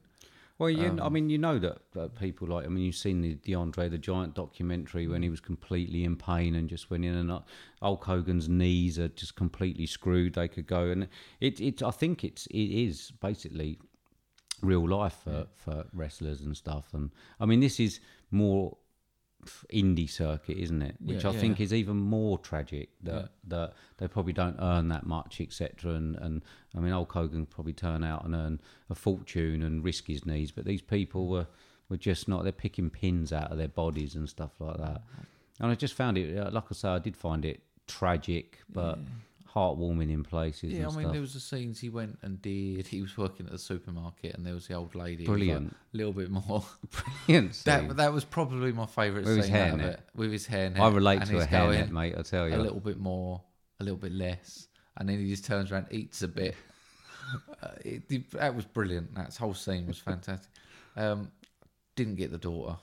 S2: Well, you, I mean, you know that, that people like, I mean, you've seen the DeAndre the Giant documentary when he was completely in pain and just went in and out. Hulk Hogan's knees are just completely screwed. They could go and it, it, I think it's, it is basically real life for, for wrestlers and stuff. And I mean, this is more f- indie circuit, isn't it? Which
S1: Yeah,
S2: I
S1: yeah,
S2: think
S1: yeah.
S2: is even more tragic that
S1: Yeah.
S2: that they probably don't earn that much, etc. And and I mean, Hulk Hogan probably turn out and earn a fortune and risk his knees, but these people
S1: Mm.
S2: were were just not. They're picking pins out of their bodies and stuff like that. And I just found it, uh, like I say, I did find it tragic, but heartwarming in places.
S1: Yeah, I
S2: and
S1: mean,
S2: stuff. (laughs)
S1: there was the scenes he went and did. He was working at the supermarket, and there was the old lady. who was like,
S2: Brilliant.
S1: A little bit more. (laughs)
S2: Brilliant scene.
S1: that that was probably my favourite
S2: With
S1: scene
S2: his
S1: out of
S2: hairnet.
S1: it. With his hairnet.
S2: I relate
S1: and
S2: to a
S1: he's going-
S2: hairnet, mate. I tell you,
S1: a little bit more, a little bit less, and then he just turns around, eats a
S2: (laughs)
S1: bit. uh, it, it- that was brilliant. That whole scene was fantastic. Um, didn't get the daughter.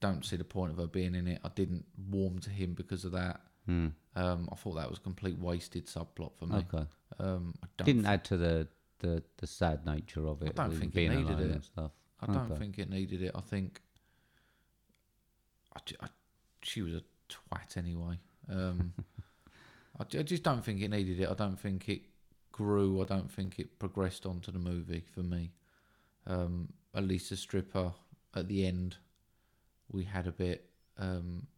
S1: Don't see the point of her being in it. I didn't warm to him because of that. Um, I thought that was a complete wasted subplot for me.
S2: Hmm. okay.
S1: Um, I don't,
S2: Didn't add to the, the, the sad nature of it.
S1: don't
S2: with
S1: think it
S2: being
S1: needed
S2: alone
S1: it.
S2: and stuff.
S1: I don't
S2: Okay.
S1: think it needed it. I think I ju- I- she was a twat anyway. Um, I, ju- I just don't think it needed it. I don't think it grew. I don't think it progressed onto the movie for me. Um, at least the stripper at the end, we had a bit, um,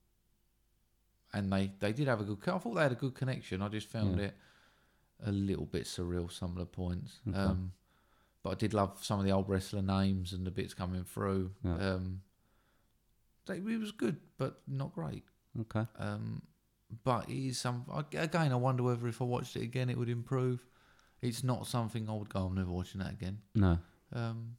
S1: and they they did have a good. co- I thought they had a good connection. I just found it a little bit surreal some of the points. Um, but I did love some of the old wrestler names and the bits coming through.
S2: Yeah.
S1: Um, they, it was good, but not great.
S2: Okay.
S1: Um, but it is some I- again. I wonder whether if I watched it again, it would improve. It's not something I would go. I'm never watching that again.
S2: No.
S1: Um,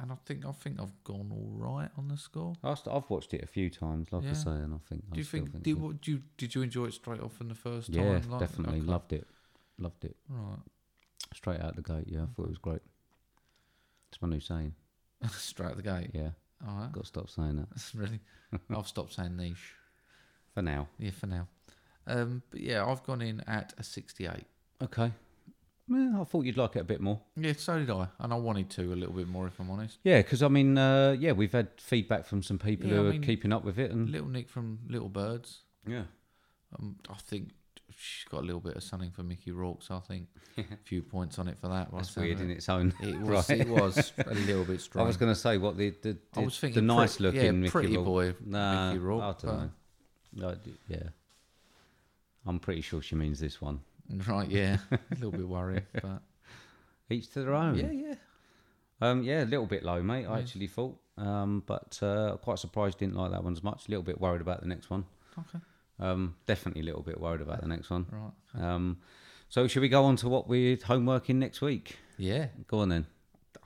S1: and I think I think I've gone all right on the score.
S2: I st- I've watched it a few times, like
S1: Yeah.
S2: I say, and I think. I
S1: Do you
S2: still
S1: think?
S2: think
S1: Did
S2: it-
S1: what? Do you, did you enjoy it straight off from the first time?
S2: Yeah,
S1: Like-
S2: definitely
S1: okay.
S2: loved it. Loved it
S1: Right,
S2: straight out the gate. Yeah, I thought it was great. It's my new saying.
S1: (laughs) straight out the gate.
S2: Yeah,
S1: All right. (laughs)
S2: got to stop saying that
S1: That's
S2: (laughs)
S1: really. I've stopped saying niche.
S2: for now.
S1: Yeah, for now. Um, but yeah, I've gone in at a 68.
S2: Okay. Well, I thought you'd like it a bit more.
S1: Yeah, so did I, and I wanted to a little bit more, if I'm honest.
S2: Yeah, because I mean, uh, yeah, we've had feedback from some people
S1: Yeah,
S2: who
S1: I
S2: are
S1: mean,
S2: keeping up with it, and
S1: Little Nick from Little Birds.
S2: yeah,
S1: Um, I think she's got a little bit of something for Mickey Rourke, so I
S2: (laughs)
S1: think a few points on it for that. by the
S2: that's
S1: sound
S2: weird
S1: of
S2: in
S1: it?
S2: its own. (laughs)
S1: It was,
S2: right.
S1: it was a little bit
S2: (laughs) I
S1: strong.
S2: was going to say what the the,
S1: I
S2: the,
S1: was
S2: the
S1: thinking
S2: nice
S1: pretty-
S2: looking
S1: yeah,
S2: Mickey
S1: pretty
S2: Rourke.
S1: boy
S2: Nah,
S1: Mickey Rourke,
S2: I don't
S1: but-
S2: know. No, d- yeah, I'm pretty sure she means this one.
S1: (laughs) Right,
S2: (laughs)
S1: yeah, a little bit worried, but
S2: Each to their own.
S1: yeah, yeah.
S2: Um, yeah, a little bit low, mate. I actually thought, um, but uh, quite surprised didn't like that one as much. A little bit worried about the next one.
S1: Okay,
S2: Um, definitely a little bit worried about the next one.
S1: right.
S2: Um, so should we go on to what we're homeworking next week?
S1: Yeah,
S2: Go on then.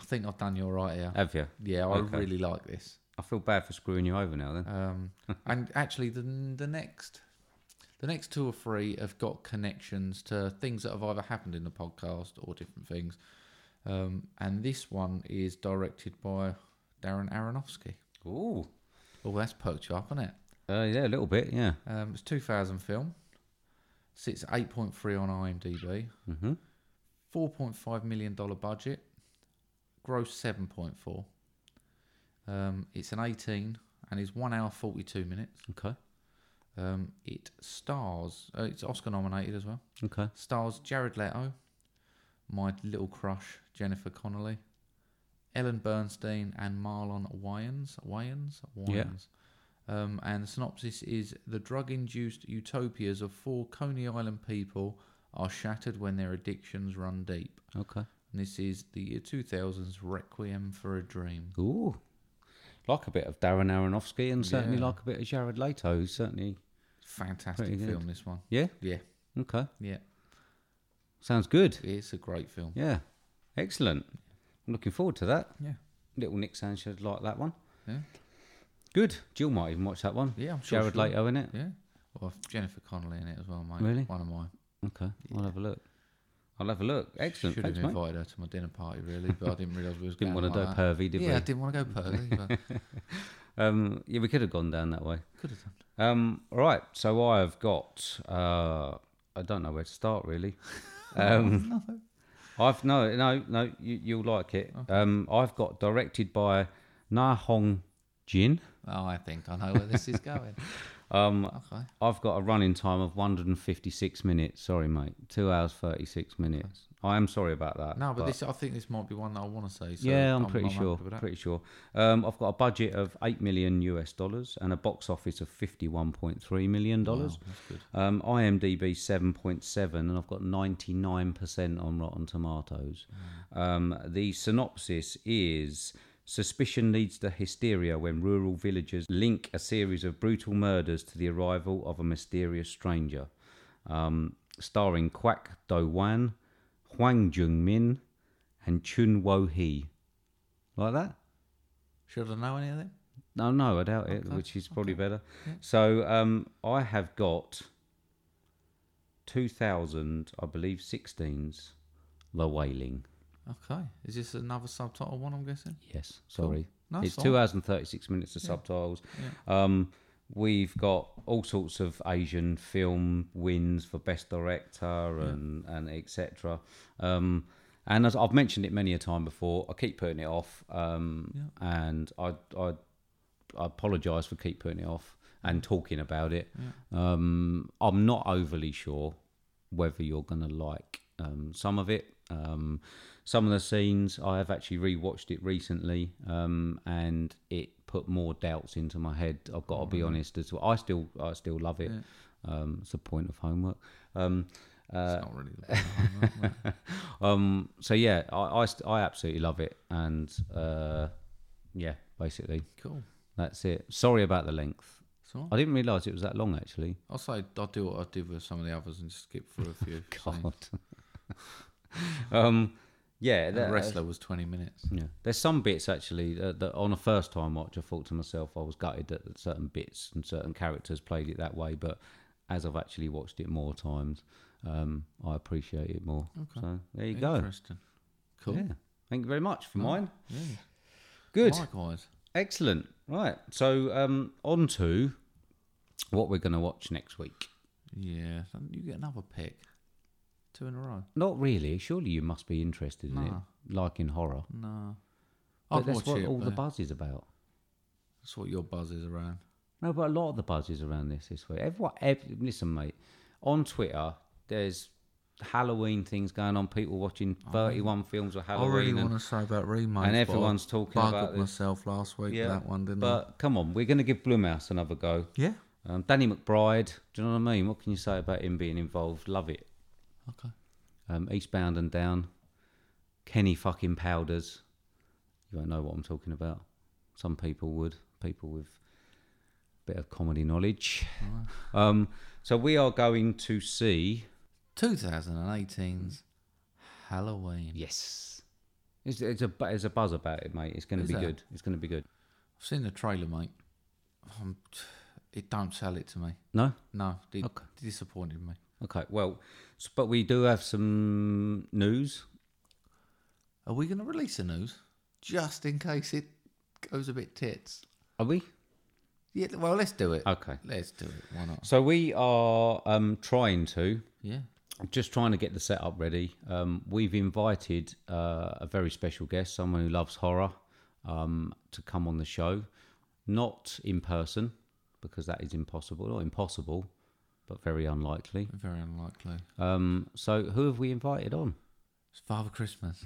S1: I think I've done you all right here.
S2: Have you?
S1: Yeah, I
S2: okay.
S1: really like this.
S2: I feel bad for screwing you over now. Then.
S1: Um, and actually, the the next, the next two or three have got connections to things that have either happened in the podcast or different things. Um, and this one is directed by Darren Aronofsky.
S2: Ooh.
S1: Oh, that's poked you up, isn't it?
S2: Uh, yeah, a little bit. Yeah.
S1: Um, it's 2000 film. Sits 8.3 on IMDb.
S2: Mm-hmm.
S1: 4.5 million dollar budget. Gross 7.4. Um, it's an 18 and is one hour 42 minutes.
S2: Okay.
S1: Um, it stars. Uh, it's Oscar nominated as well.
S2: Okay.
S1: Stars Jared Leto, my little crush Jennifer Connelly, Ellen Bernstein, and Marlon Wayans. Wayans.
S2: Yeah.
S1: Wayans. Um, and the synopsis is the drug-induced utopias of four Coney Island people are shattered when their addictions run deep.
S2: Okay.
S1: And this is the year 2000's Requiem for a Dream.
S2: Ooh. Like a bit of Darren Aronofsky, and certainly
S1: Yeah.
S2: like a bit of Jared Leto. who's Certainly.
S1: Fantastic
S2: Pretty good.
S1: film, this one.
S2: Yeah.
S1: Yeah,
S2: Okay.
S1: yeah,
S2: Sounds good.
S1: it's a great film.
S2: Yeah. Excellent. I'm looking forward to that.
S1: Yeah.
S2: Little Nick Sanchez like that one.
S1: Yeah.
S2: Good. Jill might even watch that one.
S1: Yeah, I'm sure
S2: Jared
S1: she will.
S2: Leto in it.
S1: Yeah. Well, I've Jennifer Connelly in it as well, mate.
S2: Really?
S1: One of mine.
S2: Okay, I'll have a look. I'll have a look. Excellent.
S1: Should
S2: Thanks,
S1: have
S2: mate.
S1: invited her to my dinner party, really, but I didn't realise we was
S2: (laughs) Didn't
S1: going
S2: want to
S1: like
S2: go
S1: that.
S2: pervy, did
S1: Yeah, I didn't want to go
S2: (laughs)
S1: pervy, but
S2: we? Um, yeah, we could have gone down that way.
S1: could have done.
S2: Um, all right, so I have got. Uh, I don't know where to start really. (laughs) Um, I've no, no, no. You, you'll like it. Um, I've got directed by Na Hong Jin.
S1: Oh, I think I know where this is
S2: (laughs)
S1: going.
S2: Um,
S1: Okay.
S2: I've got a running time of 156 minutes. Sorry, mate. Two hours 36 minutes. I am sorry about that.
S1: No, but, this I think this might be one that I want to say. So
S2: yeah, I'm, pretty
S1: happy
S2: sure.
S1: with that.
S2: Pretty sure. Um, I've got a budget of eight million US dollars and a box office of 51.3 million dollars. Um, IMDb 7.7, and I've got 99% on Rotten Tomatoes.
S1: Mm.
S2: Um, the synopsis is. Suspicion leads to hysteria when rural villagers link a series of brutal murders to the arrival of a mysterious stranger. Um, starring Quack Do Wan, Huang Jung Min, and Chun Wo Hee. Like that?
S1: Should I know any of them?
S2: No, no, I doubt it, which is probably better. So um, I have got 2000, I believe, 16's The Wailing.
S1: Okay. Is this another subtitle one? I'm guessing.
S2: Yes, sorry.
S1: No,
S2: it's
S1: it's
S2: two hours and 36 minutes of subtitles. Um, we've got all sorts of Asian film wins for Best Director and, and etc. Um, and as I've mentioned it many a time before, I keep putting it off. Um, And I, I, I apologise for keep putting it off and talking about it. Um, I'm not overly sure whether you're going to like um, some of it. Um, some of the scenes I have actually rewatched it recently, um, and it put more doubts into my head. I've got to be honest as well. I still, I still love it. Um, it's a point of homework. Um,
S1: it's not really. The
S2: (laughs)
S1: one I know, but-
S2: um, so yeah, I, I, st- I absolutely love it, and uh, yeah, basically
S1: cool.
S2: that's it. Sorry about the length.
S1: So
S2: I didn't realise it was that long actually.
S1: I'll say I'll do what I did with some of the others and just skip through a few. scenes.
S2: (laughs) God. um, yeah,
S1: The
S2: that,
S1: wrestler was 20 minutes.
S2: Yeah, there's some bits actually that, that on a first time watch, I thought to myself, I was gutted that certain bits and certain characters played it that way. But as I've actually watched it more times, um, I appreciate it more. So there you go.
S1: Interesting. Cool.
S2: Yeah, thank you very much for mine.
S1: Yeah.
S2: Good,
S1: Likewise.
S2: excellent. Right, so um, on to what we're going to watch next week.
S1: Yeah. so You get another pick. Two in a row.
S2: Not really. Surely you must be interested in
S1: No.
S2: it, like in horror.
S1: No.
S2: But
S1: I'd
S2: that's
S1: watch
S2: what
S1: it,
S2: all the
S1: but
S2: buzz is about.
S1: That's what your buzz is around.
S2: No, but a lot of the buzz is around this this week. Everyone, ev- listen, mate. On Twitter, there's Halloween things going on. People watching 31 films of Halloween.
S1: I really
S2: and-
S1: want to say about remakes.
S2: and
S1: but I
S2: everyone's talking
S1: buggered
S2: about this.
S1: myself last week with that one, didn't
S2: But come on, we're going to give Blumhouse another go.
S1: I? Yeah.
S2: Um, Danny McBride, do you know what I mean? What can you say about him being involved? Love it.
S1: Okay.
S2: Um, Eastbound and Down. Kenny fucking Powders. You won't know what I'm talking about. Some people would. People with a bit of comedy knowledge. Um, so we are going to see.
S1: 2018's Halloween.
S2: Yes. It's, it's a bu- it's a buzz about it, mate. It's going to
S1: Is
S2: be
S1: there?
S2: good. It's going to be good.
S1: I've seen the trailer, mate. Um, t- it don't sell it to me.
S2: No.
S1: No, it
S2: Okay.
S1: disappointed me.
S2: Okay. Well, s- but we do have some news.
S1: Are we going to release a news just in case it goes a bit tits?
S2: Are we?
S1: Yeah. Well, let's do it.
S2: Okay.
S1: Let's do it. Why not?
S2: So we are um, trying to
S1: Yeah.
S2: just trying to get the setup ready. Um, we've invited uh, a very special guest, someone who loves horror, um, to come on the show. Not in person, because that is impossible. Not impossible, but very unlikely.
S1: Very unlikely.
S2: Um, so, who have we invited on? (laughs)
S1: It's Father Christmas.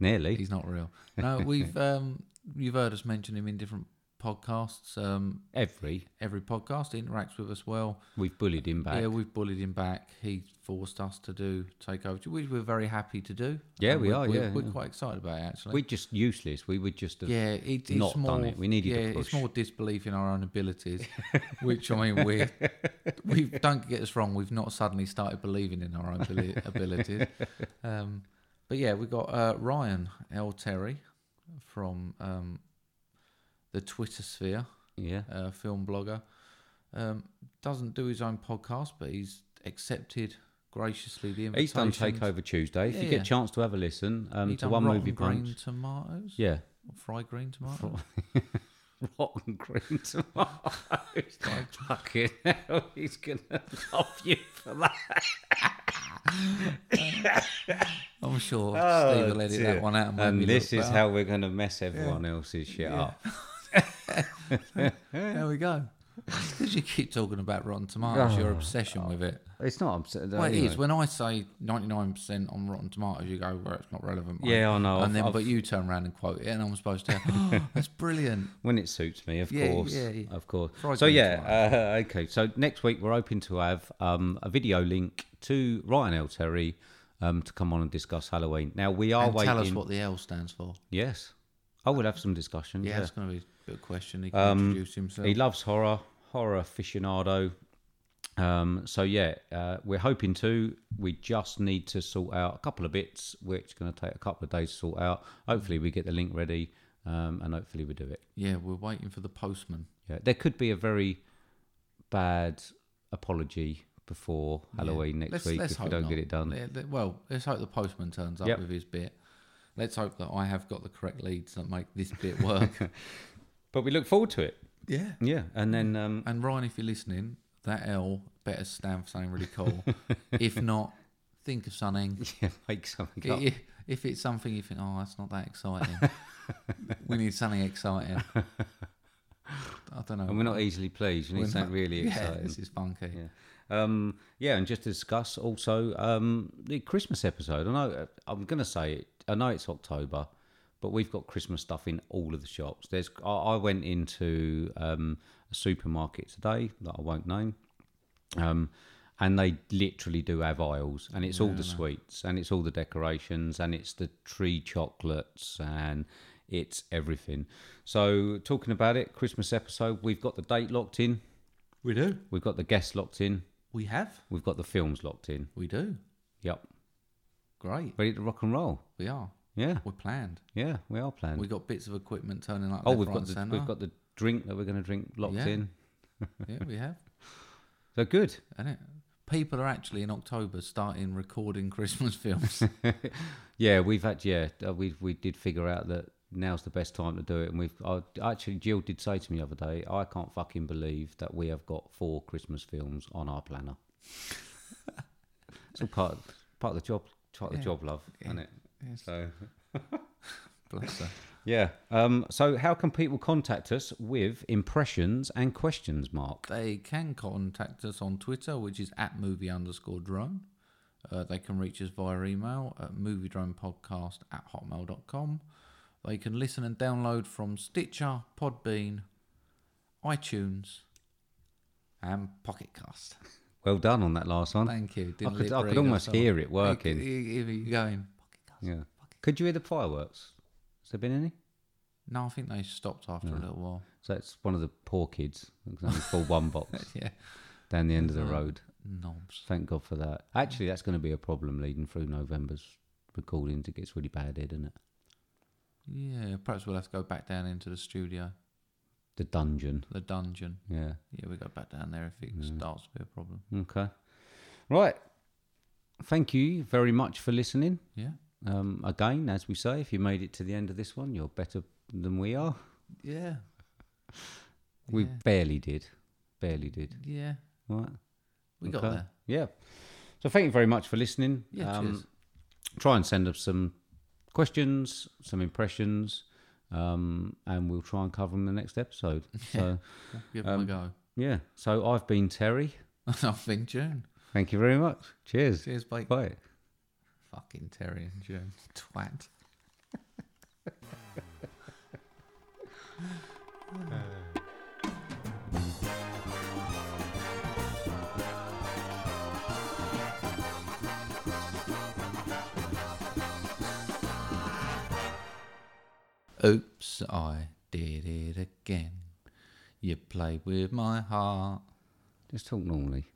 S2: Nearly.
S1: He's not real. No,
S2: (laughs)
S1: we've um, you've heard us mention him in different podcasts. Um,
S2: Every.
S1: every podcast he interacts with us well.
S2: We've bullied him back.
S1: Yeah, we've bullied him back. He forced us to do takeover, which we're very happy to do.
S2: Yeah,
S1: And
S2: we
S1: we're-
S2: are,
S1: We're,
S2: yeah,
S1: we're
S2: yeah.
S1: quite excited about it actually.
S2: We're just useless. We would just have.
S1: yeah, it, it's
S2: not done
S1: more,
S2: it. We needed to
S1: Yeah,
S2: push.
S1: it's more disbelief in our own abilities, which I mean
S2: (laughs)
S1: we we don't get us wrong. We've not suddenly started believing in our own abili- abilities, um, But yeah, we got uh, Ryan L. Terry from um, the Twitter sphere,
S2: Yeah.
S1: uh, film blogger. Um, doesn't do his own podcast, but he's accepted graciously the
S2: He's
S1: invitation.
S2: done Takeover Tuesday. If
S1: Uh, Yeah,
S2: you get
S1: yeah.
S2: a chance to have a listen um,
S1: He
S2: to
S1: done
S2: one
S1: rotten
S2: movie
S1: green
S2: punch.
S1: tomatoes.
S2: Yeah.
S1: Or fried green tomatoes. (laughs)
S2: Rotten green tomatoes. Fucking hell, he's gonna love you for that.
S1: I'm sure
S2: Oh,
S1: Steve will edit
S2: dear.
S1: that one out. And,
S2: And
S1: make me
S2: this
S1: look
S2: is
S1: better.
S2: how we're gonna mess everyone else's shit up.
S1: There we go. Because you keep talking about Rotten Tomatoes,
S2: Ah.
S1: your obsession with it.
S2: It's not upset.
S1: Well, it is. When I say 99% on Rotten Tomatoes, you go, well, it's not relevant. mate."
S2: Yeah, I know.
S1: And
S2: I've-
S1: then,
S2: I've-
S1: but you turn around and quote it, and I'm supposed
S2: (laughs)
S1: to, oh, that's brilliant.
S2: When it suits me, of
S1: Yeah,
S2: course,
S1: yeah, yeah.
S2: of course.
S1: Fried
S2: so
S1: green
S2: yeah, uh, okay. So next week we're hoping to have um, a video link to Ryan L. Terry um, to come on and discuss Halloween. Now we are
S1: and
S2: waiting.
S1: tell us what the L stands for.
S2: Yes, I would have some discussion.
S1: Yeah,
S2: Yeah, Um,
S1: it's going to be a bit of question. He can introduce himself.
S2: he loves horror, horror aficionado. Um, so yeah, uh, we're hoping to. We just need to sort out a couple of bits, which going to take a couple of days to sort out. Hopefully, we get the link ready, um, and hopefully, we do it.
S1: yeah, we're waiting for the postman.
S2: Yeah, there could be a very bad apology before Halloween next
S1: Let's-
S2: week
S1: let's
S2: if we
S1: hope
S2: don't
S1: not.
S2: get it done.
S1: Yeah, th- Well, let's hope the postman turns up
S2: Yep.
S1: with his bit. Let's hope that I have got the correct leads that make this bit work.
S2: But we look forward to it.
S1: yeah.
S2: Yeah, and then um, (laughs)
S1: And Ryan, if you're listening, that L better stand for something really
S2: (laughs)
S1: cool. if not, think of something.
S2: yeah, make something up.
S1: If, if it's something you think, oh, that's not that
S2: (laughs)
S1: exciting, we need something exciting. I don't know.
S2: And we're not easily pleased. You
S1: We're
S2: need something
S1: not-
S2: really
S1: (laughs) yeah,
S2: exciting.
S1: this is funky.
S2: Yeah. Um, yeah, and just to discuss also um, the Christmas episode. I know uh, I'm going to say it. I know it's October, but we've got Christmas stuff in all of the shops. There's. I, I went into um, a supermarket today that I won't name, um, and they literally do have aisles, and it's all the sweets, and it's all the decorations, and it's the tree chocolates, and it's everything. So talking about it, Christmas episode. We've got the date locked in.
S1: We do.
S2: We've got the guests locked in.
S1: We have.
S2: We've got the films locked in.
S1: We do.
S2: Yep.
S1: Great.
S2: Ready to rock and roll.
S1: We are.
S2: Yeah.
S1: We're planned.
S2: Yeah. We are planned.
S1: We got bits of equipment turning up.
S2: oh,
S1: left,
S2: we've
S1: right,
S2: got
S1: and
S2: the
S1: centre.
S2: we've got the drink that we're going to drink locked
S1: Yeah.
S2: in.
S1: yeah, we have.
S2: So good.
S1: And it. People are actually in October starting recording (laughs) Christmas
S2: (laughs)
S1: films.
S2: Yeah, we've had. Yeah, uh, we we did figure out that now's the best time to do it, and we've. I, actually, Jill did say to me the other day, I can't fucking believe that we have got four Christmas films on our planner. it's all part of, part of the job. Part of the job, love, isn't it? So
S1: Bless her.
S2: yeah. Um, so how can people contact us with impressions and questions, Mark?
S1: They can contact us on Twitter, which is at movie underscore drone. Uh, they can reach us via email at moviedronepodcast at hotmail.com. They can listen and download from Stitcher, Podbean, iTunes, and Pocketcast.
S2: Well done on that last one.
S1: Thank you.
S2: I could, I could almost hear it working.
S1: you going? Pocketcast.
S2: yeah. Could you hear the fireworks? Has there been any?
S1: No, I think they stopped after a little
S2: (laughs)
S1: while.
S2: So it's one of the poor kids. that can only Full one box
S1: (laughs) Yeah.
S2: down the end of the road.
S1: Knobs.
S2: Thank God for that. Actually, that's going to be a problem leading through November's recordings. It gets really bad, here, doesn't it?
S1: Yeah, perhaps we'll have to go back down into the studio,
S2: The dungeon.
S1: the dungeon.
S2: Yeah.
S1: Yeah, we go back down there if it starts to be a problem.
S2: Okay. Right. Thank you very much for listening.
S1: Yeah.
S2: Um, again, as we say, if you made it to the end of this one, you're better than we are.
S1: Yeah.
S2: We
S1: Yeah.
S2: barely did. Barely did.
S1: Yeah.
S2: Right.
S1: We got
S2: Okay.
S1: there.
S2: Yeah. So thank you very much for listening. Um,
S1: Yeah, cheers.
S2: Try and send us some questions, some impressions, um, and we'll try and cover them in the
S1: (laughs)
S2: next episode. So
S1: Give 'em (laughs) a
S2: yeah. So I've been Terry.
S1: go. I've been June.
S2: Thank you very much. Cheers.
S1: Cheers, mate.
S2: Bye.
S1: Fucking Terry and June. Twat. (laughs) Oops, I did it again. You played with my heart.
S2: Just talk normally.